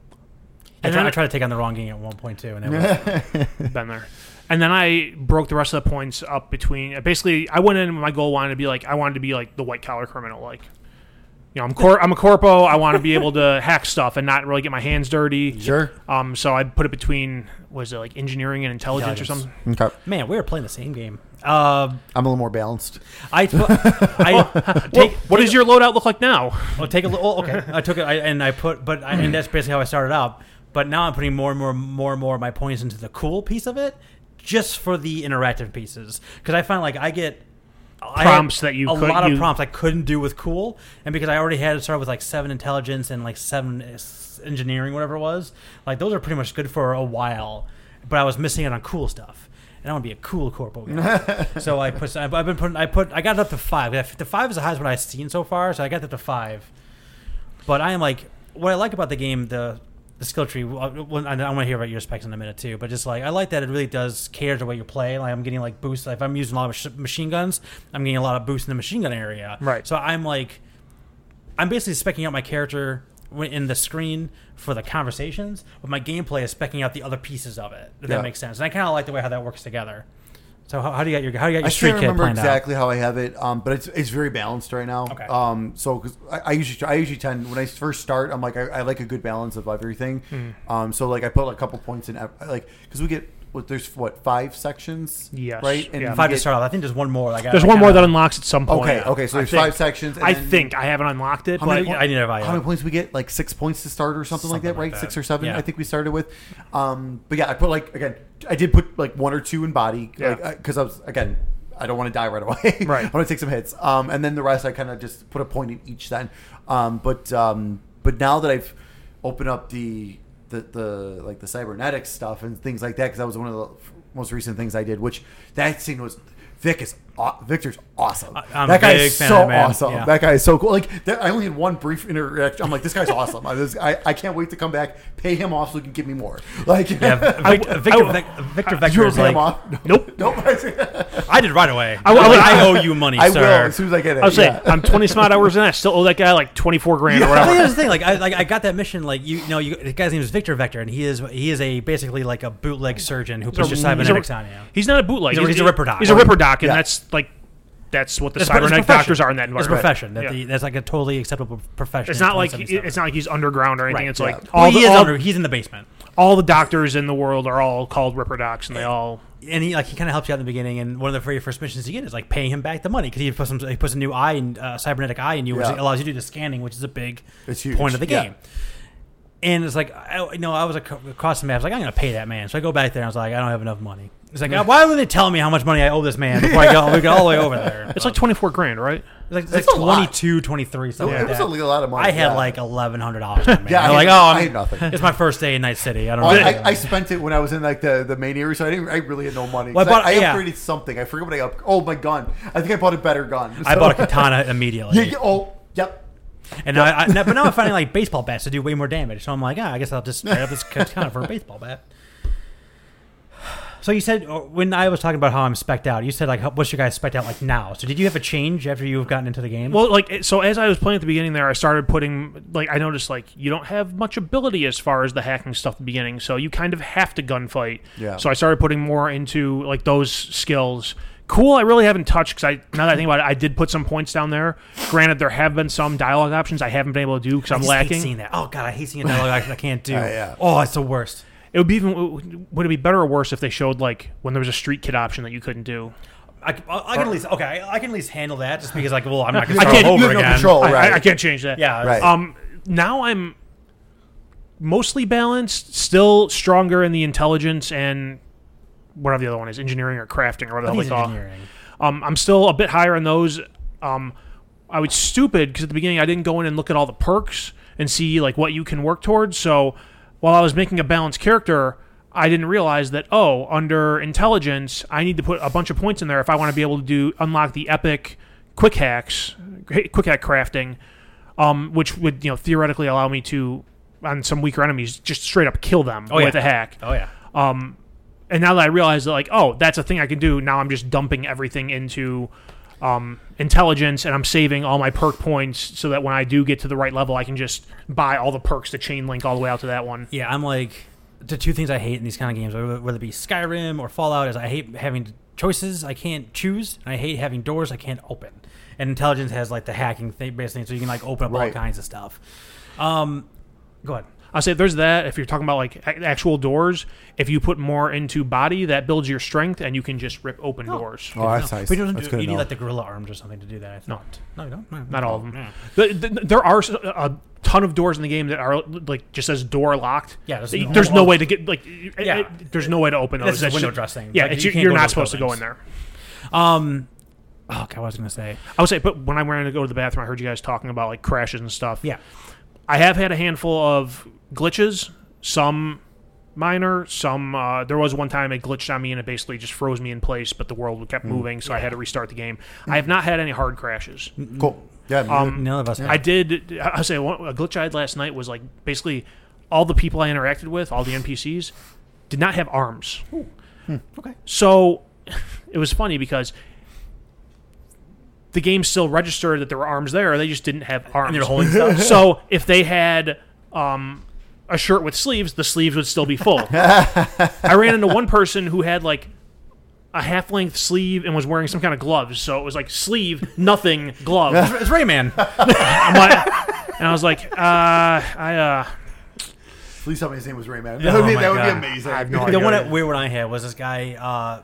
Speaker 1: I try,
Speaker 3: and then
Speaker 1: I tried to take on the wrong game at one point too, and that was,
Speaker 3: been there. And then I broke the rest of the points up between. Basically, I went in. and My goal wanted to be like I wanted to be like the white collar criminal. Like, you know, I'm cor- I'm a corpo. I want to be able to hack stuff and not really get my hands dirty.
Speaker 2: Sure.
Speaker 3: Um. So I put it between was it like engineering and intelligence or
Speaker 1: Intelligence.
Speaker 3: something?
Speaker 2: Okay.
Speaker 1: man, we were playing the same game. Uh,
Speaker 2: I'm a little more balanced.
Speaker 1: I, t-
Speaker 2: Oh.
Speaker 1: I take,
Speaker 3: What does your loadout look like
Speaker 2: Uh,
Speaker 3: now?
Speaker 1: I'll Oh, take a little. Okay, I took it I, and I put, but I, and that's basically how I started out. But now I'm putting more and more, more and more of my points into the cool piece of it, just for the interactive pieces, because I find like I get I had
Speaker 3: Prompts that you
Speaker 1: a
Speaker 3: could-
Speaker 1: lot of
Speaker 3: you-
Speaker 1: prompts I couldn't do with cool, and because I already had started with like seven intelligence and like seven s- engineering, whatever it was, like those are pretty much good for a while, but I was missing it on cool stuff. And I want to be a cool corpo guy, so I put. I've I've been putting. I put. I got it up to five. The five is the highest one I've seen so far, so I got it up to five. But I am like, what I like about the game, the the skill tree. well, I want to hear about your specs in a minute too, but just like I like that it really does cater to what you play. Like I'm getting like boosts. Like if I'm using a lot of mach- machine guns, I'm getting a lot of boosts in the machine gun area.
Speaker 3: Right.
Speaker 1: So I'm like, I'm basically specking out my character w- in the screen for the conversations, but my gameplay is specking out the other pieces of it. If
Speaker 2: Yeah.
Speaker 1: that makes sense, and I kind of like the way how that works together. So how, how do you got your how do you got your
Speaker 2: I
Speaker 1: street
Speaker 2: can't
Speaker 1: kid
Speaker 2: remember
Speaker 1: planned out?
Speaker 2: exactly how I have it, um, but it's it's very balanced right now.
Speaker 1: Okay.
Speaker 2: Um, so 'cause I, I usually try- I usually tend when I first start, I'm like I, I like a good balance of everything. Um, so like I put a couple points in ev- like because we get what there's what five sections.
Speaker 3: Yes.
Speaker 2: Right.
Speaker 3: Yeah.
Speaker 2: you
Speaker 1: Five to
Speaker 2: get-
Speaker 1: start off. I think there's one more. Like, I-
Speaker 3: There's
Speaker 1: I
Speaker 3: one more
Speaker 1: kinda-
Speaker 3: that unlocks at some point.
Speaker 2: Okay. Okay. So
Speaker 3: I
Speaker 2: there's
Speaker 3: think-
Speaker 2: five sections. and
Speaker 3: I
Speaker 2: then-
Speaker 3: think I haven't unlocked it,
Speaker 2: How many
Speaker 3: but
Speaker 2: points-
Speaker 1: I need to buy
Speaker 2: How many
Speaker 1: it.
Speaker 2: points we get? Like six points to start or something, like that,
Speaker 1: Something like
Speaker 2: right?
Speaker 1: that.
Speaker 2: Six or seven,
Speaker 1: Yeah.
Speaker 2: I think we started with. Um, but yeah, I put like again, I did put like one or two in body,
Speaker 3: Yeah.
Speaker 2: like because I was again, I don't want to die right away.
Speaker 3: Right.
Speaker 2: I want to take some hits. Um, and then the rest, I kind of just put a point in each. Then, um, but um, but now that I've opened up the the the like the cybernetics stuff and things like that, because that was one of the most recent things I did, which that scene was. Vic is aw- Victor's awesome.
Speaker 1: I'm
Speaker 2: that
Speaker 1: a
Speaker 2: guy
Speaker 1: big
Speaker 2: is
Speaker 1: fan
Speaker 2: so
Speaker 1: of that man.
Speaker 2: awesome.
Speaker 1: Yeah.
Speaker 2: That guy is so cool. Like that, I only had one brief interaction. I'm like, this guy's awesome. I, this, I, I can't wait to come back, pay him off so he can give me more. Like,
Speaker 1: Yeah, Vic-
Speaker 3: I-
Speaker 1: Victor,
Speaker 3: I-
Speaker 1: Vic- Victor
Speaker 2: you
Speaker 1: Vector
Speaker 2: were
Speaker 1: is
Speaker 2: paying him
Speaker 1: like,
Speaker 2: off.
Speaker 3: Nope.
Speaker 2: nope.
Speaker 1: I did right away. I,
Speaker 3: will- I will-
Speaker 1: owe you money,
Speaker 2: I will
Speaker 1: sir.
Speaker 2: as soon as I get it.
Speaker 3: I was
Speaker 2: yeah.
Speaker 3: saying I'm 20 smart hours in. I still owe that guy like 24 grand or
Speaker 1: Well,
Speaker 3: whatever.
Speaker 1: here's the thing. Like, I like I got that mission. Like, you, know, you, the guy's name is Victor Vector, and he is he is a basically like a bootleg surgeon who puts your cybernetics on you.
Speaker 3: He's not a bootleg.
Speaker 1: He's a- he's a ripper doc.
Speaker 3: He's a ripper doc, and
Speaker 2: Yeah.
Speaker 3: that's like that's what the
Speaker 1: It's- it's
Speaker 3: cybernetic
Speaker 1: profession.
Speaker 3: doctors are in that
Speaker 1: It's
Speaker 3: environment.
Speaker 1: profession. That
Speaker 3: Yeah.
Speaker 1: the, that's like a totally acceptable profession.
Speaker 3: it's
Speaker 1: in
Speaker 3: not like
Speaker 1: 2077.
Speaker 3: it's not like he's underground or anything.
Speaker 1: Right,
Speaker 3: It's
Speaker 1: yeah.
Speaker 3: like
Speaker 1: Well,
Speaker 3: all
Speaker 1: he
Speaker 3: the
Speaker 1: is
Speaker 3: all,
Speaker 1: under, he's in the basement,
Speaker 3: all the doctors in the world are all called ripper docs, and they all
Speaker 1: and he like he kind of helps you out in the beginning. And one of the very first missions you get is like paying him back the money because he puts some, he puts a new eye and uh, cybernetic eye in you, which
Speaker 2: Yeah.
Speaker 1: allows you to do the scanning, which is a big
Speaker 2: It's huge.
Speaker 1: point of the
Speaker 2: Yeah.
Speaker 1: game. And it's like, I, you know, I was ac- across the map. I was like, I'm going to pay that man. So I go back there. and I was like, I don't have enough money. It's like, "God, why would they tell me how much money I owe this man before I go, we go all the way over there?
Speaker 3: It's like twenty four grand, right?
Speaker 1: It's like, it's
Speaker 2: That's
Speaker 1: like
Speaker 2: a lot.
Speaker 1: 22, 23, something
Speaker 2: it
Speaker 1: like
Speaker 2: was
Speaker 1: that.
Speaker 2: a lot of money.
Speaker 1: I had
Speaker 2: yeah.
Speaker 1: like eleven hundred dollars. Yeah,
Speaker 2: Yeah, I
Speaker 1: I'm
Speaker 2: had-
Speaker 1: like, oh,
Speaker 2: I
Speaker 1: I'm,
Speaker 2: had nothing.
Speaker 1: It's my first day in Night City. I don't
Speaker 2: Oh,
Speaker 1: know.
Speaker 2: I, I, I spent it when I was in like the, the main area, so I didn't. I really had no money. 'Cause
Speaker 1: Well, I bought-
Speaker 2: I, I
Speaker 1: yeah.
Speaker 2: upgraded something. I forget what I up. Oh my gun! I think I bought a better gun.
Speaker 1: I
Speaker 2: So-
Speaker 1: bought a katana immediately,
Speaker 2: Yeah, yeah. Oh, yep.
Speaker 1: and I, I, now- but now I'm finding like baseball bats to do way more damage. So I'm like, ah, I guess I'll just trade up this katana for a baseball bat. So you said uh, when I was talking about how I'm specked out, you said like, how- what's your guys specked out like now? So did you have a change after you've gotten into the game?
Speaker 3: Well, like it- so as I was playing at the beginning there, I started putting like I noticed like you don't have much ability as far as the hacking stuff at the beginning, so you kind of have to gunfight.
Speaker 2: Yeah.
Speaker 3: So I started putting more into like those skills. Cool, I really haven't touched because I now that I think about it, I did put some points down there. Granted, there have been some dialogue options I haven't been able to do because
Speaker 1: I
Speaker 3: I'm
Speaker 1: just Hate
Speaker 3: lacking.
Speaker 1: seeing that. Oh god, I hate seeing a dialogue action I can't do.
Speaker 2: Yeah, yeah.
Speaker 1: Oh, it's the worst.
Speaker 3: It would be even would it be better or worse if they showed like when there was a street kid option that you couldn't do?
Speaker 1: I, I I can at least okay. I, I can at least handle that just because like, well, I'm not gonna
Speaker 3: I
Speaker 1: start
Speaker 3: can't-
Speaker 1: all over
Speaker 2: you have no
Speaker 1: again.
Speaker 2: control. Oh,
Speaker 3: I-
Speaker 2: right.
Speaker 3: I, I can't change that.
Speaker 1: Yeah,
Speaker 2: Right.
Speaker 3: Um, now I'm mostly balanced, still stronger in the intelligence and whatever the other one is, engineering or crafting or whatever the hell
Speaker 1: He's
Speaker 3: they call. it.
Speaker 1: engineering.
Speaker 3: Um, I'm still a bit higher in those. Um, I was stupid because at the beginning I didn't go in and look at all the perks and see like what you can work towards. So while I was making a balanced character, I didn't realize that oh, under intelligence, I need to put a bunch of points in there if I want to be able to do unlock the epic quick hacks, quick hack crafting, um, which would you know theoretically allow me to on some weaker enemies just straight up kill them
Speaker 1: Oh,
Speaker 3: with
Speaker 1: yeah.
Speaker 3: a hack.
Speaker 1: Oh yeah.
Speaker 3: And now that I realize that, like, oh, that's a thing I can do. Now I'm just dumping everything into um, intelligence, and I'm saving all my perk points so that when I do get to the right level, I can just buy all the perks to chain link all the way out to that one.
Speaker 1: Yeah, I'm like the two things I hate in these kind of games, whether whether it be Skyrim or Fallout, is I hate having choices I can't choose, and I hate having doors I can't open. And intelligence has like the hacking thing, basically, so you can like open up all
Speaker 2: Right.
Speaker 1: kinds of stuff. Um, go ahead.
Speaker 3: I'll say there's that. If you're talking about like a- actual doors, if you put more into body, that builds your strength, and you can just rip open doors.
Speaker 2: Oh, that's nice.
Speaker 1: But you, don't
Speaker 2: That's
Speaker 1: do-
Speaker 2: good
Speaker 1: you need
Speaker 2: enough.
Speaker 1: like the gorilla arms or something to do that. I
Speaker 3: No.
Speaker 1: thought. No, you don't. No,
Speaker 3: Not all of them.
Speaker 1: Yeah.
Speaker 3: The, the, there are s- a ton of doors in the game that are like just as door locked.
Speaker 1: Yeah, there's
Speaker 3: That you-
Speaker 1: no-
Speaker 3: there's no way to get like. Yeah.
Speaker 1: Yeah.
Speaker 3: there's no way to open
Speaker 1: That's just
Speaker 3: those.
Speaker 1: window
Speaker 3: just-
Speaker 1: dressing.
Speaker 3: Yeah,
Speaker 1: Like,
Speaker 3: it's,
Speaker 1: you
Speaker 3: you
Speaker 1: can't
Speaker 3: you're
Speaker 1: go to
Speaker 3: not
Speaker 1: those
Speaker 3: supposed to go in
Speaker 1: buildings.
Speaker 3: there.
Speaker 1: Um, oh, God, what was I gonna say?
Speaker 3: I would say, but when I went to go to the bathroom, I heard you guys talking about like crashes and stuff.
Speaker 1: Yeah.
Speaker 3: I have had a handful of glitches, some minor, some. Uh, there was one time it glitched on me and it basically just froze me in place, but the world
Speaker 1: Mm.
Speaker 3: kept moving, so I had to restart the game. I have not had any hard crashes.
Speaker 2: Cool. Yeah.
Speaker 3: Um,
Speaker 1: None of us.
Speaker 3: I did. I I'll say one, a glitch I had last night was like basically all the people I interacted with, all the NPCs, did not have arms.
Speaker 1: Hmm. okay.
Speaker 3: So it was funny because the game still registered that there were arms there. They just didn't have arms.
Speaker 1: they were holding stuff?
Speaker 3: so if they had um, a shirt with sleeves, the sleeves would still be full. I ran into one person who had like a half length sleeve and was wearing some kind of gloves. So it was like sleeve, nothing, glove.
Speaker 1: It's Rayman.
Speaker 3: I'm like, and I was like, uh, I, uh,
Speaker 2: At least somebody's name was Rayman.
Speaker 1: Yeah,
Speaker 2: That would,
Speaker 1: oh
Speaker 2: be,
Speaker 1: my
Speaker 2: that would
Speaker 1: God.
Speaker 2: be amazing.
Speaker 3: I have no
Speaker 1: the
Speaker 3: idea.
Speaker 1: one that weird one I had was this guy. Uh,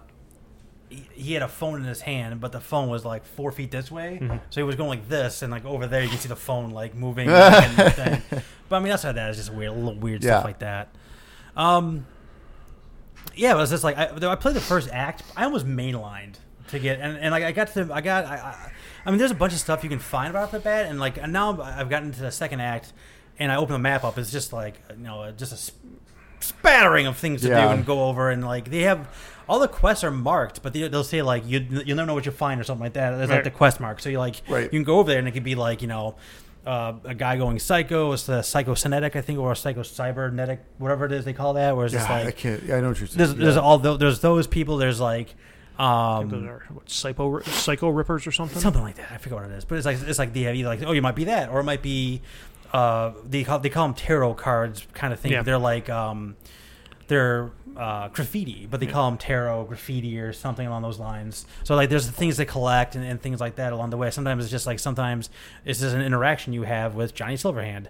Speaker 1: he, he had a phone in his hand, but the phone was like four feet this way,
Speaker 3: Mm-hmm.
Speaker 1: so he was going like this, and like over there you can see the phone like moving. and the thing. But I mean, outside that, it's just weird, little weird
Speaker 2: Yeah.
Speaker 1: stuff like that. Um, yeah, it was just like I, though I played the first act. I almost mainlined to get, and, and like I got to, I got, I, I, I mean, there's a bunch of stuff you can find about the bat, and like and now I've gotten to the second act, and I open the map up. It's just like you know, just a sp- spattering of things to
Speaker 2: Yeah.
Speaker 1: do and go over, and like they have all the quests are marked, but they, they'll say like you you'll never know what you find or something like that. There's
Speaker 3: Right.
Speaker 1: like the quest mark, so you like
Speaker 2: Right.
Speaker 1: you can go over there and it could be like you know. Uh, a guy going psycho, it's the psychokinetic, I think, or psychocybernetic, whatever it is they call that. Where it's
Speaker 2: Yeah,
Speaker 1: just like
Speaker 2: I can't. Yeah, I know what you're saying.
Speaker 1: there's, there's
Speaker 2: Yeah.
Speaker 1: all tho- there's those people. There's like
Speaker 3: those
Speaker 1: um,
Speaker 3: are, what, psycho, psycho rippers or something.
Speaker 1: something like that. I forget what it is, but it's like it's like the idea like oh you might be that, or it might be uh, they call they call them tarot cards kind of thing.
Speaker 3: Yeah.
Speaker 1: They're like um, they're uh, graffiti, but they call 'em call them tarot graffiti or something along those lines. So like there's the things they collect and, and things like that along the way. Sometimes it's just like sometimes it's just an interaction you have with Johnny Silverhand,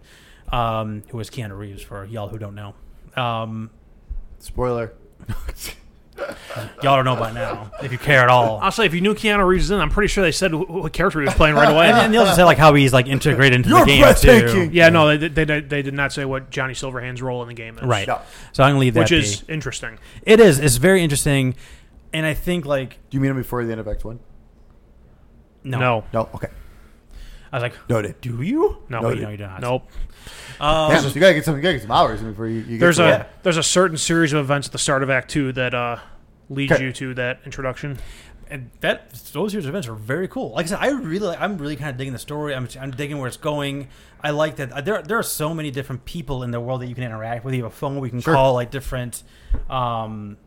Speaker 1: um, who is Keanu Reeves for y'all who don't know. Um,
Speaker 2: spoiler.
Speaker 1: y'all don't know by now if you care at all.
Speaker 3: I'll say if you knew Keanu Reeves was in, I'm pretty sure they said wh- wh- what character he was playing right
Speaker 1: and,
Speaker 3: away.
Speaker 1: and they also said like how he's like integrated into
Speaker 2: You're
Speaker 1: the game too.
Speaker 2: breathtaking.
Speaker 3: yeah, no, they, they, they did not say what Johnny Silverhand's role in the game is.
Speaker 1: Right.
Speaker 2: Yeah.
Speaker 1: So I'm gonna leave that.
Speaker 3: Which is
Speaker 1: be.
Speaker 3: interesting.
Speaker 1: it is it's very interesting. and I think like
Speaker 2: Do you mean them before the end of Act One?
Speaker 1: no,
Speaker 3: no,
Speaker 2: No. Okay.
Speaker 1: I was like,
Speaker 2: Noted.
Speaker 1: do you?
Speaker 3: no,
Speaker 1: no, you, no, you don't.
Speaker 3: Nope.
Speaker 1: Um,
Speaker 2: Damn, so you gotta get some. You gotta get some hours in before you. you get
Speaker 3: There's
Speaker 2: to
Speaker 3: a
Speaker 2: that.
Speaker 3: there's a certain series of events at the start of Act Two that uh, leads
Speaker 2: Okay.
Speaker 3: you to that introduction.
Speaker 1: and that those series of events are very cool. Like I said, I really, I'm really kind of digging the story. I'm, I'm digging where it's going. I like that uh, there, there are so many different people in the world that you can interact with. You have a phone we can
Speaker 2: Sure.
Speaker 1: call, like different. Um,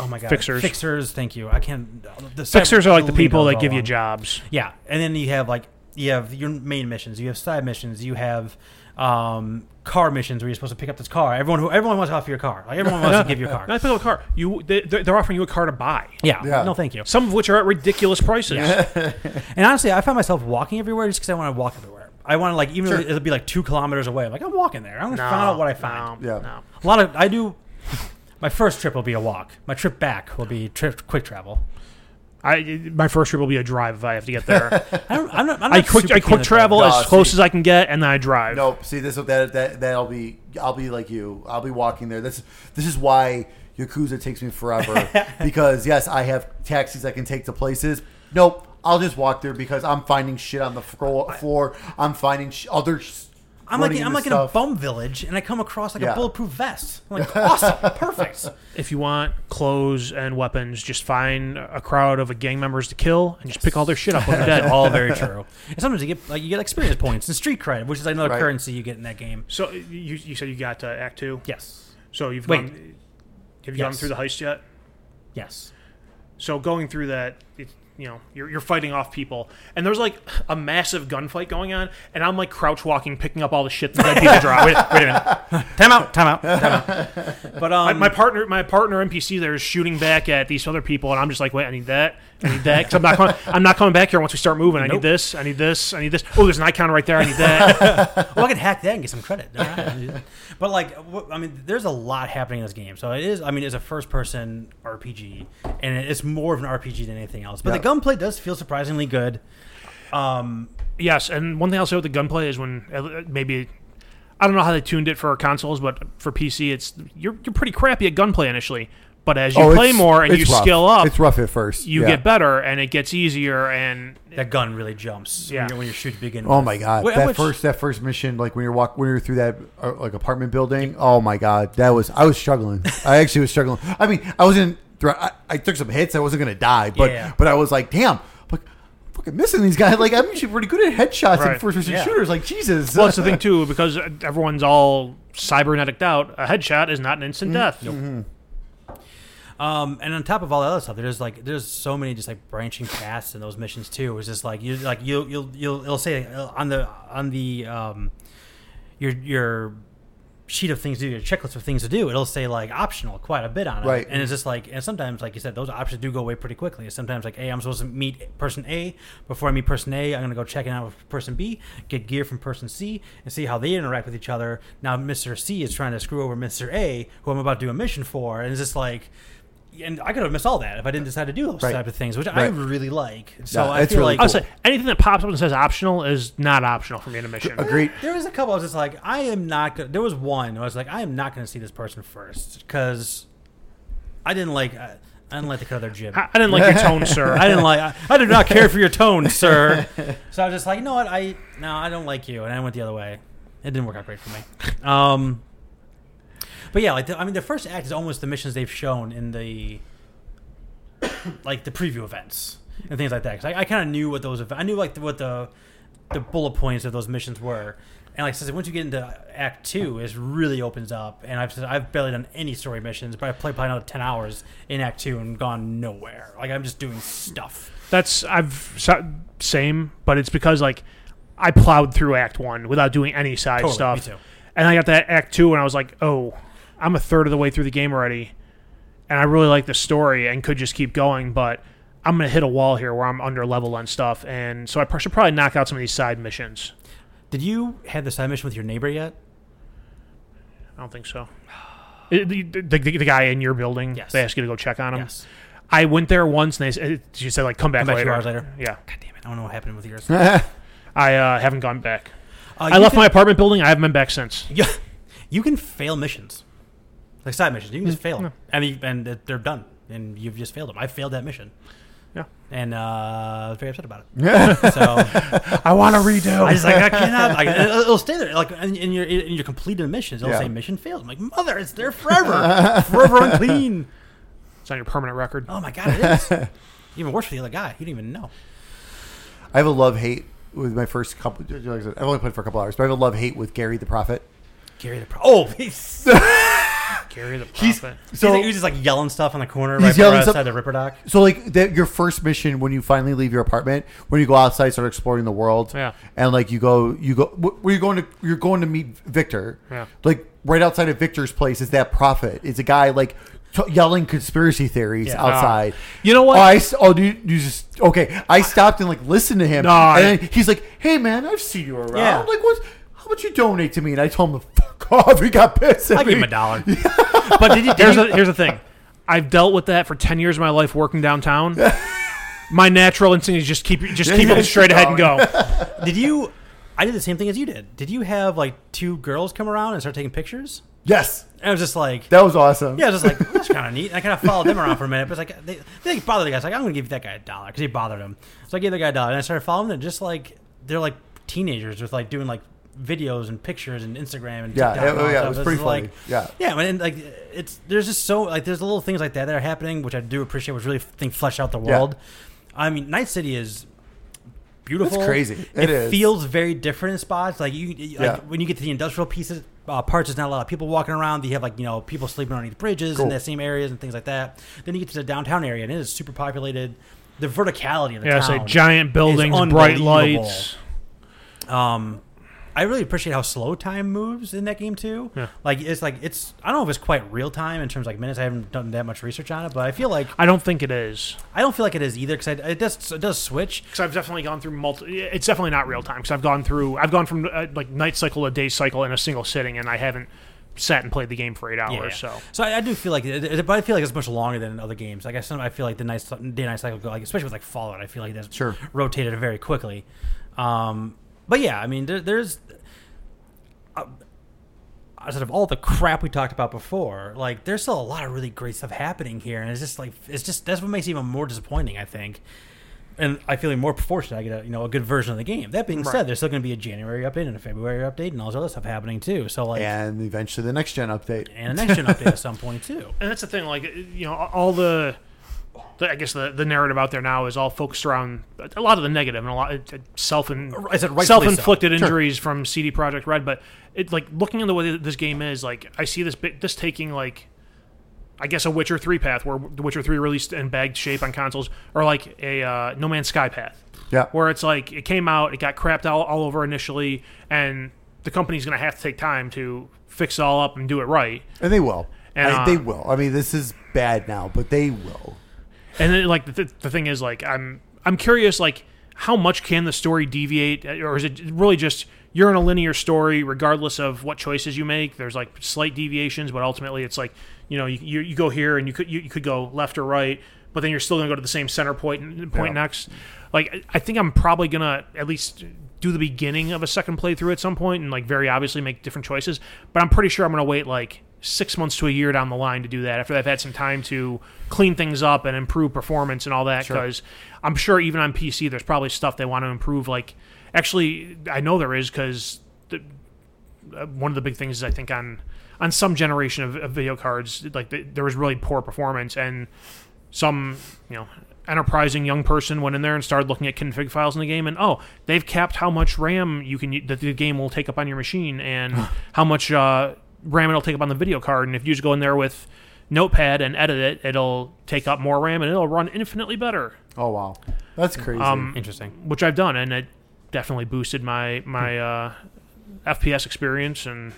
Speaker 1: oh my god,
Speaker 3: Fixers.
Speaker 1: fixers. Thank you. I can't. uh, The
Speaker 3: Fixers are like the
Speaker 1: Lean
Speaker 3: people
Speaker 1: knows
Speaker 3: that
Speaker 1: all
Speaker 3: give you
Speaker 1: along.
Speaker 3: jobs.
Speaker 1: Yeah, and then you have like you have your main missions, you have side missions, you have um, car missions where you're supposed to pick up this car. Everyone who everyone wants to offer your car, like everyone wants to give you a car.
Speaker 3: Not pick up a car. You they, they're they're offering you a car to buy.
Speaker 1: Yeah.
Speaker 2: Yeah.
Speaker 1: no, thank you.
Speaker 3: Some of which are at ridiculous prices.
Speaker 1: And honestly, I find myself walking everywhere just because I want to walk everywhere. I want to like even
Speaker 2: Sure.
Speaker 1: if it'll be like two kilometers away. I'm like I'm walking there. I'm gonna
Speaker 3: No,
Speaker 1: find out what I find.
Speaker 3: no,
Speaker 2: Yeah.
Speaker 3: no.
Speaker 1: A lot of I do. My first trip will be a walk. My trip back will be trip quick travel.
Speaker 3: I my first trip will be a drive if I have to get there.
Speaker 1: I don't. I'm not. I'm not
Speaker 3: I quick
Speaker 1: super
Speaker 3: I
Speaker 1: keen on
Speaker 3: quick
Speaker 1: the
Speaker 3: travel
Speaker 2: No,
Speaker 3: as
Speaker 2: see.
Speaker 3: close as I can get, and then I drive.
Speaker 2: Nope. See, this that that that'll be. I'll be like you. I'll be walking there. This this is why Yakuza takes me forever because yes, I have taxis I can take to places. Nope. I'll just walk there because I'm finding shit on the fro- floor. I'm finding sh- other. sh-
Speaker 1: I'm like
Speaker 2: running
Speaker 1: I'm
Speaker 2: into
Speaker 1: like
Speaker 2: stuff.
Speaker 1: in a bum village, and I come across like
Speaker 2: Yeah.
Speaker 1: a bulletproof vest. I'm like awesome, perfect.
Speaker 3: If you want clothes and weapons, just find a crowd of gang members to kill and just pick all their shit up when they're dead.
Speaker 1: All very true. And sometimes you get like you get experience points and street credit, which is like another
Speaker 2: Right.
Speaker 1: currency you get in that game.
Speaker 3: So you, you said you got uh, Act Two.
Speaker 1: Yes,
Speaker 3: So you've
Speaker 1: Wait.
Speaker 3: gone, have you gone
Speaker 1: Yes.
Speaker 3: through the heist yet?
Speaker 1: yes.
Speaker 3: So going through that, it, you know, you're, you're fighting off people, and there's like a massive gunfight going on, and I'm like crouch walking, picking up all the shit that dead people drop. Wait, wait a minute,
Speaker 1: Time out, time out, time out. But
Speaker 3: my,
Speaker 1: um,
Speaker 3: my partner, my partner NPC there is shooting back at these other people, and I'm just like, wait, I need that, I need that, 'cause I'm not, coming, I'm not coming back here once we start moving. I
Speaker 1: Nope.
Speaker 3: need this, I need this, I need this. Oh, there's an icon right there. I need that.
Speaker 1: well, I could hack that and get some credit. All right. but like, wh- I mean, there's a lot happening in this game. So it is. I mean, it's a first-person RPG, and it- it's more of an RPG than anything else. But
Speaker 2: Yeah.
Speaker 1: the gunplay does feel surprisingly good. Um,
Speaker 3: yes, and one thing I'll say with the gunplay is when uh, maybe. I don't know how they tuned it for consoles, but for PC, it's you're, you're pretty crappy at gunplay initially. But as you
Speaker 2: Oh,
Speaker 3: play
Speaker 2: it's-
Speaker 3: more and you
Speaker 2: it's rough.
Speaker 3: skill up,
Speaker 2: It's rough at first.
Speaker 3: you
Speaker 2: Yeah.
Speaker 3: get better and it gets easier and
Speaker 1: that gun really jumps.
Speaker 3: Yeah.
Speaker 1: when, you're, when your shoot begins.
Speaker 2: Oh my god!
Speaker 1: Wh-
Speaker 2: that
Speaker 1: which-
Speaker 2: first that first mission, like when you're walk when you're through that uh, like apartment building. Oh my god, that was I was struggling. I actually was struggling. I mean, I wasn't. thro- I, I took some hits. I wasn't gonna die, but
Speaker 1: Yeah.
Speaker 2: but I was like, damn, I'm like I'm fucking missing these guys. Like I'm usually pretty good at headshots
Speaker 3: Right.
Speaker 2: and first person
Speaker 1: Yeah.
Speaker 2: shooters. Like Jesus.
Speaker 3: well that's the thing too because everyone's all cybernetic out a headshot is not an instant
Speaker 2: Mm-hmm.
Speaker 3: death
Speaker 1: Um, and on top of all that other stuff, there's like there's so many just like branching paths in those missions too. It's just like you like you'll you'll you'll it'll say uh, on the on the um your your sheet of things to do, your checklist of things to do, it'll say like optional quite a bit on it.
Speaker 2: Right.
Speaker 1: And it's just like and sometimes like you said, those options do go away pretty quickly. And sometimes like, hey, I'm supposed to meet person A. Before I meet person A, I'm gonna go check in out with person B, get gear from person C, and see how they interact with each other. Now Mr. C is trying to screw over Mr. A, who I'm about to do a mission for, and it's just like and I could have missed all that if I didn't decide to do those
Speaker 2: Right.
Speaker 1: type of things, which I
Speaker 2: Right.
Speaker 1: really like. So
Speaker 2: Yeah,
Speaker 1: I
Speaker 2: it's
Speaker 1: feel
Speaker 2: really
Speaker 1: like
Speaker 3: i would say anything that pops up and says optional is not optional for me in a mission
Speaker 2: Agreed.
Speaker 1: there was a couple. I was just like, I am not. Gonna, there was one. I was like, I am not going to see this person first because I didn't like. I, I didn't like the cut of their jib.
Speaker 3: I, I didn't like your tone sir
Speaker 1: I didn't like. I, I did not care for your tone, sir. So I was just like, you know what? I no, I don't like you, and I went the other way. It didn't work out great for me. Um, but yeah, like the, I mean, the first act is almost the missions they've shown in the like the preview events and things like that. 'Cause I, I kind of knew what those. ev- I knew like what the the bullet points of those missions were. And like since once you get into Act Two, it really opens up. And I've I've barely done any story missions, but I played probably another ten hours in Act Two and gone nowhere. Like I'm just doing stuff.
Speaker 3: that's i've sa- same but it's because like i plowed through act one without doing any side
Speaker 1: Totally,
Speaker 3: stuff
Speaker 1: me too.
Speaker 3: and i got that act two and i was like oh i'm a third of the way through the game already and i really like the story and could just keep going but i'm gonna hit a wall here where i'm under level on stuff and so i pr- should probably knock out some of these side missions
Speaker 1: Did you have the side mission with your neighbor yet?
Speaker 3: i don't think so It- the, the, the- the guy in your building
Speaker 1: Yes.
Speaker 3: they ask you to go check on him
Speaker 1: Yes.
Speaker 3: i went there once and they s- it- she said like come back,
Speaker 1: Come back two
Speaker 3: later.
Speaker 1: hours later.
Speaker 3: yeah
Speaker 1: God damn it! I don't know what happened with yours.
Speaker 3: i uh, haven't gone back
Speaker 1: Uh,
Speaker 3: i
Speaker 1: you
Speaker 3: left
Speaker 1: can-
Speaker 3: my apartment building i haven't been back since
Speaker 1: Yeah, you can fail missions, like side missions. You can just fail, 'em. and you, and they're done. and you've just failed them. I failed that mission.
Speaker 3: Yeah.
Speaker 1: and uh, I was very upset about it.
Speaker 2: Yeah.
Speaker 1: So.
Speaker 3: I want to redo.
Speaker 1: I just like I cannot. Like, it'll it'll stay there. Like and, and you're and you're completing a mission. It'll
Speaker 2: Yeah.
Speaker 1: say mission failed. I'm like mother, it's there forever, forever unclean.
Speaker 3: it's on your permanent record.
Speaker 1: Oh my god, it is. Even worse for the other guy. He didn't even know.
Speaker 2: I have a love hate with my first couple. Like I said, I've only played for a couple hours, but I have a love hate with Gary the Prophet.
Speaker 1: Gary the pro. Oh, he's
Speaker 3: Carry the profit.
Speaker 2: He's
Speaker 1: so
Speaker 2: so
Speaker 1: he's, just like yelling stuff on the corner
Speaker 2: He's
Speaker 1: right
Speaker 2: yelling
Speaker 1: outside
Speaker 2: stuff-
Speaker 1: the Ripper Dock.
Speaker 2: so like that your first mission when you finally leave your apartment when you go outside start exploring the world
Speaker 3: Yeah.
Speaker 2: and like you go you go wh- where you going to you're going to meet Victor
Speaker 3: Yeah.
Speaker 2: like right outside of Victor's place is that prophet it's a guy like t- yelling conspiracy theories
Speaker 1: Yeah.
Speaker 2: outside
Speaker 3: You know what?
Speaker 2: oh, I s- oh dude you just okay I stopped and like listened to him
Speaker 3: No, I-
Speaker 2: and then he's like hey man I've seen you around
Speaker 1: Yeah.
Speaker 2: like what how about you donate to me and I told him to fuck off he got pissed at
Speaker 1: I
Speaker 2: me
Speaker 1: give him a dollar.
Speaker 3: But did you, here's, the, here's the thing. I've dealt with that for ten years of my life working downtown. my natural instinct is just keep just keep
Speaker 2: yeah,
Speaker 3: them straight ahead and go.
Speaker 1: Did you? I did the same thing as you did. Did you have like two girls come around and start taking pictures?
Speaker 2: yes
Speaker 1: And I was just like,
Speaker 2: that was awesome
Speaker 1: yeah, I was just like that's kind of neat. And I kind of followed them around for a minute, but it's like they, they bothered the guy. It's like I'm going to give that guy a dollar because he bothered him. So I gave the guy a dollar, and I started following them. Just like they're like teenagers with like doing like videos and pictures and Instagram and
Speaker 2: Yeah,
Speaker 1: TikTok and
Speaker 2: yeah,
Speaker 1: all that
Speaker 2: yeah, it
Speaker 1: stuff.
Speaker 2: was
Speaker 1: It's
Speaker 2: pretty
Speaker 1: just
Speaker 2: funny.
Speaker 1: Like,
Speaker 2: Yeah.
Speaker 1: yeah, and like it's there's just so like there's little things like that that are happening, which I do appreciate, which really think flesh out the
Speaker 2: Yeah.
Speaker 1: world. I mean, Night City is beautiful.
Speaker 2: It's crazy. It
Speaker 1: It,
Speaker 2: is.
Speaker 1: feels very different in spots. Like you, like
Speaker 2: Yeah.
Speaker 1: when you get to the industrial pieces uh, parts, there's not a lot of people walking around. You have like you know people sleeping underneath bridges
Speaker 2: Cool.
Speaker 1: in the same areas and things like that. Then you get to the downtown area, and it is super populated. The verticality of the
Speaker 3: Yeah,
Speaker 1: town.
Speaker 3: say giant buildings,
Speaker 1: is
Speaker 3: bright
Speaker 1: unbelievable.
Speaker 3: lights.
Speaker 1: Um, I really appreciate how slow time moves in that game too.
Speaker 3: Yeah.
Speaker 1: Like it's like it's I don't know if it's quite real time in terms of like minutes. I haven't done that much research on it, but I feel like
Speaker 3: I don't think it is
Speaker 1: I don't feel like it is either because it does it does switch.
Speaker 3: because I've definitely gone through multiple. It's definitely not real time because I've gone through. I've gone from uh, like night cycle to day cycle in a single sitting, and I haven't sat and played the game for eight hours.
Speaker 1: Yeah, yeah.
Speaker 3: So
Speaker 1: I, I do feel like, it, it- but I feel like it's much longer than other games. Like I some, I feel like the night day night cycle, go, like especially with like Fallout, I feel like that's
Speaker 2: Sure.
Speaker 1: rotated very quickly. Um, but yeah, I mean, there, there's uh, out of all the crap we talked about before, like there's still a lot of really great stuff happening here, and it's just like it's just that's what makes it even more disappointing, I think. And I feel even more fortunate I get a you know a good version of the game. That being
Speaker 3: Right.
Speaker 1: said, there's still going to be a January update and a February update and all this other stuff happening too. So like
Speaker 2: and eventually the next gen update
Speaker 1: and a next gen update at some point too.
Speaker 3: and that's the thing like you know all the, the i guess the, the narrative out there now is all focused around a lot of the negative and a lot of self and
Speaker 1: I said rightfully so.
Speaker 3: self-inflicted injuries from cd project red but it like looking at the way that this game is like i see this bit this taking like I guess a Witcher three path, where the Witcher three released in bagged shape on consoles, or like a uh, No Man's Sky path,
Speaker 2: yeah
Speaker 3: where it's like it came out, it got crapped all, all over initially, and the company's going to have to take time to fix it all up and do it right.
Speaker 2: And they will.
Speaker 3: And,
Speaker 2: I-
Speaker 3: uh,
Speaker 2: they will. I mean, this is bad now, but they will.
Speaker 3: And then, like the, th- the thing is, like I'm I'm curious, like how much can the story deviate, uh, or is it really just you're in a linear story regardless of what choices you make? There's like slight deviations, but ultimately it's like you know you, you, you go here and you could you, you could go left or right, but then you're still gonna go to the same center point and- point
Speaker 2: Yeah.
Speaker 3: next. Like I- I think I'm probably gonna at least do the beginning of a second playthrough at some point and like very obviously make different choices, but I'm pretty sure I'm gonna wait like six months to a year down the line to do that after they've had some time to clean things up and improve performance and all that because i'm sure even on pc there's probably stuff they want to improve like actually i know there is because one of the big things is i think on on some generation of, of video cards like th there was really poor performance and some you know enterprising young person went in there and started looking at config files in the game and oh they've capped how much ram you can u- that the game will take up on your machine and how much uh, ram it'll take up on the video card and if you just go in there with notepad and edit it it'll take up more ram and it'll run infinitely better
Speaker 2: Oh wow, that's crazy.
Speaker 3: Um,
Speaker 1: Interesting.
Speaker 3: which i've done and it definitely boosted my my uh, fps experience and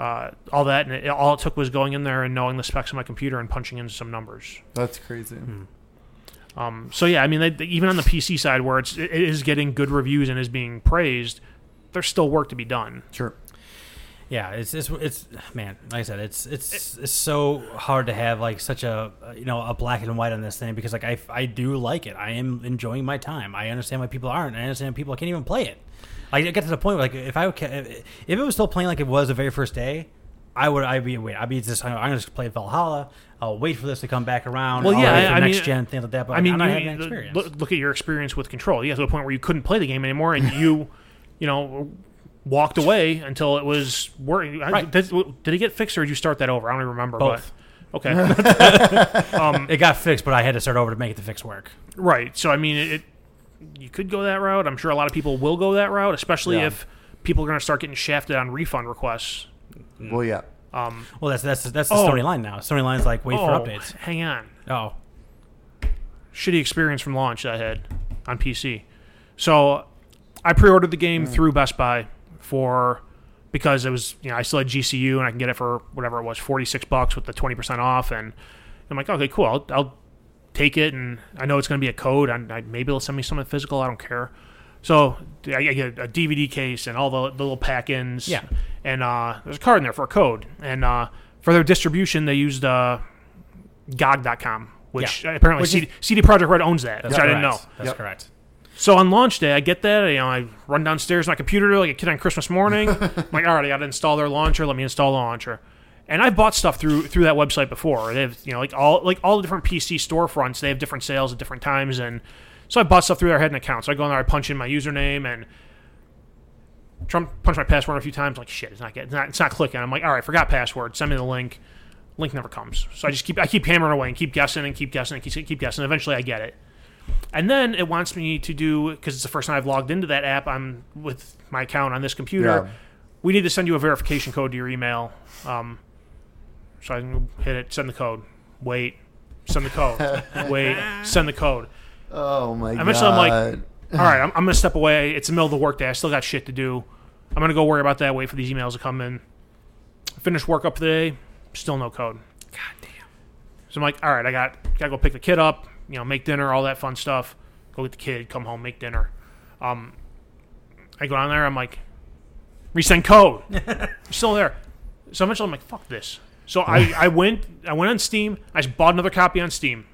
Speaker 3: uh, all that and it, all it took was going in there and knowing the specs of my computer and punching in some numbers
Speaker 2: that's crazy.
Speaker 3: um, so yeah, I mean, they, they- even on the PC side, where it's it is getting good reviews and is being praised, there's still work to be done.
Speaker 2: Sure.
Speaker 1: Yeah, it's it's it's man. Like I said, it's it's it's so hard to have like such a uh, you know a black and white on this thing because like I I do like it. I am enjoying my time. I understand why people aren't. I understand people can't even play it. Like, I get to the point where like if I ca- if it was still playing like it was the very first day, I would I'd be wait I'd be just I'm gonna just play Valhalla. I'll wait for this to come back around.
Speaker 3: Well,
Speaker 1: I'll
Speaker 3: yeah,
Speaker 1: wait for
Speaker 3: I- I
Speaker 1: next
Speaker 3: mean-
Speaker 1: gen things like that. But
Speaker 3: I mean,
Speaker 1: I'm not
Speaker 3: you-
Speaker 1: having that
Speaker 3: you-
Speaker 1: experience.
Speaker 3: look, look at your experience with Control. You got to the point where you couldn't play the game anymore, and you, you know, walked away until it was working.
Speaker 1: Right.
Speaker 3: Did, did it get fixed, or did you start that over? I don't even remember.
Speaker 1: Both.
Speaker 3: But, okay.
Speaker 1: it got fixed, but I had to start over to make it the fix work.
Speaker 3: right. So I mean, it, you could go that route. I'm sure a lot of people will go that route, especially
Speaker 2: Yeah.
Speaker 3: if people are going to start getting shafted on refund requests.
Speaker 2: Well, yeah.
Speaker 3: Um,
Speaker 1: Well, that's that's that's the
Speaker 3: Oh.
Speaker 1: Sony line now. Sony line's like wait for
Speaker 3: oh,
Speaker 1: updates.
Speaker 3: hang on.
Speaker 1: Oh,
Speaker 3: shitty experience from launch that I had on PC. So I pre-ordered the
Speaker 1: Mm.
Speaker 3: game through Best Buy for because it was you know I still had GCU and I can get it for whatever it was forty six bucks with the twenty percent off and I'm like okay cool I'll, I'll take it and I know it's going to be a code and I, maybe they'll send me something physical I don't care. So I I get a DVD case and all the little pack-ins.
Speaker 1: Yeah.
Speaker 3: And uh, there's a card in there for a code. And uh, for their distribution, they used uh, GOG.com, which
Speaker 1: Yeah.
Speaker 3: apparently
Speaker 1: Which is-
Speaker 3: CD, CD Projekt Red owns that,
Speaker 1: that's
Speaker 3: which I didn't know.
Speaker 1: correct. That's
Speaker 2: Yep.
Speaker 1: correct.
Speaker 3: So on launch day, I get that. You know, I run downstairs to my computer like a kid on Christmas morning. I'm like, all right, I got to install their launcher. Let me install the launcher. And I've bought stuff through through that website before. They have you know like all like all the different PC storefronts. They have different sales at different times, and so I bought stuff through their head and account. So I go in there, I punch in my username, and Trump punched my password a few times. Like shit, it's not getting, it's not, it's not clicking. I'm like, all right, forgot password. Send me the link. Link never comes. So I just keep I keep hammering away and keep guessing and keep guessing and keep, keep guessing. Eventually, I get it. And then it wants me to do because it's the first time I've logged into that app. I'm with my account on this computer.
Speaker 2: Yeah.
Speaker 3: We need to send you a verification code to your email. Um, so I can hit it, send the code. Wait, send the code. Wait, send the code.
Speaker 2: Oh my
Speaker 3: I'm
Speaker 2: god.
Speaker 3: just- I'm um, like- All right, I'm, I'm gonna step away. It's the middle of the workday. I still got shit to do. I'm gonna go worry about that. Wait for these emails to come in. Finish work up for the day. Still no code. God damn. So I'm like, all right, I got gotta go pick the kid up. You know, make dinner, all that fun stuff. Go get the kid, come home, make dinner. Um, I go down there. I'm like, resend code. still there. So eventually, I'm like, fuck this. So I, I went I went on Steam. I just bought another copy on Steam.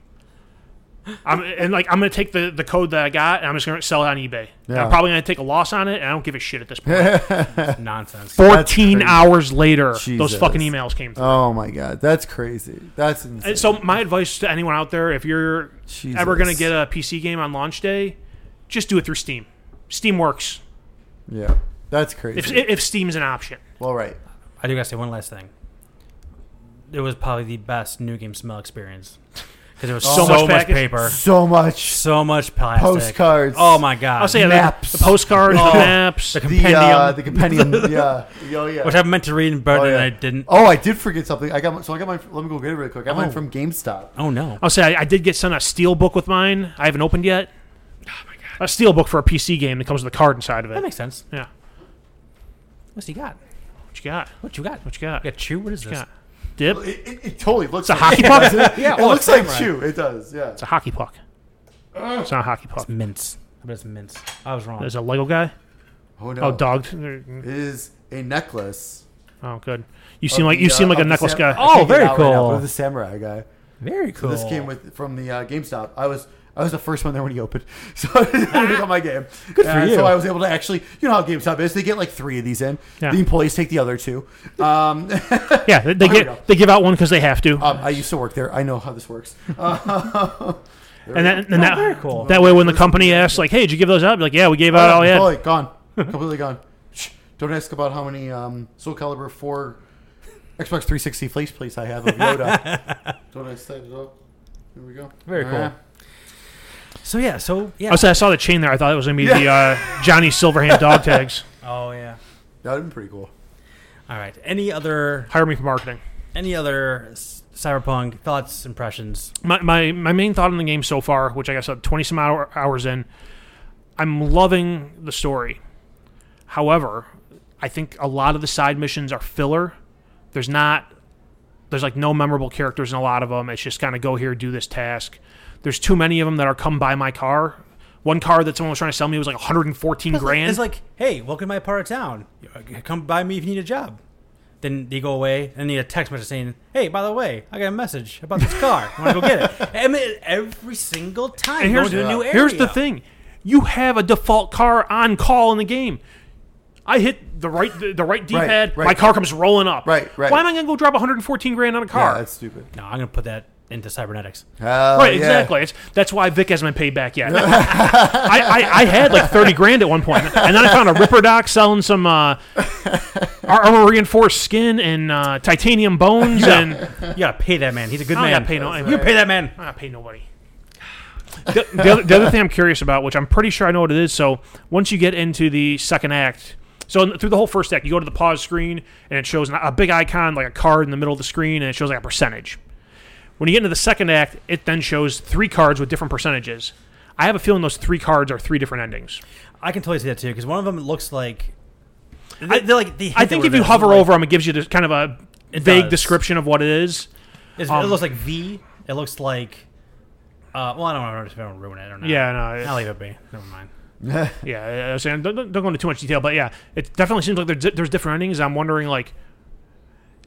Speaker 3: I'm, and like I'm gonna take the, the code that I got and I'm just gonna sell it on eBay.
Speaker 2: Yeah.
Speaker 3: I'm probably gonna take a loss on it and I don't give a shit at this point.
Speaker 1: Nonsense.
Speaker 3: Fourteen
Speaker 2: crazy.
Speaker 3: hours later,
Speaker 2: Jesus.
Speaker 3: those fucking emails came through.
Speaker 2: Oh my god. That's crazy. That's insane.
Speaker 3: And so my advice to anyone out there, if you're ever gonna
Speaker 2: Jesus.
Speaker 3: get a PC game on launch day, just do it through Steam. Steam works.
Speaker 2: yeah. That's crazy.
Speaker 3: If if Steam's an option.
Speaker 2: well, right.
Speaker 1: I do gotta say one last thing. It was probably the best new game smell experience because there was
Speaker 3: So
Speaker 1: so,
Speaker 3: much
Speaker 1: much,
Speaker 3: package.
Speaker 1: paper,
Speaker 2: So much
Speaker 1: so much plastic,
Speaker 2: Postcards.
Speaker 1: Oh my god!
Speaker 3: I'll say
Speaker 2: Maps.
Speaker 3: the, the postcards,
Speaker 1: Oh.
Speaker 3: the maps.
Speaker 1: The
Speaker 2: the uh,
Speaker 1: compendium.
Speaker 2: the compendium. yeah. Oh yeah.
Speaker 1: which I meant to read in Burton
Speaker 2: Oh, yeah.
Speaker 1: and I didn't.
Speaker 2: Oh, I did forget something. I got my, so I got mine. Let me go get it really quick. I got mine from GameStop.
Speaker 1: Oh no!
Speaker 3: I'll say I, I did get sent a steel book with mine. I haven't opened yet. Oh my god. A steel book for a PC game that comes with a card inside of
Speaker 1: That
Speaker 3: it.
Speaker 1: makes sense.
Speaker 3: Yeah.
Speaker 1: What's he got?
Speaker 3: What you got?
Speaker 1: What you got? What
Speaker 3: What you got?
Speaker 1: you got? Chew? What is
Speaker 3: you
Speaker 1: this?
Speaker 3: got? Dip?
Speaker 2: It, it, it totally looks.
Speaker 3: It's a hockey puck? It's
Speaker 1: Yeah,
Speaker 2: it
Speaker 1: oh,
Speaker 2: looks
Speaker 1: it's
Speaker 2: like
Speaker 1: samurai.
Speaker 2: chew. It does. Yeah.
Speaker 3: a hockey puck. It's not a hockey puck.
Speaker 1: Mints. I bet it's mints. I was wrong.
Speaker 3: There's a Lego guy.
Speaker 2: Oh no.
Speaker 3: Oh, dog.
Speaker 2: It is a necklace.
Speaker 3: Oh, good. You seem
Speaker 2: of
Speaker 3: like
Speaker 2: the,
Speaker 3: you
Speaker 2: uh,
Speaker 3: seem like
Speaker 2: of
Speaker 3: a
Speaker 2: the
Speaker 3: necklace
Speaker 2: sam-
Speaker 3: guy.
Speaker 2: I can't
Speaker 1: Oh, very
Speaker 2: get it out right now,
Speaker 1: cool.
Speaker 2: but of the samurai guy.
Speaker 1: Very cool.
Speaker 2: This came with from the uh, GameStop. I was I was the first one there when he opened, so I got my game. Good
Speaker 1: for you.
Speaker 2: So I was able to actually, you know how GameStop is. They get like three of these in.
Speaker 3: Yeah.
Speaker 2: The employees take the other two. Um,
Speaker 3: Yeah, they, they
Speaker 2: here we go.
Speaker 3: get they give out one because they have to,
Speaker 2: um, I used to work there. I know how this works. Uh,
Speaker 3: and then and that
Speaker 1: Oh, very cool.
Speaker 3: that way when the company asks like, "Hey, did you give those out?" Be like, oh, "Yeah, we gave out all we had."
Speaker 2: Totally Uh, gone. Completely gone. Shh. Don't ask about how many um, Soul Calibur 4 Xbox 360 faceplates I have of Yoda. Don't ask that at all. Here we go.
Speaker 1: Very cool.
Speaker 2: Ah.
Speaker 1: so yeah. So yeah.
Speaker 3: Also, I saw the chain there. I thought it was gonna be the uh, Johnny Silverhand dog tags.
Speaker 1: oh yeah.
Speaker 2: That would be pretty cool.
Speaker 1: All right. Any other
Speaker 3: Hire me for marketing.
Speaker 1: any other s- cyberpunk thoughts impressions?
Speaker 3: my, my, my main thought on the game so far, which I guess I'm 20 some hour, hours in, I'm loving the story. However, I think a lot of the side missions are filler. There's not, there's like no memorable characters in a lot of them. It's just kind of go here, do this task. There's too many of them that are come by my car. One car that someone was trying to sell me was like 114 grand.
Speaker 1: It's like, hey, welcome to my part of town. Come by me if you need a job. Then they go away, and they get a text message saying, "Hey, by the way, I got a message about this car. Want to go get it?" I mean, every single time,
Speaker 3: And
Speaker 1: here's
Speaker 3: here's,
Speaker 1: going to a new area.
Speaker 3: here's the thing you have a default car on call in the game. I hit the right the, the right D pad.
Speaker 2: right.
Speaker 3: My car comes rolling up.
Speaker 2: Right, right.
Speaker 3: Why am I going to go drop 114 grand on a car?
Speaker 2: Yeah, that's stupid.
Speaker 1: No, I'm gonna put that into cybernetics.
Speaker 2: Hell
Speaker 3: right,
Speaker 2: yeah.
Speaker 3: exactly. It's, that's why Vic hasn't been paid back yet. I, I, I had like 30 grand at one point, and then I found a Ripper Doc selling some uh, ar- armor reinforced skin and uh, titanium bones, and
Speaker 1: You gotta pay that man. He's a good
Speaker 3: I don't
Speaker 1: man.
Speaker 3: gotta pay no-
Speaker 1: you pay that man.
Speaker 3: I pay nobody. the, the other, the other thing I'm curious about, which I'm pretty sure I know what it is. So once you get into the second act, so in- through the whole first act, you go to the pause screen and it shows an- a big icon like a card in the middle of the screen, and it shows like a percentage. When you get into the second act, it then shows three cards with different percentages. I have a feeling those three cards are three different endings.
Speaker 1: I can totally see that too because one of them looks like. They, they're like they
Speaker 3: I think if you hover over them, it gives you this kind of a
Speaker 1: It
Speaker 3: vague
Speaker 1: does.
Speaker 3: description of what it is.
Speaker 1: It's, it
Speaker 3: Um,
Speaker 1: looks like V. It looks like. Uh, well, I don't want to ruin it. I don't know.
Speaker 3: Yeah, no, it's-
Speaker 1: I'll leave it be. Never mind.
Speaker 3: Yeah, I was saying don't, don't don't go into too much detail, but yeah, it definitely seems like there's, there's different endings. I'm wondering like,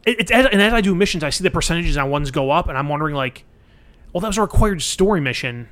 Speaker 3: it, it's as, and as I do missions, I see the percentages on ones go up, and I'm wondering like, well, that was a required story mission.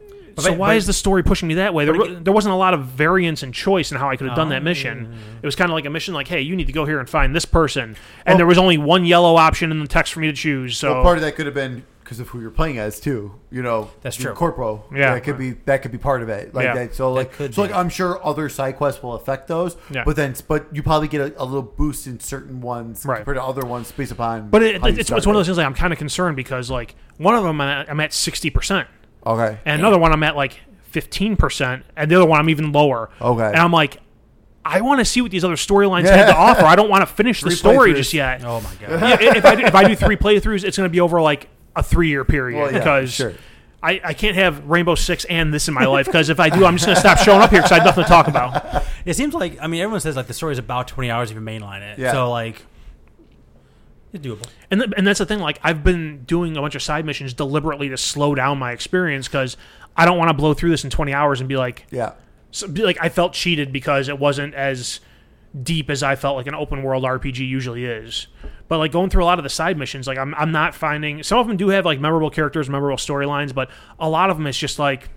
Speaker 3: so
Speaker 1: but-
Speaker 3: why
Speaker 1: but-
Speaker 3: is the story pushing me that way? There,
Speaker 1: but
Speaker 3: wa-
Speaker 1: again-
Speaker 3: there wasn't a lot of variance and choice in how I could have done that mission. It was kind of like a mission like, hey, you need to go here and find this person, and there was only one yellow option in the text for me to choose. So
Speaker 2: Well, part of that could have been because of who you're playing as too. You know,
Speaker 1: That's
Speaker 2: your
Speaker 1: true.
Speaker 2: Corpo.
Speaker 3: Yeah.
Speaker 2: that could be that could be part of it. Like
Speaker 3: Yeah.
Speaker 2: that. So like,
Speaker 1: could
Speaker 2: so
Speaker 1: be.
Speaker 2: like, I'm sure other side quests will affect those.
Speaker 3: Yeah.
Speaker 2: But then, but you probably get a, a little boost in certain ones
Speaker 3: Right.
Speaker 2: compared to other ones based upon.
Speaker 3: but it,
Speaker 2: how you
Speaker 3: it's,
Speaker 2: start
Speaker 3: it's one of
Speaker 2: it.
Speaker 3: those things like I'm kind of concerned because like one of them I'm at- I'm at sixty percent.
Speaker 2: Okay.
Speaker 3: and another one I'm at like 15%, and the other one I'm even lower.
Speaker 2: Okay.
Speaker 3: And I'm like, I want to see what these other storylines have to offer. I don't want to finish the
Speaker 2: Three
Speaker 3: story
Speaker 2: playthroughs.
Speaker 3: just yet.
Speaker 1: Oh my god.
Speaker 3: Yeah, i- if, I do, if I do three playthroughs, it's going to be over like a three year period
Speaker 2: Well, yeah,
Speaker 3: because
Speaker 2: sure.
Speaker 3: I, I can't have Rainbow Six and this in my life because if I do, I'm just going to stop showing up here because I have nothing to talk about.
Speaker 1: It seems like I mean everyone says like the story is about 20 hours if you mainline it.
Speaker 2: Yeah.
Speaker 1: So like, it's doable.
Speaker 3: And, th- and that's the thing. Like, I've been doing a bunch of side missions deliberately to slow down my experience because I don't want to blow through this in 20 hours and be like,
Speaker 2: Yeah.
Speaker 3: so, be- like I felt cheated because it wasn't as deep as I felt like an open world RPG usually is. But like going through a lot of the side missions, like I'm I'm not finding some of them do have like memorable characters, memorable storylines, but a lot of them it's just like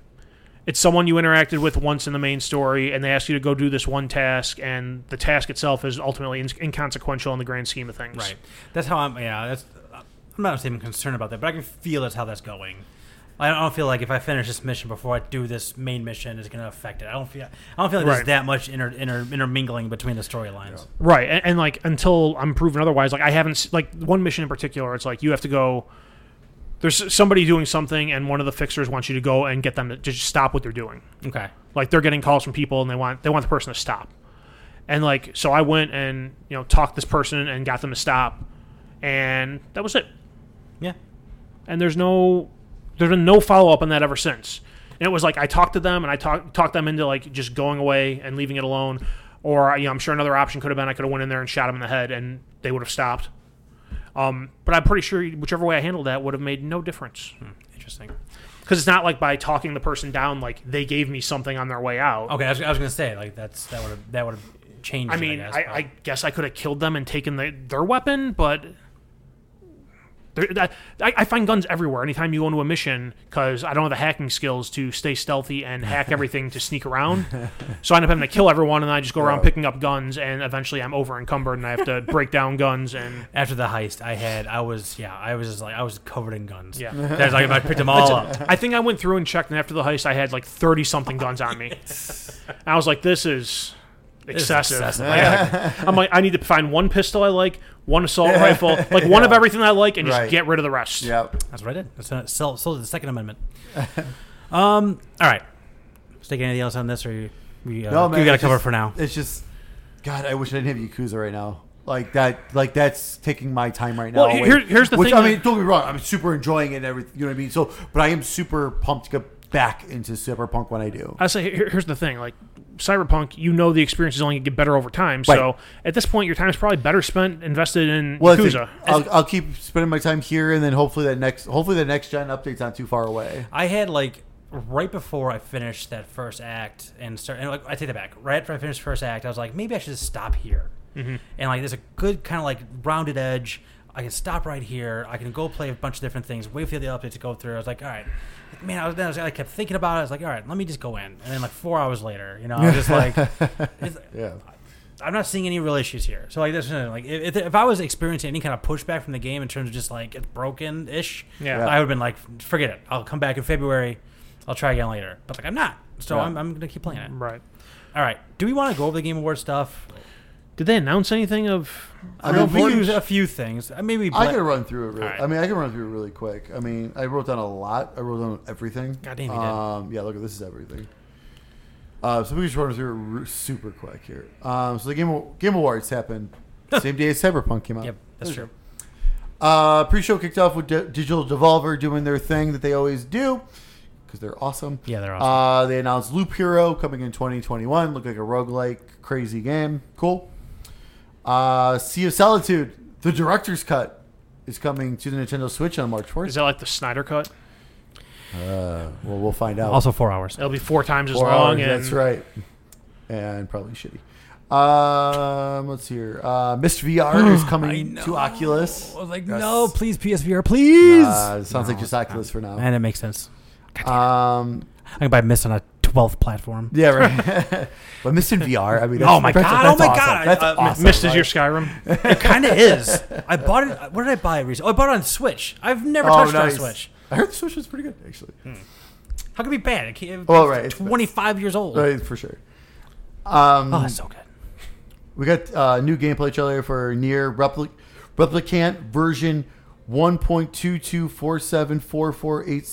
Speaker 3: it's someone you interacted with once in the main story and they ask you to go do this one task and the task itself is ultimately in- inconsequential in the grand scheme of things.
Speaker 1: Right. That's how I'm. Yeah. That's. I'm not even concerned about that, but I can feel that's how that's going. I don't- I don't feel like if I finish this mission before I do this main mission, it's going to affect it. I don't feel. I don't feel like
Speaker 3: Right.
Speaker 1: there's that much inter, inter, intermingling between the storylines.
Speaker 3: Right, and, and like until I'm proven otherwise, like I haven't s- like one mission in particular. It's like you have to go. There's s- somebody doing something, and one of the fixers wants you to go and get them to just stop what they're doing.
Speaker 1: Okay.
Speaker 3: Like they're getting calls from people, and they want they want the person to stop. And like so, I went and you know talked this person and got them to stop, and that was it.
Speaker 1: Yeah.
Speaker 3: And there's no there's been no follow up on that ever since. And it was like I talked to them and I talked talked them into like just going away and leaving it alone. Or you know, I'm sure another option could have been I could have went in there and shot him in the head and they would have stopped. Um, but I'm pretty sure whichever way I handled that would have made no difference
Speaker 1: Interesting.
Speaker 3: because it's not like by talking the person down like they gave me something on their way out.
Speaker 1: Okay. I was, I was going to say like that's that would have that would have changed.
Speaker 3: I
Speaker 1: it,
Speaker 3: mean, I
Speaker 1: guess,
Speaker 3: guess I,
Speaker 1: but-
Speaker 3: guess I could have killed them and taken the, their weapon, but there, that, I, I find guns everywhere. Anytime you go into a mission, because I don't have the hacking skills to stay stealthy and hack everything to sneak around, so I end up having to kill everyone, and I just go around
Speaker 2: Wow.
Speaker 3: picking up guns, and eventually I'm over encumbered, and I have to break down guns, and
Speaker 1: after the heist, I had I was yeah I was just like I was covered in guns.
Speaker 3: Yeah.
Speaker 1: That's like if I picked them all up.
Speaker 3: I think I went through and checked, and after the heist, I had like thirty something guns on me. I was like, this is.
Speaker 1: This is
Speaker 3: Excessive.
Speaker 1: excessive.
Speaker 3: I gotta- I'm like, I need to find one pistol I like, one assault rifle, like one of everything I like, and just
Speaker 2: Right.
Speaker 3: get rid of the rest.
Speaker 2: Yeah.
Speaker 1: That's what I did. That's not, so, so did the Second Amendment. um. All right. Stick anything else on this, or you? We, uh,
Speaker 2: No, man,
Speaker 1: we got to
Speaker 2: it's
Speaker 1: cover
Speaker 2: just-
Speaker 1: for now.
Speaker 2: It's just, God, I wish I didn't have Yakuza right now. Like that, like that's taking my time right now.
Speaker 3: Well,
Speaker 2: away.
Speaker 3: here- here's the
Speaker 2: Which,
Speaker 3: thing
Speaker 2: I
Speaker 3: that-
Speaker 2: mean, don't get me wrong. I'm super enjoying it and everything. You know what I mean? So, but I am super pumped to get back into Cyberpunk when I do.
Speaker 3: I say, here, here's the thing: like Cyberpunk, you know the experience is only going to get better over time. So at this point, your time is probably better spent invested in
Speaker 2: Well, that's
Speaker 3: Yakuza.
Speaker 2: it. I'll, I'll keep spending my time here, and then hopefully that next, hopefully that next gen update's not too far away.
Speaker 1: I had like right before I finished that first act and start. And like I take that back. Right after I finished Mm-hmm. the first act, I was like, maybe I should just stop here. And like, there's a good kind of like rounded edge I can stop right here. I can go play a bunch of different things. Wait for the other update to go through. I was like, all right, Like, man. I was, then I was- I kept thinking about it. I was like, all right, let me just go in. And then like four hours later, you know, I was just like, it's,
Speaker 2: yeah.
Speaker 1: I'm not seeing any real issues here. So like this, like if, if I was experiencing any kind of pushback from the game in terms of just like it's broken ish,
Speaker 3: Yeah.
Speaker 1: I would have been like, forget it. I'll come back in February. I'll try again later. But like I'm not, so
Speaker 2: Yeah.
Speaker 1: I'm, I'm gonna keep playing it.
Speaker 3: Right.
Speaker 1: All right. Do we want to go over the Game Award stuff?
Speaker 3: Did they announce anything of?
Speaker 2: I
Speaker 1: I mean,
Speaker 2: mean,
Speaker 1: we
Speaker 2: we-
Speaker 1: use a few things. Uh, Maybe
Speaker 2: I
Speaker 1: Bla-
Speaker 2: could run through it. Really,
Speaker 1: All right.
Speaker 2: I mean, I can run through it really quick. I mean, I wrote down a lot. I wrote down everything.
Speaker 1: God damn, you did.
Speaker 2: um, yeah, look, this is everything. Uh, so we can just run through it r- super quick here. Um, so the Game, Aw- Game Awards happened same day as Cyberpunk came out.
Speaker 1: Yep, that's true.
Speaker 2: Uh, pre-show kicked off with D- Digital Devolver doing their thing that they always do because they're awesome.
Speaker 1: Yeah, they're
Speaker 2: Uh, they announced Loop Hero coming in 2021. Looked like a roguelike, crazy game. Cool. Uh, sea of Solitude, the director's cut, is coming to the Nintendo Switch on March 4th.
Speaker 3: Is that like the Snyder cut?
Speaker 2: uh, well, we'll find out.
Speaker 1: Also four hours.
Speaker 3: It'll be four times as
Speaker 2: Four
Speaker 3: long.
Speaker 2: hours,
Speaker 3: and
Speaker 2: that's right. And probably shitty. Um, let's see here. Uh, Mist VR is coming to Oculus.
Speaker 1: I was like,
Speaker 2: Yes.
Speaker 1: no, please PSVR, please.
Speaker 2: Uh, it sounds like just Oculus for now.
Speaker 1: and it makes sense.
Speaker 2: Um,
Speaker 1: I can buy Miss on a twelfth platform.
Speaker 2: yeah, right. but Mist in VR, I mean, that's,
Speaker 1: Oh my
Speaker 2: that's-
Speaker 1: God,
Speaker 2: that's
Speaker 1: oh my
Speaker 2: awesome.
Speaker 1: God, I-
Speaker 2: that's
Speaker 1: uh,
Speaker 2: awesome.
Speaker 3: Mist is
Speaker 2: right?
Speaker 3: your Skyrim.
Speaker 1: It kind of is. I bought it. What did I buy recently? Oh, I bought it on Switch. I've never
Speaker 2: Oh,
Speaker 1: touched
Speaker 2: nice.
Speaker 1: on Switch.
Speaker 2: I heard the Switch was pretty good, actually.
Speaker 1: How could it be bad? It can't,
Speaker 2: Well, right, it's-
Speaker 1: Twenty five years old.
Speaker 2: Right, for sure. Um,
Speaker 1: Oh, it's so good.
Speaker 2: We got uh, new gameplay trailer for Near Repli- Replicant version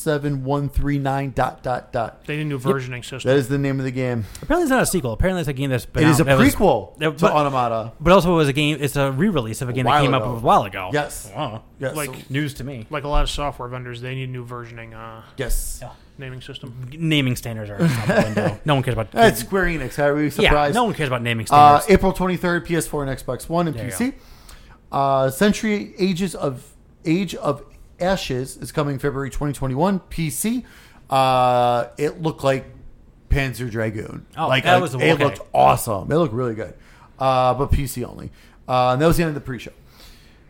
Speaker 2: 1.22474487139 dot dot dot.
Speaker 3: They need a new versioning system.
Speaker 2: That is the name of the game.
Speaker 1: Apparently, it's not a sequel. Apparently, it's a game that's been.
Speaker 2: It is
Speaker 1: out-
Speaker 2: a
Speaker 1: that was-
Speaker 2: prequel
Speaker 1: that-
Speaker 2: to
Speaker 1: but-
Speaker 2: Automata.
Speaker 1: but also, it was a game. It's a re-release of a game that
Speaker 2: while
Speaker 1: came
Speaker 2: ago.
Speaker 1: up a while ago.
Speaker 2: Yes.
Speaker 1: Wow.
Speaker 2: Yes.
Speaker 3: Like-
Speaker 2: so-
Speaker 1: News to me.
Speaker 3: like a lot of software vendors, they need a new versioning uh,
Speaker 2: yes.
Speaker 3: naming system.
Speaker 1: Naming standards are out the window. No one cares about.
Speaker 2: That's Square Enix. How are we surprised?
Speaker 1: Yeah, no one cares about naming
Speaker 2: Uh,
Speaker 1: standards.
Speaker 2: April 23rd, PS4 and Xbox One and
Speaker 1: There you
Speaker 2: PC. Uh, Century Ages of Age of Ashes is coming February 2021 PC. Uh, it looked like Panzer Dragoon.
Speaker 1: Oh,
Speaker 2: like
Speaker 1: that
Speaker 2: like,
Speaker 1: was-
Speaker 2: it
Speaker 1: okay.
Speaker 2: looked awesome. It looked really good, uh, but PC only. Uh, and that was the end of the pre-show.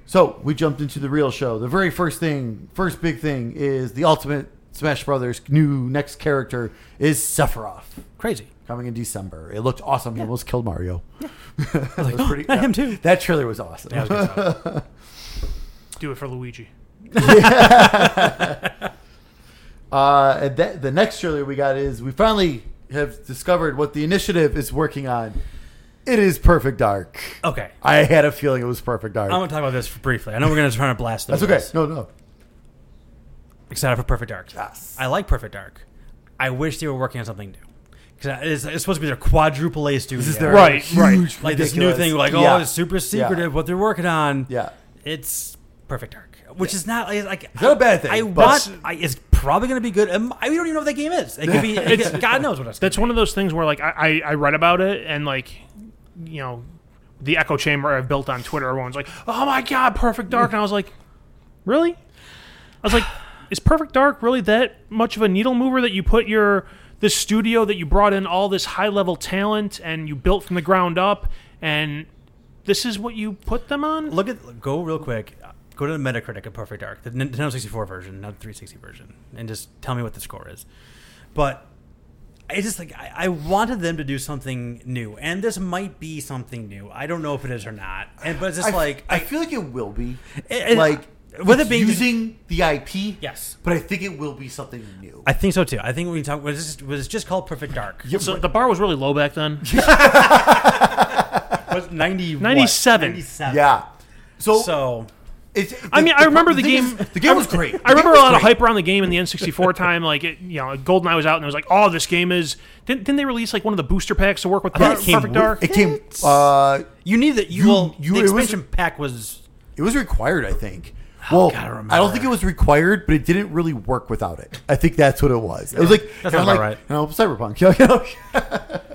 Speaker 2: So we jumped into the real show. The very first thing, first big thing, is the Ultimate Smash Brothers new next character is Sephiroth
Speaker 1: Crazy.
Speaker 2: coming in December. It looked awesome. He almost killed Mario. that was pretty,
Speaker 1: not him too.
Speaker 2: That trailer was awesome.
Speaker 1: Yeah, I was gonna say.
Speaker 3: Do it for Luigi.
Speaker 2: Uh, and that, the next trailer we got is we finally have discovered what the initiative is working on. It is Perfect Dark.
Speaker 1: okay.
Speaker 2: I had a feeling it was Perfect Dark.
Speaker 1: I'm gonna talk about this briefly. I know we're gonna try to blast through
Speaker 2: That's okay.
Speaker 1: this.
Speaker 2: No, no.
Speaker 1: Excited for Perfect Dark.
Speaker 2: Yes.
Speaker 1: I like Perfect Dark. I wish they were working on something new because it's, it's supposed to be their quadruple A studio.
Speaker 2: This is their
Speaker 3: Right,
Speaker 2: huge,
Speaker 3: right.
Speaker 1: like this new
Speaker 2: ridiculous-
Speaker 1: thing, like
Speaker 2: Yeah.
Speaker 1: oh, it's super secretive.
Speaker 2: Yeah.
Speaker 1: What they're working on.
Speaker 2: Yeah.
Speaker 1: It's Perfect Dark, which is not it's like
Speaker 2: not a bad thing,
Speaker 1: I
Speaker 2: but-
Speaker 1: want. I, it's probably going to be good. Um, I we don't even know what that game is. It could be. it could- God knows what it's.
Speaker 3: That's one of those things where like I, I, I read about it and like you know the echo chamber I've built on Twitter. Everyone's like, "Oh my god, Perfect Dark," and I was like, "Really?" I was like, "Is Perfect Dark really that much of a needle mover that you put your this studio that you brought in all this high level talent and you built from the ground up and this is what you put them on?"
Speaker 1: Look at go real quick. Go to the Metacritic of Perfect Dark, the Nintendo 64 version, not the 360 version, and just tell me what the score is. But I just like I, I wanted them to do something new, and this might be something new. I don't know if it is or not. And but it's just
Speaker 2: I,
Speaker 1: like
Speaker 2: I feel like it will be.
Speaker 1: It- it-
Speaker 2: like
Speaker 1: with it
Speaker 2: it's
Speaker 1: being-
Speaker 2: using the IP.
Speaker 1: Yes.
Speaker 2: But I think it will be something new.
Speaker 1: I think so too. I think we can talk. Was this was this just called Perfect Dark?
Speaker 3: So the bar was really low back then.
Speaker 1: Was 90 what?
Speaker 3: 97.
Speaker 1: 97.
Speaker 2: yeah. So,
Speaker 1: So
Speaker 2: It's, it-
Speaker 3: I mean, I remember the
Speaker 2: thing
Speaker 3: game-
Speaker 2: is, the game was great.
Speaker 3: I remember a lot of hype around the game in the N64 time. Like, it, you know, GoldenEye was out, and it was like, "Oh, this game is." Didn't, didn't they release like one of the booster packs to work with
Speaker 1: thought
Speaker 3: Perfect
Speaker 1: it came with-
Speaker 3: Dark?
Speaker 2: It came. Uh,
Speaker 1: you need that. You,
Speaker 2: You-
Speaker 1: will.
Speaker 2: you-
Speaker 1: the
Speaker 2: it was-
Speaker 1: expansion pack was
Speaker 2: it was required, I think. Well,
Speaker 1: God, I remember.
Speaker 2: Oh, I don't think it was required, but it didn't really work without it. I think that's what it was. It was like
Speaker 1: That sounds
Speaker 2: kinda like
Speaker 1: about right.
Speaker 2: you know, Cyberpunk. You know,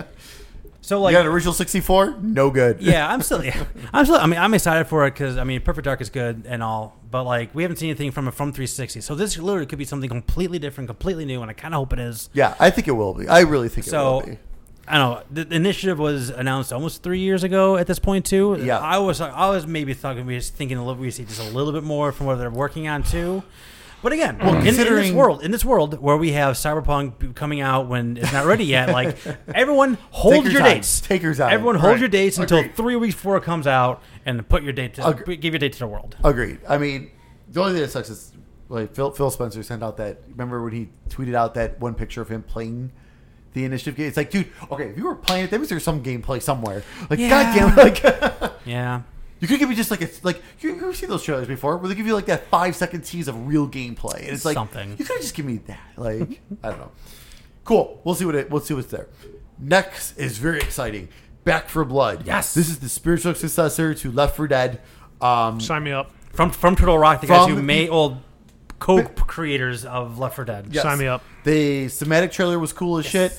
Speaker 1: so
Speaker 2: you
Speaker 1: like.
Speaker 2: got an original sixty four, no good.
Speaker 1: yeah, I'm still. Yeah, I'm still. I mean, I'm excited for it because I mean, Perfect Dark is good and all, but like we haven't seen anything from it from 360. So this literally could be something completely different, completely new, and I kind of hope it is.
Speaker 2: yeah. I think it will be. I really think it
Speaker 1: So
Speaker 2: will be.
Speaker 1: I don't know. The initiative was announced almost three years ago at this point too.
Speaker 2: Yeah.
Speaker 1: I was I was maybe thinking we just thinking a little we see just a little bit more from what they're working on too. But again, in, in this
Speaker 2: considering-
Speaker 1: world, in this world where we have Cyberpunk b- coming out when it's not ready yet, like everyone hold
Speaker 2: Take your
Speaker 1: your,
Speaker 2: time.
Speaker 1: dates.
Speaker 2: Take your time.
Speaker 1: Everyone hold
Speaker 3: Right.
Speaker 1: your dates until
Speaker 2: Agreed.
Speaker 1: three weeks before it comes out, and put your date to
Speaker 2: Agre-
Speaker 1: give your date to the world.
Speaker 2: Agreed. I mean, the only thing that sucks is like Phil, Phil Spencer sent out that. Remember when he tweeted out that one picture of him playing the initiative game? It's like, dude, okay, if you were playing it, that means there's some gameplay somewhere. Like,
Speaker 1: Yeah.
Speaker 2: goddamn, like
Speaker 1: Yeah.
Speaker 2: you could give me just like it's like you you see those trailers before where they give you like that five second tease of real gameplay, and it's like
Speaker 1: Something.
Speaker 2: You could just give me that. Like, I don't know. Cool. We'll see what it. We'll see what's there. Next is very exciting. Back for Blood.
Speaker 1: Yes.
Speaker 2: this is the spiritual successor to Left for Dead. Um,
Speaker 3: Sign me up.
Speaker 1: From from Turtle Rock, the guys
Speaker 2: From
Speaker 1: who
Speaker 2: the
Speaker 1: made old co-creators of Left 4 Dead.
Speaker 2: Yes.
Speaker 3: Sign me up.
Speaker 2: The cinematic trailer was cool as shit.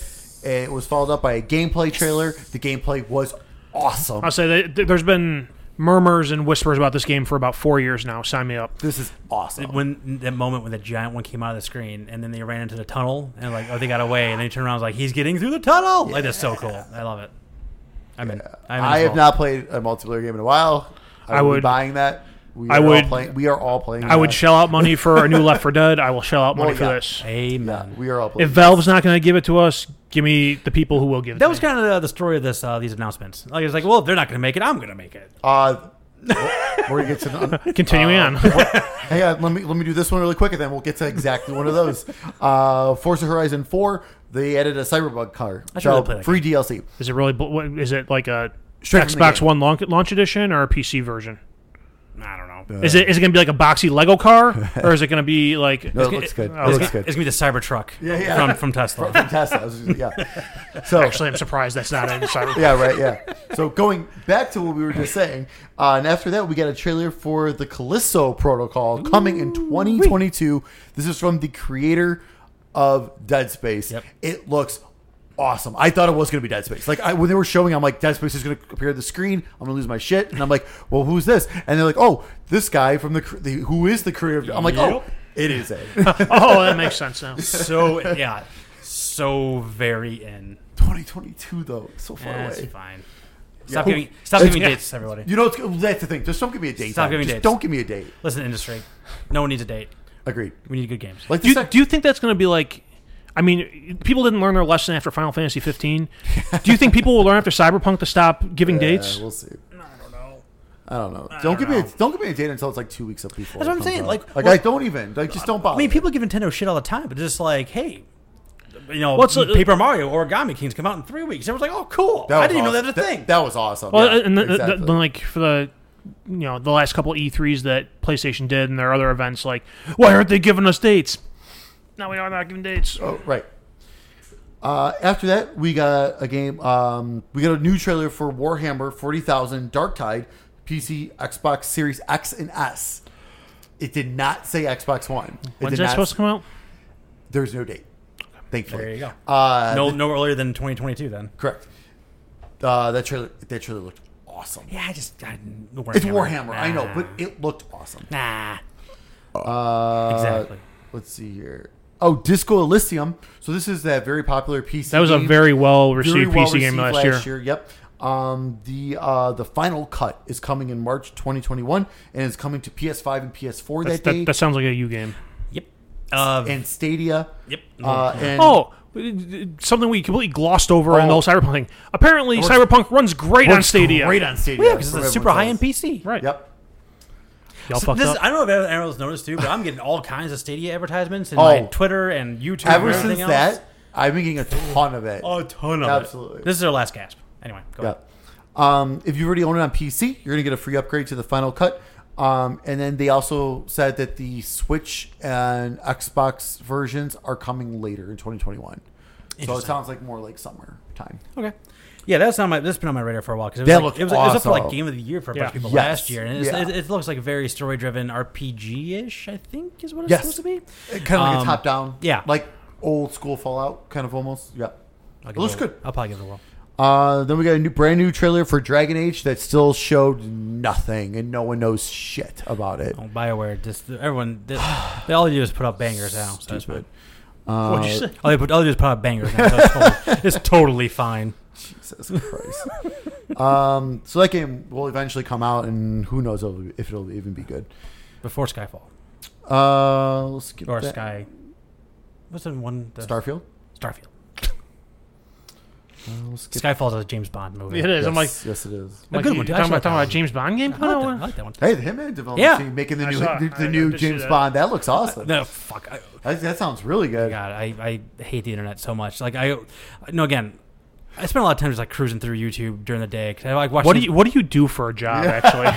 Speaker 2: It was followed up by a gameplay trailer. The gameplay was awesome.
Speaker 3: I'll say that th- there's been murmurs and whispers about this game for about four years now. Sign me up.
Speaker 2: This is awesome.
Speaker 1: when that moment when the giant one came out of the screen and then they ran into the tunnel and like oh they got away and then he turned around and was like he's getting through the tunnel like that's so cool I love it I'm in I'm in
Speaker 2: I
Speaker 1: as
Speaker 2: have
Speaker 1: well.
Speaker 2: not played a multiplayer game in a while. I,
Speaker 3: I
Speaker 2: would be
Speaker 3: would-
Speaker 2: buying that. We are
Speaker 3: I
Speaker 2: all
Speaker 3: would-
Speaker 2: playing- we are all playing.
Speaker 3: I would
Speaker 2: that.
Speaker 3: shell out money for a new Left for Dead. I will shell out money
Speaker 2: Well,
Speaker 3: for
Speaker 2: yeah.
Speaker 3: this.
Speaker 2: Yeah,
Speaker 1: amen
Speaker 2: we are all playing.
Speaker 3: If Valve's not going to give it to us, give me the people who will give it.
Speaker 1: that
Speaker 3: to
Speaker 1: was
Speaker 3: me.
Speaker 1: kind of the, the story of this uh, these announcements like it was like well if they're not gonna make it I'm gonna make it
Speaker 2: uh, we're gonna get to the,
Speaker 3: continuing
Speaker 2: Uh,
Speaker 3: on.
Speaker 2: hang on. Let me let me do this one really quick, and then we'll get to exactly one of those. Uh, Forza Horizon Four. They added a cyberbug car.
Speaker 1: I should really play that
Speaker 2: free DLC.
Speaker 3: is it really? bl- what- Is it like a
Speaker 2: Straight from the
Speaker 3: Xbox
Speaker 2: game.
Speaker 3: One launch, launch edition or a PC version?
Speaker 1: I don't know
Speaker 3: Is it is it going to be like a boxy Lego car or is it going to be like?
Speaker 2: No, it looks good.
Speaker 3: oh,
Speaker 2: It
Speaker 1: it's,
Speaker 2: looks
Speaker 1: gonna,
Speaker 2: good.
Speaker 1: it's gonna be the Cybertruck
Speaker 2: Yeah, yeah.
Speaker 1: from from Tesla
Speaker 2: Tesla. I was just- yeah. So
Speaker 3: Actually, I'm surprised that's not in Cyberpunk.
Speaker 2: yeah, right, yeah. So going back to what we were just saying, uh, and after that, we got a trailer for the Callisto Protocol coming in 2022. This is from the creator of Dead Space.
Speaker 1: Yep.
Speaker 2: It looks awesome. I thought it was going to be Dead Space. Like I, when they were showing, I'm like, Dead Space is going to appear on the screen. I'm going to lose my shit, and I'm like, well, who's this? And they're like, oh, this guy from the, cr- the who is the creator. Of, I'm like, oh,
Speaker 1: Yep.
Speaker 2: it is it.
Speaker 3: Oh, that makes sense now.
Speaker 1: so yeah so very in
Speaker 2: 2022 though, so far
Speaker 1: that's
Speaker 2: away.
Speaker 1: fine stop
Speaker 2: Yeah.
Speaker 1: giving stop
Speaker 2: It's-
Speaker 1: giving
Speaker 2: yeah.
Speaker 1: dates everybody
Speaker 2: You know, it's, that's the thing. Just don't give me a date.
Speaker 1: Stop
Speaker 2: time.
Speaker 1: giving
Speaker 2: Just
Speaker 1: dates.
Speaker 2: Don't give me a date.
Speaker 1: listen industry no one needs a date
Speaker 2: Agreed.
Speaker 1: we need good games
Speaker 2: Like
Speaker 3: Do
Speaker 2: the
Speaker 3: you,
Speaker 2: sec-
Speaker 3: do you think that's going to be like? I mean, people didn't learn their lesson after Final Fantasy 15. Do you think people will learn after Cyberpunk to stop giving dates?
Speaker 2: Yeah, we'll see.
Speaker 1: I don't know.
Speaker 2: I don't know. Don't
Speaker 1: don't
Speaker 2: give me
Speaker 1: know.
Speaker 2: a, don't give me a date until it's like two weeks up before.
Speaker 1: That's what
Speaker 2: it
Speaker 1: I'm
Speaker 2: comes
Speaker 1: saying,
Speaker 2: out.
Speaker 1: like,
Speaker 2: like
Speaker 1: well-
Speaker 2: I don't even like just don't bother.
Speaker 1: I mean, people give Nintendo shit all the time, but just like, hey, you know,
Speaker 3: What's the-
Speaker 1: Paper Mario Origami King's come out in three weeks. Everyone's like, oh, cool.
Speaker 2: That
Speaker 1: I
Speaker 2: was
Speaker 1: didn't even know
Speaker 2: awesome.
Speaker 1: that was a thing.
Speaker 2: That, that was awesome.
Speaker 3: Well,
Speaker 2: yeah,
Speaker 3: Uh, and the, the-
Speaker 2: exactly.
Speaker 3: the- like for the you know the last couple E3s that PlayStation did and their other events, like why aren't they giving us dates? No, we are not giving dates.
Speaker 2: oh, right. Uh, after that, we got a game. Um, we got a new trailer for Warhammer Forty Thousand Dark Tide, PC, Xbox Series X and S. It did not say Xbox One. It
Speaker 3: When's
Speaker 2: did
Speaker 3: that
Speaker 2: not-
Speaker 3: supposed to come out?
Speaker 2: There's no date. Thankfully,
Speaker 1: there you go.
Speaker 2: Uh,
Speaker 1: no, no earlier than 2022. Then.
Speaker 2: Correct. Uh, that trailer that trailer looked awesome.
Speaker 1: Yeah, I just I, Warhammer.
Speaker 2: It's Warhammer, I know, but
Speaker 1: Nah.
Speaker 2: it looked awesome.
Speaker 1: nah,
Speaker 2: Uh,
Speaker 1: exactly.
Speaker 2: Let's see here. Oh, Disco Elysium. So this is that very popular PC.
Speaker 3: That was a
Speaker 2: game.
Speaker 3: very well
Speaker 2: Very
Speaker 3: received
Speaker 2: well
Speaker 3: PC game
Speaker 2: received
Speaker 3: last, year.
Speaker 2: Yep. Um, the uh, the final cut is coming in March 2021, and it's coming to PS5 and PS4
Speaker 3: That's-
Speaker 2: that day,
Speaker 3: That, that sounds like a U game.
Speaker 1: yep. Uh,
Speaker 2: and Stadia.
Speaker 1: yep.
Speaker 2: Uh, and
Speaker 3: Oh, something we completely glossed over in the
Speaker 2: Oh.
Speaker 3: whole Cyberpunk thing. Apparently,
Speaker 2: works-
Speaker 3: Cyberpunk runs great on
Speaker 2: Works
Speaker 3: Stadia.
Speaker 2: Great on Stadia.
Speaker 1: yeah, because
Speaker 2: from
Speaker 1: it's a
Speaker 2: everyone
Speaker 1: super high end
Speaker 2: says.
Speaker 1: PC.
Speaker 3: Right.
Speaker 2: Yep.
Speaker 3: Y'all
Speaker 1: So
Speaker 3: fucked
Speaker 1: this,
Speaker 3: up.
Speaker 1: I don't know if anyone's noticed too, but I'm getting all kinds of Stadia advertisements and
Speaker 2: Oh.
Speaker 1: like Twitter and YouTube.
Speaker 2: Ever
Speaker 1: and
Speaker 2: since
Speaker 1: everything else.
Speaker 2: that, I've been getting a ton of it.
Speaker 1: a ton of it.
Speaker 2: Absolutely.
Speaker 1: This is their last gasp. Anyway, go
Speaker 2: Yeah.
Speaker 1: ahead.
Speaker 2: Um, if you already own it on PC, you're going to get a free upgrade to the Final Cut. Um, and then they also said that the Switch and Xbox versions are coming later in 2021. So it sounds like more like summer time.
Speaker 1: Okay. Yeah, that's on my. That's been on my radar for a while because it was
Speaker 2: That
Speaker 1: like,
Speaker 2: looked
Speaker 1: it was, it was up for like
Speaker 2: awesome.
Speaker 1: game of the year for a
Speaker 3: Yeah.
Speaker 1: bunch of people
Speaker 2: Yes.
Speaker 1: last year, and it's,
Speaker 2: Yeah.
Speaker 1: it, it looks like very story driven RPG ish. I think is what it's
Speaker 2: Yes.
Speaker 1: supposed to be.
Speaker 2: Kind of like a
Speaker 1: Um,
Speaker 2: top down.
Speaker 1: yeah.
Speaker 2: Like old school Fallout, kind of almost. Yeah.
Speaker 1: I'll give
Speaker 2: It looks
Speaker 1: a-
Speaker 2: good.
Speaker 1: I'll probably give it a whirl.
Speaker 2: Uh, then we got a new, brand new trailer for Dragon Age that still showed nothing and no one knows shit about it.
Speaker 1: Oh, Bioware, just everyone, they, they all they do is put up bangers now. So that's
Speaker 2: Stupid.
Speaker 1: fine.
Speaker 2: Uh,
Speaker 3: What'd you say?
Speaker 1: Oh, they put, oh, they just put out bangers. Now, so it's, totally, it's totally fine.
Speaker 2: Jesus Christ. um, so that game will eventually come out, and who knows if it'll- if it'll even be good.
Speaker 1: Before Skyfall
Speaker 2: Uh, let's skip
Speaker 1: or
Speaker 2: that.
Speaker 1: Sky, what's in one? The
Speaker 2: Starfield.
Speaker 1: Starfield.
Speaker 2: Uh, we'll skip-
Speaker 1: Skyfall's a James Bond movie.
Speaker 3: It is.
Speaker 2: Yes,
Speaker 3: I'm like,
Speaker 2: yes, it is.
Speaker 1: A
Speaker 3: like
Speaker 1: good
Speaker 3: you
Speaker 1: one, dude. Actually,
Speaker 3: Talking about, talking
Speaker 1: I
Speaker 3: about James Bond game.
Speaker 1: I
Speaker 3: Oh,
Speaker 1: like
Speaker 3: no,
Speaker 1: that, I like that one.
Speaker 2: Hey, the Hitman development
Speaker 1: Yeah.
Speaker 2: team making the
Speaker 3: I
Speaker 2: new
Speaker 3: saw-
Speaker 2: the, the
Speaker 3: I
Speaker 2: new
Speaker 3: did see
Speaker 2: James
Speaker 3: that.
Speaker 2: Bond. That looks awesome.
Speaker 1: No, fuck. I,
Speaker 2: That, that sounds really good.
Speaker 1: God, I, I hate the internet so much. Like I, no, again, I spend a lot of time just like cruising through YouTube during the day because I like watching.
Speaker 3: What do you What do you do for a job? Actually,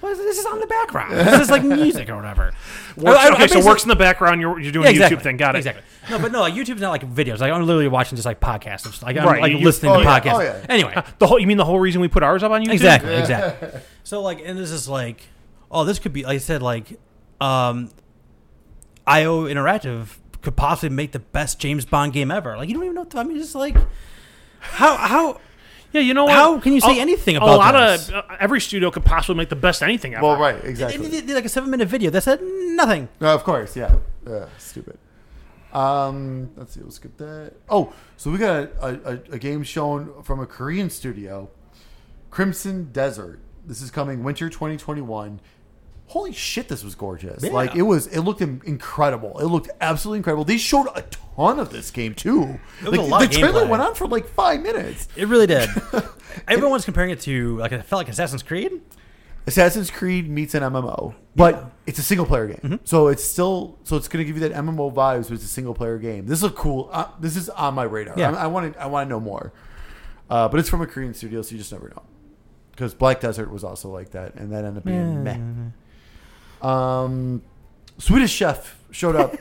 Speaker 1: What is, this is on the background. this is like music or whatever.
Speaker 3: works,
Speaker 1: I- I- I
Speaker 3: okay. so
Speaker 1: basically-
Speaker 3: works in the background. You're you're doing
Speaker 1: Yeah,
Speaker 3: a
Speaker 1: exactly.
Speaker 3: YouTube thing. Got it.
Speaker 1: Exactly. No, but no, like, YouTube's not like videos. Like I'm literally watching just like podcasts. and stuff. Like I'm
Speaker 3: Right,
Speaker 1: like
Speaker 3: you-
Speaker 1: listening
Speaker 2: oh,
Speaker 1: to
Speaker 2: yeah,
Speaker 1: podcasts.
Speaker 2: oh, yeah.
Speaker 1: Anyway,
Speaker 3: Uh, The whole you mean the whole reason we put ours up on YouTube?
Speaker 1: Exactly, exactly. So like, and this is like, oh, this could be. Like I said, like, um, IO Interactive could possibly make the best James Bond game ever. Like, you don't even know. What the, I mean, just like, how how
Speaker 3: Yeah, you know what?
Speaker 1: How can you say anything about
Speaker 3: a lot
Speaker 1: this?
Speaker 3: of uh, every studio could possibly make the best anything ever?
Speaker 2: Well, right,
Speaker 1: they
Speaker 2: exactly.
Speaker 1: did, like a seven minute video that said nothing.
Speaker 2: No, of course, yeah. Uh, stupid. Um, let's see. We'll skip that. Oh, so we got a, a, a game shown from a Korean studio, Crimson Desert. This is coming winter 2021. Holy shit, this was gorgeous!
Speaker 1: Yeah.
Speaker 2: Like it was, it looked in- incredible. It looked absolutely incredible. They showed a ton of this game too.
Speaker 1: was
Speaker 2: like
Speaker 1: a lot
Speaker 2: the
Speaker 1: of
Speaker 2: trailer
Speaker 1: gameplay.
Speaker 2: went on for like five minutes.
Speaker 1: It really did. Everyone's comparing it to like it felt like Assassin's Creed.
Speaker 2: Assassin's Creed meets an MMO, but it's a single player game.
Speaker 1: Mm-hmm.
Speaker 2: So it's still so it's going to give you that MMO vibes, but it's a single player game. This is a cool. Uh, this is on my radar.
Speaker 1: Yeah.
Speaker 2: I want to. I want to know more. Uh, but it's from a Korean studio, so you just never know. Because Black Desert was also like that, and that ended up being meh. Um, Swedish Chef showed up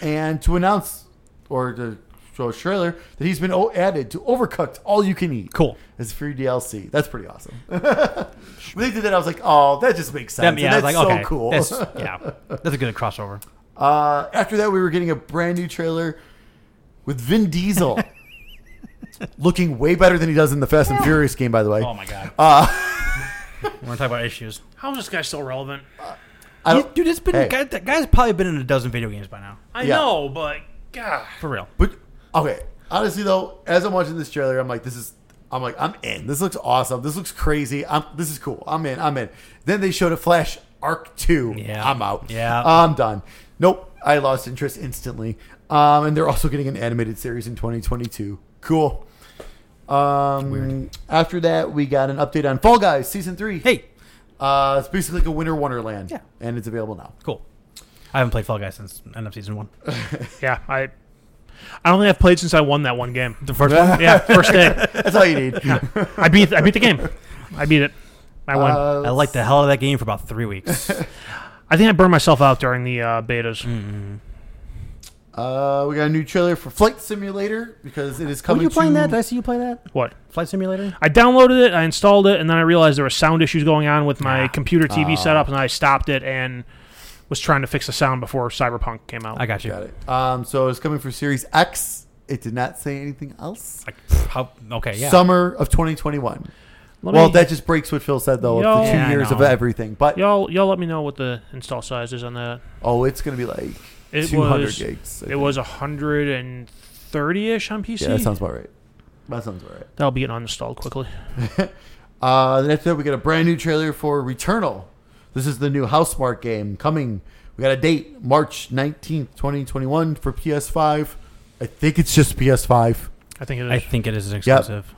Speaker 2: and to announce or to show a trailer that he's been o- added to Overcooked All You Can Eat.
Speaker 1: Cool.
Speaker 2: It's free DLC. That's pretty awesome. when they did that, I was like, oh, that just makes sense.
Speaker 1: That-
Speaker 2: and
Speaker 1: yeah, I was
Speaker 2: that's
Speaker 1: like
Speaker 2: so
Speaker 1: okay,
Speaker 2: cool.
Speaker 1: that's- yeah, that's a good crossover.
Speaker 2: Uh, after that, we were getting a brand new trailer with Vin Diesel. Looking way better than he does in the Fast and Furious game, by the way.
Speaker 1: Oh my god,
Speaker 2: Uh,
Speaker 1: we're gonna talk about issues.
Speaker 3: How is this guy still relevant?
Speaker 2: I don't,
Speaker 1: Dude, it's been
Speaker 2: Hey.
Speaker 1: guy, that guy's probably been in a dozen video games by now.
Speaker 3: I
Speaker 2: Yeah.
Speaker 3: know, but God,
Speaker 1: For real.
Speaker 2: But okay, honestly though, as I'm watching this trailer, I'm like, this is. I'm like, I'm in. This looks awesome. This looks crazy. I'm. This is cool. I'm in. I'm in. Then they showed a Flash Arc Two.
Speaker 1: Yeah.
Speaker 2: I'm out.
Speaker 1: Yeah.
Speaker 2: I'm done. Nope. I lost interest instantly. Um, and they're also getting an animated series in 2022. Cool. Um, After that, we got an update on Fall Guys season three.
Speaker 1: Hey,
Speaker 2: uh, it's basically like a winter wonderland.
Speaker 1: Yeah.
Speaker 2: and it's available now.
Speaker 1: cool. I haven't played Fall Guys since end of season one.
Speaker 3: yeah, I, I don't think I've played since I won that one game.
Speaker 1: The first one.
Speaker 3: Yeah, first day,
Speaker 2: That's all you need.
Speaker 3: I beat I beat the game, I beat it, I won.
Speaker 2: Uh,
Speaker 1: I liked the hell out of that game for about three weeks.
Speaker 3: I think I burned myself out during the uh, betas.
Speaker 2: Hmm. Uh, we got a new trailer for Flight Simulator because it is coming. to-
Speaker 1: I see you play that?
Speaker 3: What?
Speaker 1: Flight Simulator?
Speaker 3: I downloaded it, I installed it, and then I realized there were sound issues going on with my computer TV
Speaker 2: Oh.
Speaker 3: setup, and I stopped it and was trying to fix the sound before Cyberpunk came out.
Speaker 1: I got you.
Speaker 2: Oh, Got it. Um, so it's coming for Series X. It did not say anything else.
Speaker 1: Like, pff, how, okay, yeah.
Speaker 2: Summer of 2021.
Speaker 3: Let
Speaker 2: well,
Speaker 3: me-
Speaker 2: that just breaks what Phil said though. of
Speaker 3: Yo.
Speaker 2: the two
Speaker 1: Yeah, I
Speaker 2: years of
Speaker 1: know.
Speaker 2: everything, but
Speaker 3: y'all y'all let me know what the install size is on that.
Speaker 2: oh, it's gonna be like
Speaker 3: It
Speaker 2: 200
Speaker 3: was
Speaker 2: gigs. I
Speaker 3: it
Speaker 2: think.
Speaker 3: was hundred and thirty ish on PC.
Speaker 2: Yeah, that sounds about right. That sounds about right.
Speaker 3: That'll be getting uninstalled quickly.
Speaker 2: Uh, the next day we got a brand new trailer for Returnal. This is the new House Mark game coming. We got a date March 19th, 2021 for PS5. I think it's just PS5.
Speaker 3: I think it is.
Speaker 1: I think it is exclusive.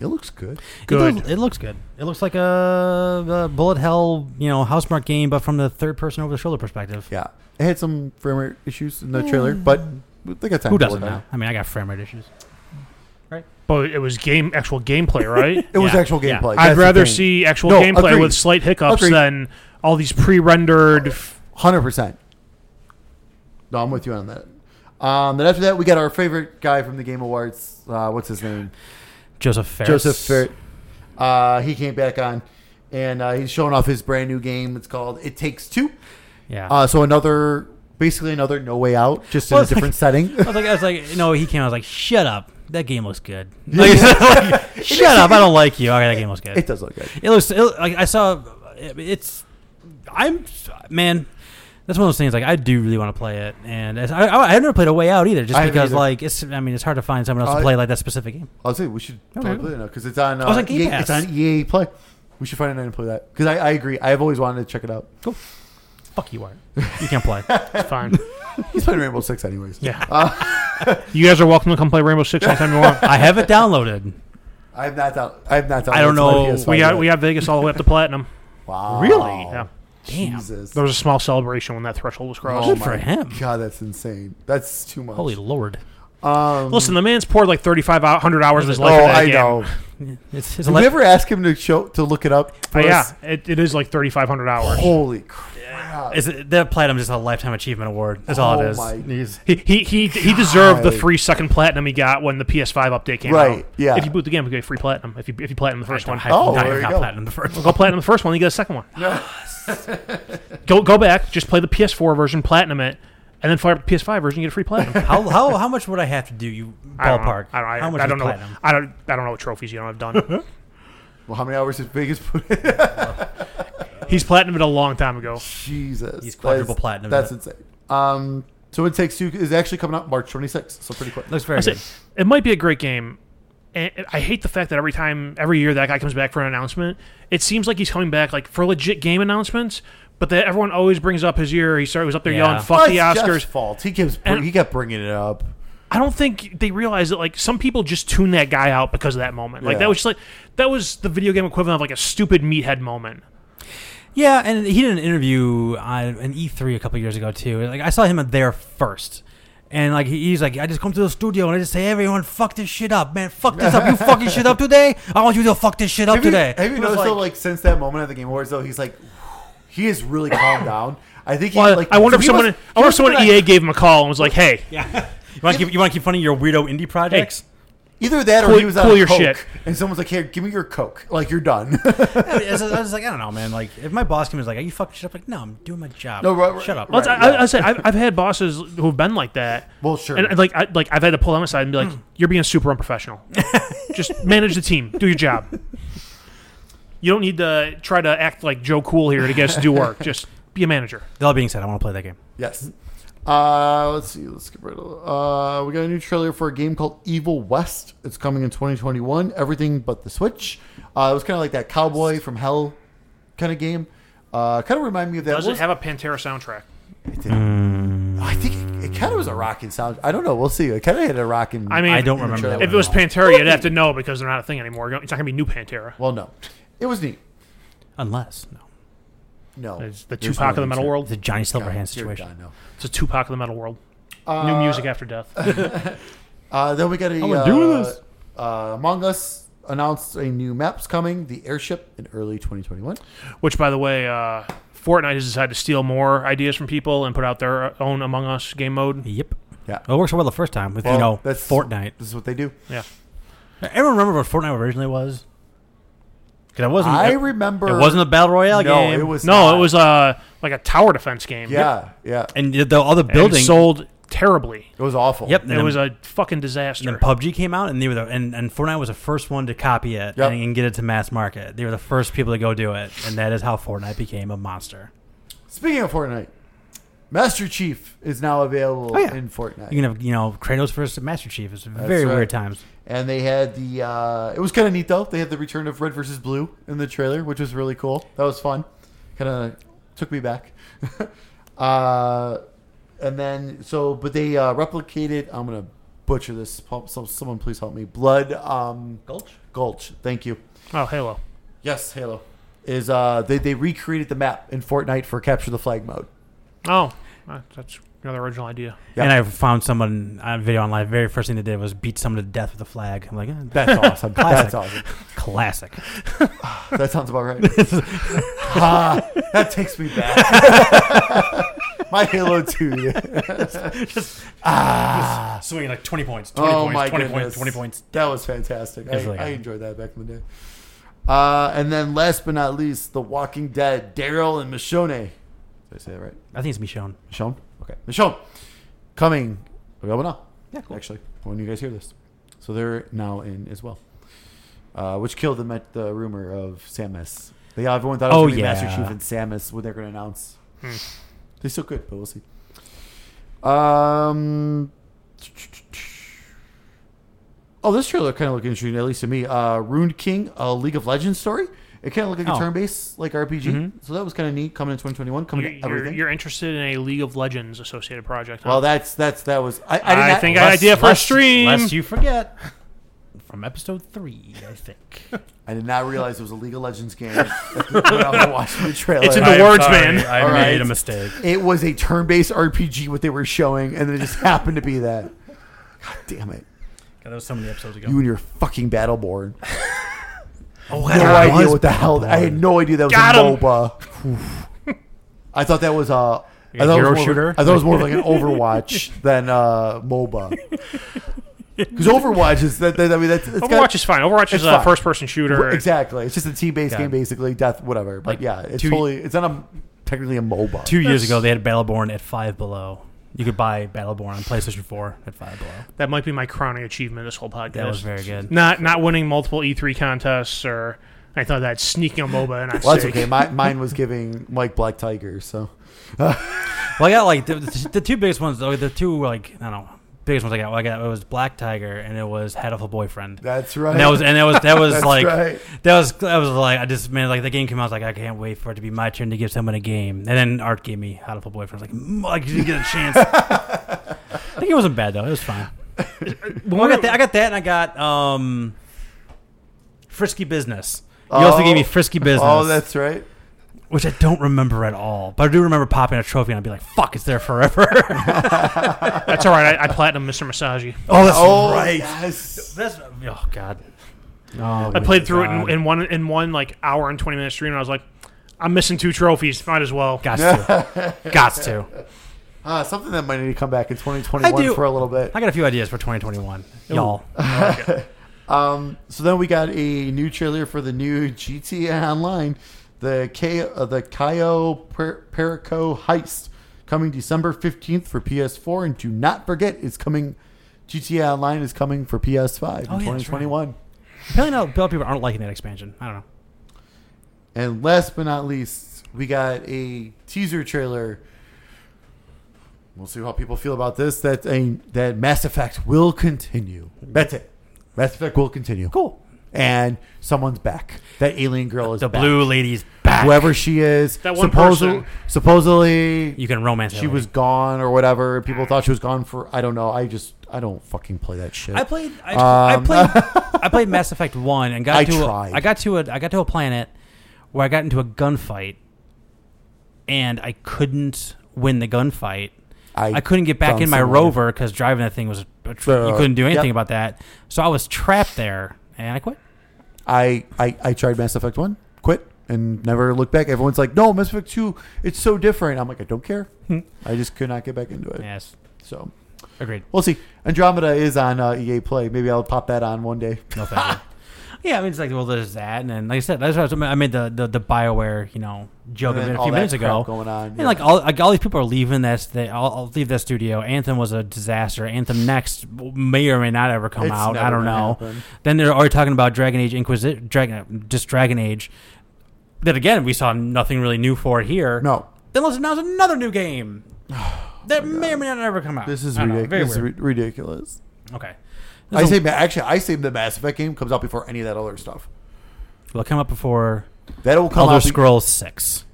Speaker 2: It looks good.
Speaker 1: It,
Speaker 3: Good.
Speaker 1: does- it looks good. It looks like a, a bullet hell, you know, house mark game, but from the third person over the shoulder perspective.
Speaker 2: Yeah, it had some frame rate issues in the trailer, but they got time.
Speaker 1: Mm. Who
Speaker 2: to
Speaker 1: doesn't
Speaker 2: work on
Speaker 1: know? I mean, I got frame rate issues.
Speaker 3: but it was game actual gameplay, right?
Speaker 2: It, it was
Speaker 1: Yeah.
Speaker 2: actual
Speaker 1: Yeah.
Speaker 2: gameplay.
Speaker 3: I'd rather see actual
Speaker 2: No,
Speaker 3: gameplay
Speaker 2: agreed.
Speaker 3: with slight hiccups
Speaker 2: Agreed.
Speaker 3: than all these pre-rendered. f-
Speaker 2: hundred percent. No, I'm with you on that. Um, then after that, we got our favorite guy from the Game Awards. Uh, what's his name?
Speaker 1: Joseph Ferris.
Speaker 2: Joseph Ferret. Uh, he came back on, and uh, he's showing off his brand new game. It's called It Takes Two.
Speaker 1: Yeah.
Speaker 2: Uh, so another, basically another No Way Out, just
Speaker 1: Well,
Speaker 2: in a
Speaker 1: it's like-
Speaker 2: different setting.
Speaker 1: I was like, I was like, no, he came. I was like, shut up. That game looks good. Like, like, shut up. I don't like you. Okay, that game looks good.
Speaker 2: it does look good.
Speaker 1: It looks. It, like I saw. It's. I'm man. that's one of those things. Like I do really want to play it, and it's, I, I I've never played a way out either, just
Speaker 2: I haven't
Speaker 1: because
Speaker 2: either.
Speaker 1: like it's. I mean, it's hard to find someone else
Speaker 2: Uh,
Speaker 1: to play like that specific game.
Speaker 2: I'll say we should
Speaker 1: Okay.
Speaker 2: totally play it now because it's on. Uh,
Speaker 1: Oh, it's on Game
Speaker 2: EA,
Speaker 1: Pass.
Speaker 2: it's on EA Play. We should find a night and play that because I, I agree. I've always wanted to check it out.
Speaker 1: Fuck you, Art. You can't play.
Speaker 3: Fine.
Speaker 2: He's playing Rainbow Six anyways.
Speaker 3: Yeah.
Speaker 2: Uh,
Speaker 3: you guys are welcome to come play Rainbow Six anytime you want.
Speaker 1: I have it downloaded.
Speaker 2: I have not. Down, I have not. Down
Speaker 1: I don't know.
Speaker 3: We got we got Vegas all the way up to platinum.
Speaker 2: Wow.
Speaker 1: Really?
Speaker 3: Yeah.
Speaker 1: Damn.
Speaker 2: Jesus.
Speaker 3: There was a small celebration when that threshold was crossed.
Speaker 2: Oh.
Speaker 1: Good for him.
Speaker 2: God, that's insane. That's too much.
Speaker 1: Holy lord.
Speaker 2: Um,
Speaker 3: Listen, the man's poured like 3,500 hours of his
Speaker 2: oh,
Speaker 3: life. into that
Speaker 2: I
Speaker 3: game.
Speaker 2: know.
Speaker 1: It's, it's
Speaker 2: Did
Speaker 1: ele-
Speaker 2: we ever ask him to show to look it up? For
Speaker 1: Oh,
Speaker 3: But Oh, yeah,
Speaker 2: us?
Speaker 3: it, it is like 3,500 hours.
Speaker 2: Holy crap!
Speaker 1: is it, that platinum just a lifetime achievement award. That's all it
Speaker 2: Oh
Speaker 1: is.
Speaker 2: my-
Speaker 1: He's-
Speaker 3: He, he, he, he deserved the
Speaker 2: God.
Speaker 3: free second platinum he got when the PS5 update came out.
Speaker 2: Right, yeah.
Speaker 3: If you boot the game, you get free platinum. If you if you platinum the first one,
Speaker 1: I-
Speaker 2: Oh,
Speaker 1: I-
Speaker 2: there you
Speaker 1: not
Speaker 2: go.
Speaker 1: platinum the first.
Speaker 3: go platinum the first one, you get a second one. go go back, just play the PS4 version, platinum it, and then fire up the PS5 version, you get a free platinum.
Speaker 1: How, how, how much would I have to do? You
Speaker 3: I don't know.
Speaker 1: ballpark.
Speaker 3: I don't, I,
Speaker 1: how much
Speaker 3: I
Speaker 1: is
Speaker 3: don't know.
Speaker 1: platinum?
Speaker 3: I don't. I don't know what trophies you don't have done.
Speaker 2: Well, how many hours did Vegas put in?
Speaker 3: He's platinum it a long time ago.
Speaker 2: Jesus,
Speaker 1: He's quadruple
Speaker 2: That's-
Speaker 1: platinum,
Speaker 2: That's
Speaker 1: isn't
Speaker 2: insane. Um, so it takes two is actually coming out March 26th, so pretty quick.
Speaker 1: Looks very
Speaker 3: I said,
Speaker 1: good.
Speaker 3: it might be a great game. And I hate the fact that every time, every year that guy comes back for an announcement, it seems like he's coming back like for legit game announcements. But that everyone always brings up his year. He started he was up there
Speaker 1: Yeah.
Speaker 3: yelling "fuck the
Speaker 2: That's Jeff's
Speaker 3: Oscars."
Speaker 2: fault. He keeps br-
Speaker 3: And-
Speaker 2: he kept bringing it up.
Speaker 3: I don't think they realize that like some people just tune that guy out because of that moment. Like
Speaker 2: Yeah.
Speaker 3: that was just like that was the video game equivalent of like a stupid meathead moment.
Speaker 1: Yeah, and he did an interview on an E3 a couple years ago too. Like I saw him there first, and like he- he's like, I just come to the studio and I just say, everyone, fuck this shit up, man, fuck this up. You fucking shit up today. I want you to fuck this shit up
Speaker 2: Have you,
Speaker 1: today.
Speaker 2: have you
Speaker 1: It was
Speaker 2: noticed though,
Speaker 1: like-
Speaker 2: like since that moment at the Game Awards, though, he's like, he is really calmed down. I think. He,
Speaker 3: Well,
Speaker 2: like,
Speaker 3: I wonder
Speaker 2: so
Speaker 3: if
Speaker 2: he
Speaker 3: someone,
Speaker 2: must-
Speaker 3: I
Speaker 2: he
Speaker 3: wonder if
Speaker 2: must
Speaker 3: someone
Speaker 2: have
Speaker 3: at
Speaker 2: been
Speaker 3: EA gave him a call and was like, "Hey,
Speaker 1: you want to keep you want to keep funding your weirdo indie projects?
Speaker 2: on- Either that or
Speaker 3: Cool-
Speaker 2: he was on
Speaker 3: cool your
Speaker 2: coke,
Speaker 3: shit.
Speaker 2: and someone's like, "Here, give me your coke. Like you're done."
Speaker 1: I, mean, I was, I was like, I don't know, man. Like if my boss came and was like, are you fucking shit up? Like no, I'm doing my job.
Speaker 2: No, right, right,
Speaker 1: shut up.
Speaker 3: Well,
Speaker 2: right.
Speaker 3: it's- I, I, I said I've, I've had bosses who've been like that.
Speaker 2: Well, sure. Hmm.
Speaker 3: And, and, like, I, like I've had to pull them aside and be like, "You're being super unprofessional. Just manage the team. Do your job. You don't need to try to act like Joe Cool here to get us to do work. Just be a manager."
Speaker 1: That all being said, I want to play that game.
Speaker 2: yes. Uh, let's see. Let's skip right. Uh, we got a new trailer for a game called Evil West. It's coming in 2021. Everything but the Switch. Uh, it was kind of like that cowboy from hell kind of game. Uh, kind of remind me of that.
Speaker 3: Does
Speaker 2: What
Speaker 3: it
Speaker 2: was-
Speaker 3: have a Pantera soundtrack?
Speaker 2: It did. I think it, it kind of was a rocking sound. I don't know. We'll see. It kind of had a rocking.
Speaker 3: I mean,
Speaker 1: I don't
Speaker 2: the
Speaker 1: remember that.
Speaker 2: trailer.
Speaker 3: If it was
Speaker 1: one at all.
Speaker 3: Pantera, you'd have to know because they're not a thing anymore. It's not gonna be new Pantera.
Speaker 2: Well, no, it was neat.
Speaker 1: Unless no,
Speaker 2: No,
Speaker 3: It's the
Speaker 2: There's
Speaker 3: Tupac
Speaker 2: no
Speaker 3: of the metal
Speaker 2: answer.
Speaker 1: it's
Speaker 3: world.
Speaker 1: a Johnny
Speaker 2: God,
Speaker 1: Silverhand
Speaker 2: dear
Speaker 1: situation.
Speaker 2: God, no.
Speaker 3: It's a Tupac of the metal world. new music after death.
Speaker 2: Uh, then we got a. uh,
Speaker 1: do this.
Speaker 2: Uh, Among Us announced a new map's coming, the airship, in early 2021.
Speaker 3: Which, by the way, uh, Fortnite has decided to steal more ideas from people and put out their own Among Us game mode.
Speaker 1: Yep.
Speaker 2: Yeah.
Speaker 1: Well, it works well the first time with
Speaker 2: Well,
Speaker 1: Oh, you know
Speaker 2: that's-
Speaker 1: Fortnite.
Speaker 2: This is what they do.
Speaker 3: Yeah,
Speaker 1: Everyone remember what Fortnite originally was? Because it wasn't.
Speaker 2: I
Speaker 1: it,
Speaker 2: remember.
Speaker 1: it wasn't a battle royale
Speaker 2: No,
Speaker 1: game.
Speaker 2: it was.
Speaker 3: no,
Speaker 2: not.
Speaker 3: it was uh, like a tower defense game.
Speaker 2: Yeah, yeah.
Speaker 1: and the- the other
Speaker 3: And
Speaker 1: building.
Speaker 3: sold terribly.
Speaker 2: It was awful.
Speaker 1: yep. And
Speaker 3: it
Speaker 1: then,
Speaker 3: was a fucking
Speaker 1: and
Speaker 3: disaster.
Speaker 1: then PUBG came out, and they were the and, and Fortnite was the first one to copy it
Speaker 2: Yep.
Speaker 1: and, and get it to mass market. They were the first people to go do it, and that is how Fortnite became a monster.
Speaker 2: Speaking of Fortnite, Master Chief is now available
Speaker 1: Oh, yeah.
Speaker 2: in Fortnite.
Speaker 1: You can have you know Kratos versus Master Chief. It's very
Speaker 2: right.
Speaker 1: weird times.
Speaker 2: and they had the uh, it was kind of neat though they had the return of red versus blue in the trailer which was really cool that was fun kind of took me back uh, and then so but they uh, replicated i'm gonna butcher this Pump- so- someone please help me blood um,
Speaker 1: Gulch.
Speaker 2: gulch thank you
Speaker 3: Oh, Halo.
Speaker 2: yes halo is uh, they, they recreated the map in fortnite for capture the flag mode
Speaker 3: Oh, uh, that's another original idea.
Speaker 2: Yeah.
Speaker 1: And I found someone on video online. The very first thing they did was beat someone to death with a flag. I'm like, eh,
Speaker 2: that's awesome that's
Speaker 1: Classic.
Speaker 2: awesome
Speaker 1: classic.
Speaker 2: That sounds about right. Ah, that takes me back. My Halo 2. ah,
Speaker 1: Swinging like 20 points, 20
Speaker 2: oh my goodness. That was fantastic. I,
Speaker 1: was really
Speaker 2: I
Speaker 1: good.
Speaker 2: enjoyed that back in the day. Uh, and then last but not least, The Walking Dead, Daryl and Michonne. Did I say that right?
Speaker 1: I think it's Michonne.
Speaker 2: Michonne? Okay. Michonne. Coming. Available now.
Speaker 1: Yeah, cool.
Speaker 2: Actually, when you guys hear this. So they're now in as well. Uh, which killed the, met- the rumor of Samus. They, everyone thought it was
Speaker 1: Oh,
Speaker 2: gonna be Master
Speaker 1: yeah. Hmm.
Speaker 2: Chief and Samus when they're going to announce. They still could, but we'll see. Um. Oh, this trailer kind of looked interesting, at least to me. Uh, Rune King, a League of Legends story. It kind of looked like
Speaker 1: Oh. Mm-hmm.
Speaker 2: a turn-based, like RPG. So that was kind of neat coming in 2021, coming
Speaker 3: You're,
Speaker 2: to
Speaker 3: you're-
Speaker 2: everything.
Speaker 3: you're interested in a League of Legends associated project. Huh?
Speaker 2: well, that's that's that was. I, I, did
Speaker 3: I,
Speaker 2: not,
Speaker 3: think I had an
Speaker 1: Lest-
Speaker 3: idea for a
Speaker 1: lest-
Speaker 3: stream.
Speaker 1: Lest you forget. From episode three, I think.
Speaker 2: I did not realize it was a League of Legends game. when I was watching the trailer.
Speaker 3: It's in the
Speaker 1: I'm
Speaker 3: words,
Speaker 1: sorry,
Speaker 3: man.
Speaker 1: I
Speaker 2: All
Speaker 1: made
Speaker 2: right.
Speaker 1: a mistake.
Speaker 2: It was a turn-based RPG what they were showing, and it just happened to be that. God damn it!
Speaker 1: God, that was so many episodes ago.
Speaker 2: You and your fucking Battleborn.
Speaker 1: oh,
Speaker 2: No idea what the hell. I had no idea that was
Speaker 3: Got
Speaker 2: a
Speaker 3: 'em.
Speaker 2: MOBA. I thought that was
Speaker 1: A
Speaker 2: uh, I thought it was
Speaker 1: hero
Speaker 2: more-
Speaker 1: shooter?
Speaker 2: I thought it was more like an Overwatch than uh, MOBA. Because Overwatch is that, that- I mean that's it's
Speaker 3: Overwatch
Speaker 2: got-
Speaker 3: is fine. Overwatch
Speaker 2: it's
Speaker 3: is a
Speaker 2: fine.
Speaker 3: first-person shooter.
Speaker 2: exactly. It's just a team-based
Speaker 1: Yeah.
Speaker 2: game, basically death, whatever. But
Speaker 1: Like,
Speaker 2: yeah, it's
Speaker 1: two-
Speaker 2: totally it's not a technically a MOBA.
Speaker 1: Two years
Speaker 3: That's-
Speaker 1: ago, they had Battleborn at Five Below. You could buy Battleborn on PlayStation 4 at Five Below.
Speaker 3: That might be my crowning achievement this whole podcast.
Speaker 1: That was very good.
Speaker 3: Not not winning multiple E3 contests or I thought that sneaking a MOBA and I'm
Speaker 2: well, that's
Speaker 3: sick.
Speaker 2: okay. My, mine was giving Mike Black Tiger, so
Speaker 1: Well, I got like the, the, the two biggest ones, though. The two, like, I don't know, biggest ones I got. I got it was Black Tiger and it was Head of a Boyfriend.
Speaker 2: that's right.
Speaker 1: And that was and that was that was
Speaker 2: That's
Speaker 1: like
Speaker 2: right.
Speaker 1: that was that was like I just man like the game came out I was like I can't wait for it to be my turn to give someone a game and then Art gave me How to Full Boyfriend I was like "Mm, I didn't get a chance I think it wasn't bad though it was fine well, I got that I got that and I got um Frisky Business you also
Speaker 2: Oh.
Speaker 1: gave me Frisky Business
Speaker 2: Oh, that's right.
Speaker 1: which I don't remember at all but I do remember popping a trophy and I'd be like fuck it's there forever
Speaker 3: That's all right. I, I platinum Mr. Masagi.
Speaker 1: oh that's
Speaker 2: oh,
Speaker 1: right
Speaker 2: yes.
Speaker 1: that's oh god Oh,
Speaker 3: I played through it
Speaker 1: God.
Speaker 3: in, in one in one like hour and twenty minute stream. and I was like, I'm missing two trophies. Might as well.
Speaker 1: got to got to
Speaker 2: Ah, something that might need to come back
Speaker 1: I
Speaker 2: in
Speaker 1: do-
Speaker 2: 2021 for a little bit.
Speaker 1: I got a few ideas for 2021 y'all
Speaker 2: Um, so then we got a new trailer for the new GTA Online, the K, uh, the Cayo per- Perico heist, coming December fifteenth for PS4, and do not forget it's coming. GTA Online is coming for PS5
Speaker 1: Oh,
Speaker 2: in
Speaker 1: yeah, that's right.
Speaker 2: 2021.
Speaker 1: Apparently, now a lot of people aren't liking that expansion. I don't know.
Speaker 2: And last but not least, we got a teaser trailer. We'll see how people feel about this. That a, that Mass Effect will continue. That's it. Mass Effect will continue.
Speaker 1: Cool.
Speaker 2: And someone's back. That alien girl is
Speaker 1: The
Speaker 2: back.
Speaker 1: blue lady's back.
Speaker 2: Whoever she is,
Speaker 3: That one
Speaker 2: supposedly,
Speaker 3: person.
Speaker 2: supposedly
Speaker 1: you can romance.
Speaker 2: she
Speaker 1: that lady.
Speaker 2: was gone or whatever. People thought she was gone for I don't know. I just I don't fucking play that shit.
Speaker 1: I played. I,
Speaker 2: Um,
Speaker 1: I played. I played Mass Effect One and got
Speaker 2: I
Speaker 1: to. a-
Speaker 2: tried.
Speaker 1: I got to a. I got to a planet where I got into a gunfight, and I couldn't win the gunfight.
Speaker 2: I
Speaker 1: I couldn't get back
Speaker 2: found
Speaker 1: in my
Speaker 2: someone.
Speaker 1: rover because driving that thing was. a tr-
Speaker 2: Uh,
Speaker 1: you couldn't do
Speaker 2: yep.
Speaker 1: anything about that, so I was trapped there, and I quit.
Speaker 2: I, I I tried Mass Effect One, quit, and never looked back. Everyone's like, "No, Mass Effect Two, it's so different." I'm like, I don't care.
Speaker 1: Hmm.
Speaker 2: I just could not get back into it.
Speaker 1: Yes,
Speaker 2: So
Speaker 1: agreed.
Speaker 2: we'll see. Andromeda is on uh, EA Play. Maybe I'll pop that on one day.
Speaker 1: No thank you. Yeah, I mean it's like well, there's that, and then like I said, that's what I made- I made the the, the Bioware you know joke
Speaker 2: And
Speaker 1: a
Speaker 2: then
Speaker 1: bit- a
Speaker 2: all
Speaker 1: few
Speaker 2: that
Speaker 1: minutes
Speaker 2: crap
Speaker 1: ago.
Speaker 2: going on,
Speaker 1: and
Speaker 2: yeah.
Speaker 1: like all like all these people are leaving. That's they all, all leave that studio. Anthem was a disaster. Anthem next may or may not ever come
Speaker 2: It's
Speaker 1: out. I
Speaker 2: never
Speaker 1: don't
Speaker 2: gonna
Speaker 1: know.
Speaker 2: happen.
Speaker 1: Then they're already talking about Dragon Age Inquisition, Dragon just Dragon Age. That again, we saw nothing really new for it here.
Speaker 2: No, Oh
Speaker 1: Then let's announce another new game that may or may not ever come out.
Speaker 2: this is
Speaker 1: I don't know. Very
Speaker 2: ridiculous. This is
Speaker 1: weird.
Speaker 2: ri- ridiculous.
Speaker 1: okay.
Speaker 2: I
Speaker 1: This
Speaker 2: say
Speaker 1: will-
Speaker 2: ma- actually, I say the Mass Effect game comes out before any of that other stuff.
Speaker 1: will come up before
Speaker 2: That will come
Speaker 1: Elder
Speaker 2: out. be-
Speaker 1: Scrolls Six.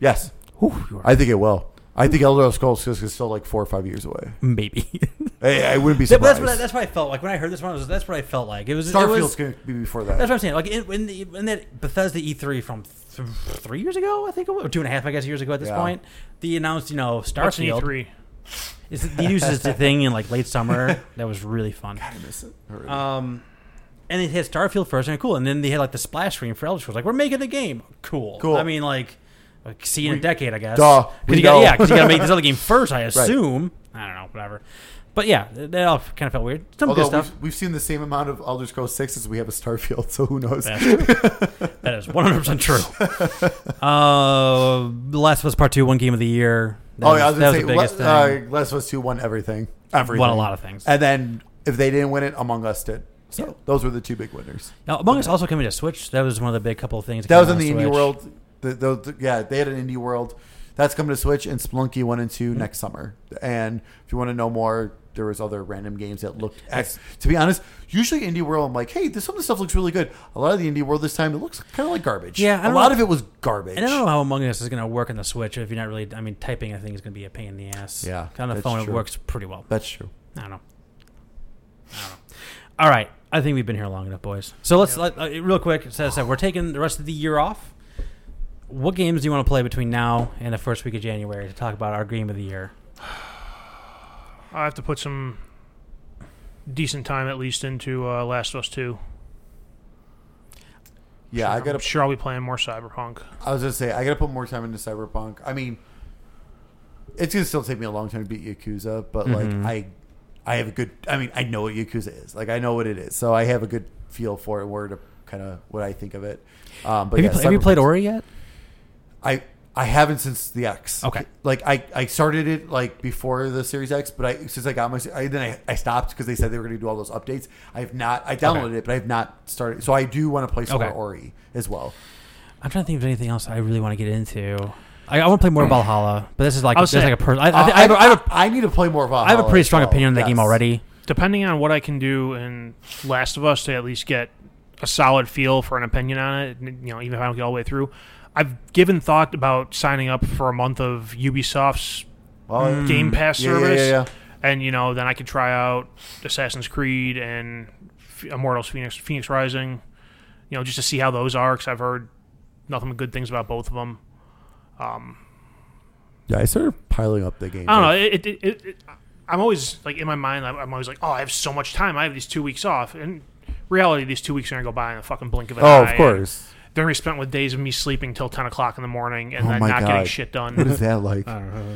Speaker 2: yes,
Speaker 1: Whew, you are
Speaker 2: I think it will. I think Elder Scrolls is is still like four or five years away.
Speaker 1: maybe.
Speaker 2: I, I wouldn't be
Speaker 1: That-
Speaker 2: surprised.
Speaker 1: that's, what I, that's what I felt like when I heard this one. Was, that's what I felt like. It was it
Speaker 2: Starfield's
Speaker 1: was-
Speaker 2: going to be before
Speaker 1: That's
Speaker 2: that.
Speaker 1: what I'm saying. Like in, in, the, in that Bethesda E3 from th- three years ago, I think it was or two and a half, I guess, years ago at this
Speaker 2: Yeah.
Speaker 1: point. They announced, you know,
Speaker 3: What's E an
Speaker 1: Starfield.
Speaker 3: E3?
Speaker 1: Is they used this thing in like late summer. that was really fun.
Speaker 2: I miss it. already.
Speaker 1: Um, and it hit Starfield first, and cool. And then they had like the splash screen for Elder Scrolls. Like we're making the game. Cool.
Speaker 2: Cool.
Speaker 1: I mean, like, like see you in a
Speaker 2: We-
Speaker 1: decade, I guess.
Speaker 2: Duh,
Speaker 1: 'Cause
Speaker 2: we
Speaker 1: you got,
Speaker 2: know.
Speaker 1: yeah, because you got to make this other game first. I assume. I don't know. Whatever. But yeah, that that all kind of felt weird. Some
Speaker 2: Although
Speaker 1: good stuff.
Speaker 2: We've, we've seen the same amount of Elder Scrolls Six as we have a Starfield, so who knows?
Speaker 1: That's true. that is 100% true. Uh, The Last of Us Part 2, one game of the year. That
Speaker 2: oh yeah, I was
Speaker 1: that
Speaker 2: gonna say,
Speaker 1: the biggest
Speaker 2: Le-
Speaker 1: thing.
Speaker 2: Uh, Last of Us Two won everything. Everything.
Speaker 1: Won a lot of things.
Speaker 2: And then if they didn't win it, Among Us did. So
Speaker 1: Yeah.
Speaker 2: those were the two big winners.
Speaker 1: now, Among Us also coming to Switch. That was one of the big couple of things.
Speaker 2: That was
Speaker 1: came
Speaker 2: in
Speaker 1: out
Speaker 2: the
Speaker 1: on
Speaker 2: indie
Speaker 1: Switch.
Speaker 2: world. The, the, the- yeah, they had an indie world. That's coming to Switch and Splunky one and
Speaker 1: Mm-hmm.
Speaker 2: 2 next summer. And if you want to know more, there was other random games that looked. Ex- to be honest, usually indie world, I'm like, hey, this some of the stuff looks really good. A lot of the indie world this time, it looks kind of like garbage.
Speaker 1: Yeah, I
Speaker 2: a
Speaker 1: don't
Speaker 2: lot
Speaker 1: know-
Speaker 2: of it was garbage.
Speaker 1: And I don't know how Among Us is going to work on the Switch if you're not really. I mean, typing I think is going to be a pain in the ass.
Speaker 2: Yeah,
Speaker 1: on the
Speaker 2: that's
Speaker 1: phone
Speaker 2: true.
Speaker 1: it works pretty well.
Speaker 2: That's true.
Speaker 1: I don't know. I don't know. All right, I think we've been here long enough, boys. So let's let, uh, real quick. As I said, we're taking the rest of the year off. What games do you want to play between now and the first week of January to talk about our game of the year?
Speaker 3: I have to put some decent time at least into uh, Last of Us Two.
Speaker 2: Yeah, I
Speaker 3: I'm
Speaker 2: gotta.
Speaker 3: sure I'll be playing more Cyberpunk.
Speaker 2: I was gonna say I gotta put more time into Cyberpunk. I mean, it's gonna still take me a long time to beat Yakuza, but
Speaker 1: Mhm.
Speaker 2: like I, I have a good. I mean, I know what Yakuza is. Like I know what it is, so I have a good feel for it. Where to kind of what I think of it. Um, but
Speaker 1: have, you,
Speaker 2: yeah,
Speaker 1: pl- have you played
Speaker 2: Cyberpunk's-
Speaker 1: Ori yet?
Speaker 2: I I haven't since the X.
Speaker 1: Okay.
Speaker 2: Like I, I started it like before the Series X, but I since I got my I, then I, I stopped because they said they were going to do all those updates. I have not. I downloaded
Speaker 1: Okay.
Speaker 2: it, but I have not started. So I do want to play some more
Speaker 1: Okay.
Speaker 2: Ori as well.
Speaker 1: I'm trying to think of anything else I really want to get into. I, I want to play more Valhalla, but this is like
Speaker 3: I
Speaker 1: this is
Speaker 3: was saying-
Speaker 1: like a person. I, I,
Speaker 2: Uh,
Speaker 1: thi- I, have a- I have a,
Speaker 2: I need to play more Valhalla.
Speaker 1: I have a pretty
Speaker 2: as
Speaker 1: strong
Speaker 2: well.
Speaker 1: opinion on that game
Speaker 2: Yes.
Speaker 1: already.
Speaker 3: Depending on what I can do in Last of Us to at least get a solid feel for an opinion on it, n- you know, even if I don't get all the way through. I've given thought about signing up for a month of Ubisoft's
Speaker 2: Well,
Speaker 3: Game Pass
Speaker 2: yeah, yeah,
Speaker 3: service.
Speaker 2: yeah, yeah.
Speaker 3: And you know, then I could try out Assassin's Creed and F- Immortals: Phoenix, Phoenix Rising. You know, just to see how those are, because I've heard nothing but good things about both of them. Um,
Speaker 2: Yeah, I started piling up the game.
Speaker 3: I don't know. It, it, it, it, I'm always like in my mind. I'm, I'm always like, oh, I have so much time. I have these two weeks off. And reality, these two weeks are gonna go by in a fucking blink of an eye.
Speaker 2: Oh, of course.
Speaker 3: They're gonna be spent with days of me sleeping till ten o'clock in the morning and
Speaker 2: Oh
Speaker 3: then
Speaker 2: my
Speaker 3: not getting
Speaker 2: God.
Speaker 3: shit
Speaker 2: What
Speaker 3: done.
Speaker 2: is that like?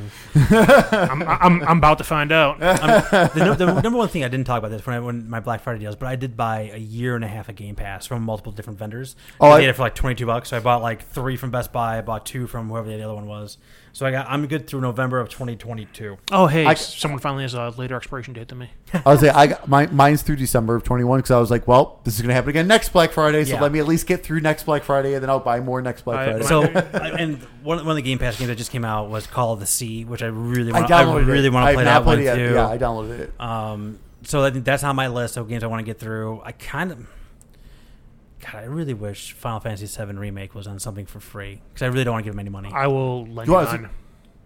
Speaker 3: I'm, I'm, I'm about to find out.
Speaker 1: the, no- the number one thing I didn't talk about this when I when my Black Friday deals, but I did buy a year and a half of Game Pass from multiple different vendors.
Speaker 2: Oh,
Speaker 1: I
Speaker 2: I-
Speaker 1: did it for like twenty two bucks. So I bought like three from Best Buy, I bought two from whoever the other one was. So I got I'm good through November of twenty twenty two.
Speaker 3: Oh, hey,
Speaker 2: I-
Speaker 3: someone finally has a later expiration date than me.
Speaker 2: I was like, I got, my, mine's through December of 21 because I was like, well, this is going to happen again next Black Friday. So
Speaker 1: Yeah.
Speaker 2: let me at least get through next Black Friday and then I'll buy more next Black
Speaker 3: I-
Speaker 2: Friday.
Speaker 1: So I- and one one of the Game Pass games that just came out was Call of the Sea, which I really
Speaker 2: I
Speaker 1: want I,
Speaker 2: downloaded
Speaker 1: really
Speaker 2: it.
Speaker 1: want
Speaker 2: I
Speaker 1: to play
Speaker 2: have not
Speaker 1: that one
Speaker 2: played it yet.
Speaker 1: too.
Speaker 2: Yeah, I downloaded it.
Speaker 1: Um, so I think that's on my list of games I want to get through. I kind of, God, I really wish Final Fantasy VII remake was on something for free because I really don't want to give them any money.
Speaker 3: I will lend
Speaker 2: You
Speaker 3: you
Speaker 2: want to
Speaker 3: mine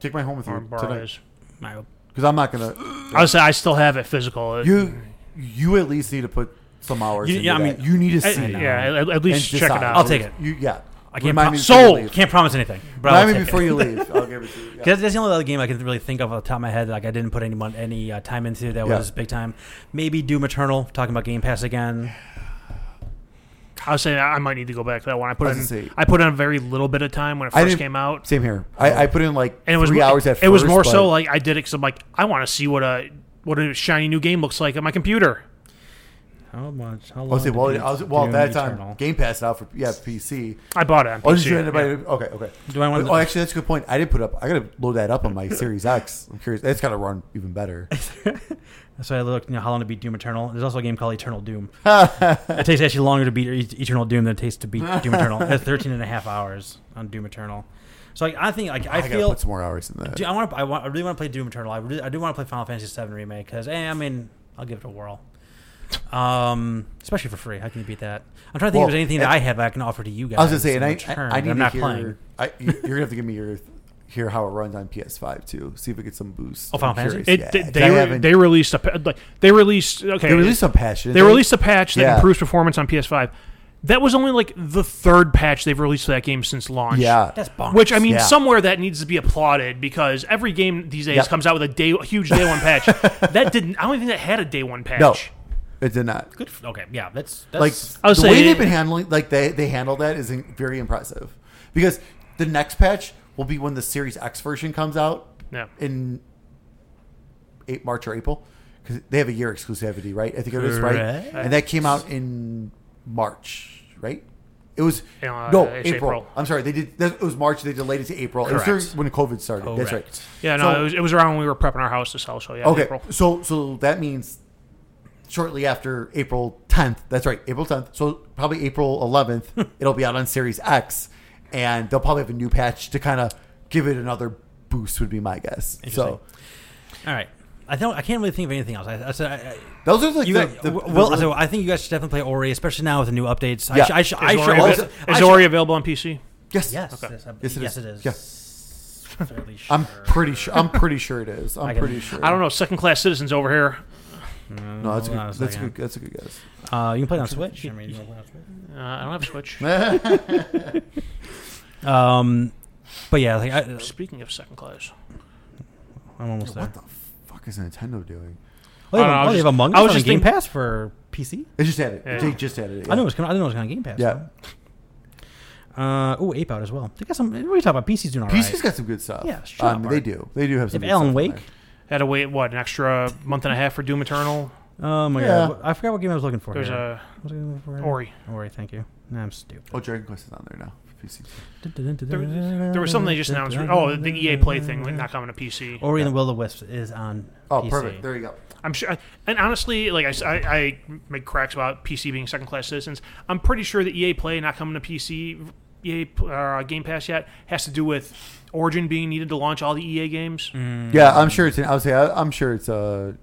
Speaker 2: Take my home with
Speaker 3: or
Speaker 2: you
Speaker 3: borrow
Speaker 2: tonight
Speaker 3: his.
Speaker 1: I-
Speaker 2: because I'm not going to.
Speaker 3: I would say I still have it physical. It-
Speaker 2: You you at least need to put some hours.
Speaker 1: You-
Speaker 2: into
Speaker 1: yeah, I
Speaker 2: that.
Speaker 1: mean-
Speaker 2: you need to
Speaker 3: I-
Speaker 2: see. it
Speaker 3: yeah, at, at
Speaker 2: and
Speaker 3: least check it
Speaker 2: decide.
Speaker 3: out.
Speaker 1: I'll take it.
Speaker 2: You yeah.
Speaker 1: I can't
Speaker 2: Remind
Speaker 1: pro-
Speaker 2: me before you
Speaker 3: Sold!
Speaker 2: leave.
Speaker 1: Can't promise anything. But I'll
Speaker 2: Remind me
Speaker 1: take
Speaker 2: before
Speaker 1: it.
Speaker 2: you leave. I'll give it to you. yeah.
Speaker 1: 'Cause that's the only other game I can really think of off the top of my head that like I didn't put any mon- any uh, time into that
Speaker 2: Yeah.
Speaker 1: was big time. Maybe Doom Eternal. Talking about Game Pass again.
Speaker 3: I would say I I might need to go back to that one. I
Speaker 2: I
Speaker 3: put
Speaker 2: was gonna
Speaker 3: in
Speaker 2: say-
Speaker 3: I put in a very little bit of time when it
Speaker 2: I
Speaker 3: first
Speaker 2: didn't-
Speaker 3: came out,
Speaker 2: Same here. I, I put in like
Speaker 3: and it was
Speaker 2: three
Speaker 3: mo-
Speaker 2: hours at
Speaker 3: It was
Speaker 2: first,
Speaker 3: more so
Speaker 2: but-
Speaker 3: like I did it because I'm like I want to see what a what a shiny new game looks like on my computer.
Speaker 1: How much? How long?
Speaker 2: I was like, well,
Speaker 1: did
Speaker 2: I was, well,
Speaker 1: Doom
Speaker 2: at that time,
Speaker 1: Eternal-
Speaker 2: Game Pass now for yeah PC.
Speaker 3: I bought it. On
Speaker 2: Oh,
Speaker 3: PC,
Speaker 2: did you anybody?
Speaker 3: yeah.
Speaker 2: Okay, okay.
Speaker 1: Do I want?
Speaker 2: Oh, actually, that's a good point. I did put up. I gotta load that up on my Series X. I'm curious. That's gotta run even better.
Speaker 1: So I looked, you know, how long to beat Doom Eternal. There's also a game called Eternal Doom. it takes actually longer to beat E- Eternal Doom than it takes to beat Doom Eternal. It's 13 and a half hours on Doom Eternal. So like, I think like I,
Speaker 2: I, gotta
Speaker 1: feel
Speaker 2: put some more hours in that.
Speaker 1: do, I want to I want I really want to play Doom Eternal. I really I do want to play Final Fantasy VII remake because I mean I'll give it a whirl. Um, especially for free. How can you beat that? I'm trying to think
Speaker 2: Well,
Speaker 1: if there's anything that
Speaker 2: and-
Speaker 1: I have that I can offer to you guys.
Speaker 2: I was gonna say,
Speaker 1: in
Speaker 2: and I,
Speaker 1: return,
Speaker 2: I, I
Speaker 1: that
Speaker 2: need
Speaker 1: I'm
Speaker 2: to
Speaker 1: not
Speaker 2: hear.
Speaker 1: playing.
Speaker 2: I, you- you're gonna have to give me your hear how it runs on PS5 too. See if it gets some boost.
Speaker 1: Oh, Final
Speaker 2: I'm
Speaker 1: Fantasy?
Speaker 3: It,
Speaker 2: curious.
Speaker 3: they,
Speaker 2: Yeah, 'cause I
Speaker 3: they, re-
Speaker 2: haven't-
Speaker 3: they released a pa- like they released okay
Speaker 2: they released some passion.
Speaker 3: They released a patch that
Speaker 2: Yeah.
Speaker 3: improves performance on PS5. That was only like the third patch they've released for that game since launch.
Speaker 2: Yeah.
Speaker 1: That's bonkers.
Speaker 3: Which I mean,
Speaker 2: Yeah.
Speaker 3: somewhere that needs to be applauded because every game these days
Speaker 2: Yep.
Speaker 3: comes out with a day, a huge day one patch. that didn't. I don't even think that had a day one patch.
Speaker 2: No, it did not.
Speaker 1: good. f- Okay, yeah, that's, that's
Speaker 2: like
Speaker 3: I was
Speaker 2: the way
Speaker 3: saying-
Speaker 2: they've been handling like they they handle that is in- very impressive because the next patch will be when the series x version comes out
Speaker 3: Yeah.
Speaker 2: in eight, march or april because they have a year exclusivity right i think it is right
Speaker 1: Correct.
Speaker 2: and that came out in march right it was
Speaker 3: Uh,
Speaker 2: no
Speaker 3: it's
Speaker 2: April.
Speaker 3: April.
Speaker 2: I'm sorry, they did. that- It was March. They delayed it to April. It was
Speaker 3: Correct.
Speaker 2: during when COVID started. That's right.
Speaker 1: Correct.
Speaker 3: Yeah, no,
Speaker 2: So-
Speaker 3: it, was, it was around when we were prepping our house to sell. So yeah,
Speaker 2: Okay,
Speaker 3: April.
Speaker 2: so so that means shortly after April 10th. That's right, April 10th. So probably April 11th, it'll be out on Series X, and they'll probably have a new patch to kind of give it another boost would be my guess. So
Speaker 1: Interesting. All right. I don't. I can't really think of anything else. I, I said. I, I,
Speaker 2: those are like
Speaker 1: you
Speaker 2: the,
Speaker 1: guys-
Speaker 2: the- the
Speaker 1: well,
Speaker 2: really-
Speaker 1: so I think you guys should definitely play Ori, especially now with the new updates.
Speaker 2: Yeah.
Speaker 1: I, sh- I, sh- I should
Speaker 3: Is Ori,
Speaker 1: also.
Speaker 3: avail-
Speaker 1: I
Speaker 3: is
Speaker 1: should-
Speaker 3: Ori available on PC?
Speaker 2: yes,
Speaker 1: Yes.
Speaker 3: Okay.
Speaker 1: Yes, I-
Speaker 2: Yes, it
Speaker 1: yes,
Speaker 2: is.
Speaker 1: it is. Fairly sure.
Speaker 2: I'm pretty sure. I'm pretty sure it is.
Speaker 1: I
Speaker 2: I'm
Speaker 1: got-
Speaker 2: pretty sure.
Speaker 3: I don't know. Second class citizens over here.
Speaker 2: No, that's a
Speaker 1: Hmm, Hold on
Speaker 2: good,
Speaker 1: a
Speaker 2: that's a
Speaker 1: second.
Speaker 2: good. That's a good guess.
Speaker 1: Uh, you can play it on Switch. I mean, you can play it on Switch.
Speaker 3: Uh, I don't have a Switch.
Speaker 1: Um, but yeah, like I,
Speaker 3: Speaking of second class,
Speaker 1: I'm almost there.
Speaker 2: What the fuck is Nintendo doing?
Speaker 1: Oh, they
Speaker 3: I don't know, I
Speaker 1: have,
Speaker 3: was
Speaker 1: oh, they have
Speaker 3: just-
Speaker 1: Among
Speaker 3: I
Speaker 1: Us
Speaker 3: was
Speaker 1: on
Speaker 3: just
Speaker 1: Game
Speaker 3: think-
Speaker 1: Pass for PC.
Speaker 2: They just had it.
Speaker 3: Yeah.
Speaker 2: They just had it.
Speaker 1: I know it's coming. I didn't know it was on Game Pass.
Speaker 2: Yeah.
Speaker 1: So. Uh, oh, Ape Out as well. They got some. What are you talking about? PC's doing all right.
Speaker 2: PC's got some good stuff.
Speaker 1: Yeah, shut
Speaker 2: um,
Speaker 1: up,
Speaker 2: they
Speaker 1: Art.
Speaker 2: do. They do have
Speaker 1: If
Speaker 2: some. good
Speaker 1: Alan
Speaker 2: stuff on
Speaker 1: Wake.
Speaker 2: there.
Speaker 3: had to wait what an extra month and a half for Doom Eternal.
Speaker 1: Oh my
Speaker 2: Yeah.
Speaker 1: god! I forgot what game I was looking for.
Speaker 3: There's
Speaker 1: here.
Speaker 3: a
Speaker 1: What was I looking for?
Speaker 3: Ori.
Speaker 1: Ori. Thank you. Nah, I'm stupid.
Speaker 2: Oh, Dragon Quest is on there now. for PC.
Speaker 3: There, there was something they just announced. Oh, the EA Play thing like, not coming to PC.
Speaker 1: Ori and the Will of Wisps is on.
Speaker 2: Oh,
Speaker 1: PC.
Speaker 2: perfect. There you go.
Speaker 1: Mm-hmm.
Speaker 3: I'm sure. And honestly, like I s- I, I make cracks about PC being second class citizens. I'm pretty sure that EA Play not coming to PC, EA pl- uh, Game Pass yet has to do with Origin being needed to launch all the EA games.
Speaker 2: Yeah, I'm sure it's an. I would say I, I'm sure it's a.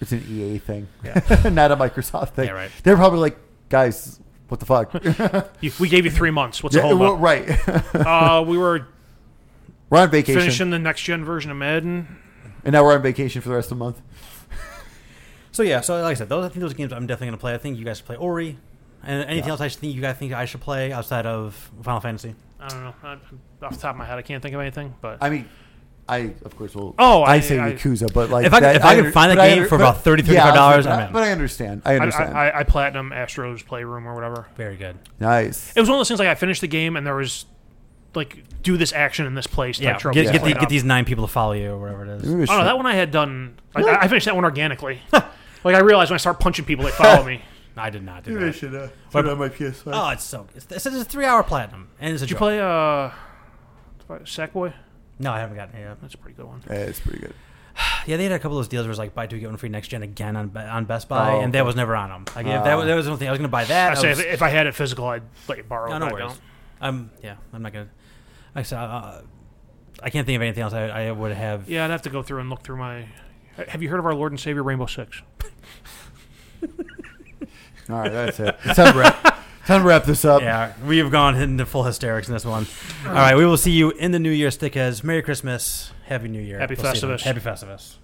Speaker 2: It's an EA thing, not a Microsoft thing.
Speaker 1: Yeah, right.
Speaker 2: They're probably like, guys, what the fuck?
Speaker 3: You, we gave you three months. What's
Speaker 2: Yeah,
Speaker 3: the hold
Speaker 2: well,
Speaker 3: up?
Speaker 2: right.
Speaker 3: Uh, we were
Speaker 2: we're on vacation,
Speaker 3: finishing the next gen version of Madden.
Speaker 2: and now we're on vacation for the rest of the month.
Speaker 1: So yeah, so like I said, those I think those games I'm definitely gonna play. I think you guys should play Ori, and anything
Speaker 2: Yeah.
Speaker 1: else I should think you guys think I should play outside of Final Fantasy.
Speaker 3: I don't know. I, off the top of my head, I can't think of anything. But
Speaker 2: I mean, I of course will.
Speaker 3: Oh,
Speaker 2: I,
Speaker 3: I-
Speaker 2: say
Speaker 3: I-
Speaker 2: Yakuza, but like
Speaker 1: If I could- if I could
Speaker 2: under-
Speaker 1: find that
Speaker 2: but I
Speaker 1: game
Speaker 2: under-
Speaker 1: for
Speaker 2: but-
Speaker 1: about $30,
Speaker 2: yeah, I was
Speaker 1: $35,
Speaker 2: like,
Speaker 1: I'm
Speaker 2: but,
Speaker 1: in.
Speaker 2: I understand. I
Speaker 3: I,
Speaker 2: understand.
Speaker 3: I, I, I platinum Astros Playroom or whatever.
Speaker 1: Very good.
Speaker 2: nice.
Speaker 3: It was one of those things like I finished the game and there was like do this action in this place. type
Speaker 1: Yeah,
Speaker 3: trophies
Speaker 1: get, get, the,
Speaker 3: played
Speaker 1: get
Speaker 3: up.
Speaker 1: these nine people to follow you or whatever it is.
Speaker 2: Maybe we
Speaker 3: Oh no,
Speaker 2: should-
Speaker 3: that one I had done. Like, I I finished that one organically. like I realized when I start punching people, they follow me.
Speaker 1: I did not do
Speaker 2: Maybe I
Speaker 1: that.
Speaker 2: should uh, put it on my PS5.
Speaker 1: Oh, it's so. It's, it's a three-hour platinum, and it's a
Speaker 3: Did you
Speaker 1: joke.
Speaker 3: play uh, Sackboy?
Speaker 1: No, I haven't gotten it yet.
Speaker 3: That's a pretty good one.
Speaker 2: Yeah, it's pretty good.
Speaker 1: Yeah, they had a couple of those deals where it was like buy two get one free next gen again on Be- on Best Buy,
Speaker 2: Oh,
Speaker 1: and
Speaker 2: okay.
Speaker 1: that was never on them. Like if that, was, that was the only thing I was going to buy that.
Speaker 3: Oh. I say
Speaker 1: was,
Speaker 3: if, if I had it physical, I'd let you borrow
Speaker 1: no,
Speaker 3: it.
Speaker 1: no
Speaker 3: but I
Speaker 1: worries.
Speaker 3: don't.
Speaker 1: I'm yeah, I'm not going. to... Like I said, uh, I can't think of anything else I, I would have.
Speaker 3: Yeah, I'd have to go through and look through my. Have you heard of our Lord and Savior Rainbow Six?
Speaker 2: All right, that's it. It's time to wrap. time to wrap this up.
Speaker 1: Yeah, we have gone into full hysterics in this one. All right, we will see you in the new year, stickheads. Merry Christmas, Happy New Year,
Speaker 3: Happy
Speaker 1: We'll see you then.
Speaker 3: Festivus.
Speaker 1: Happy Festivus.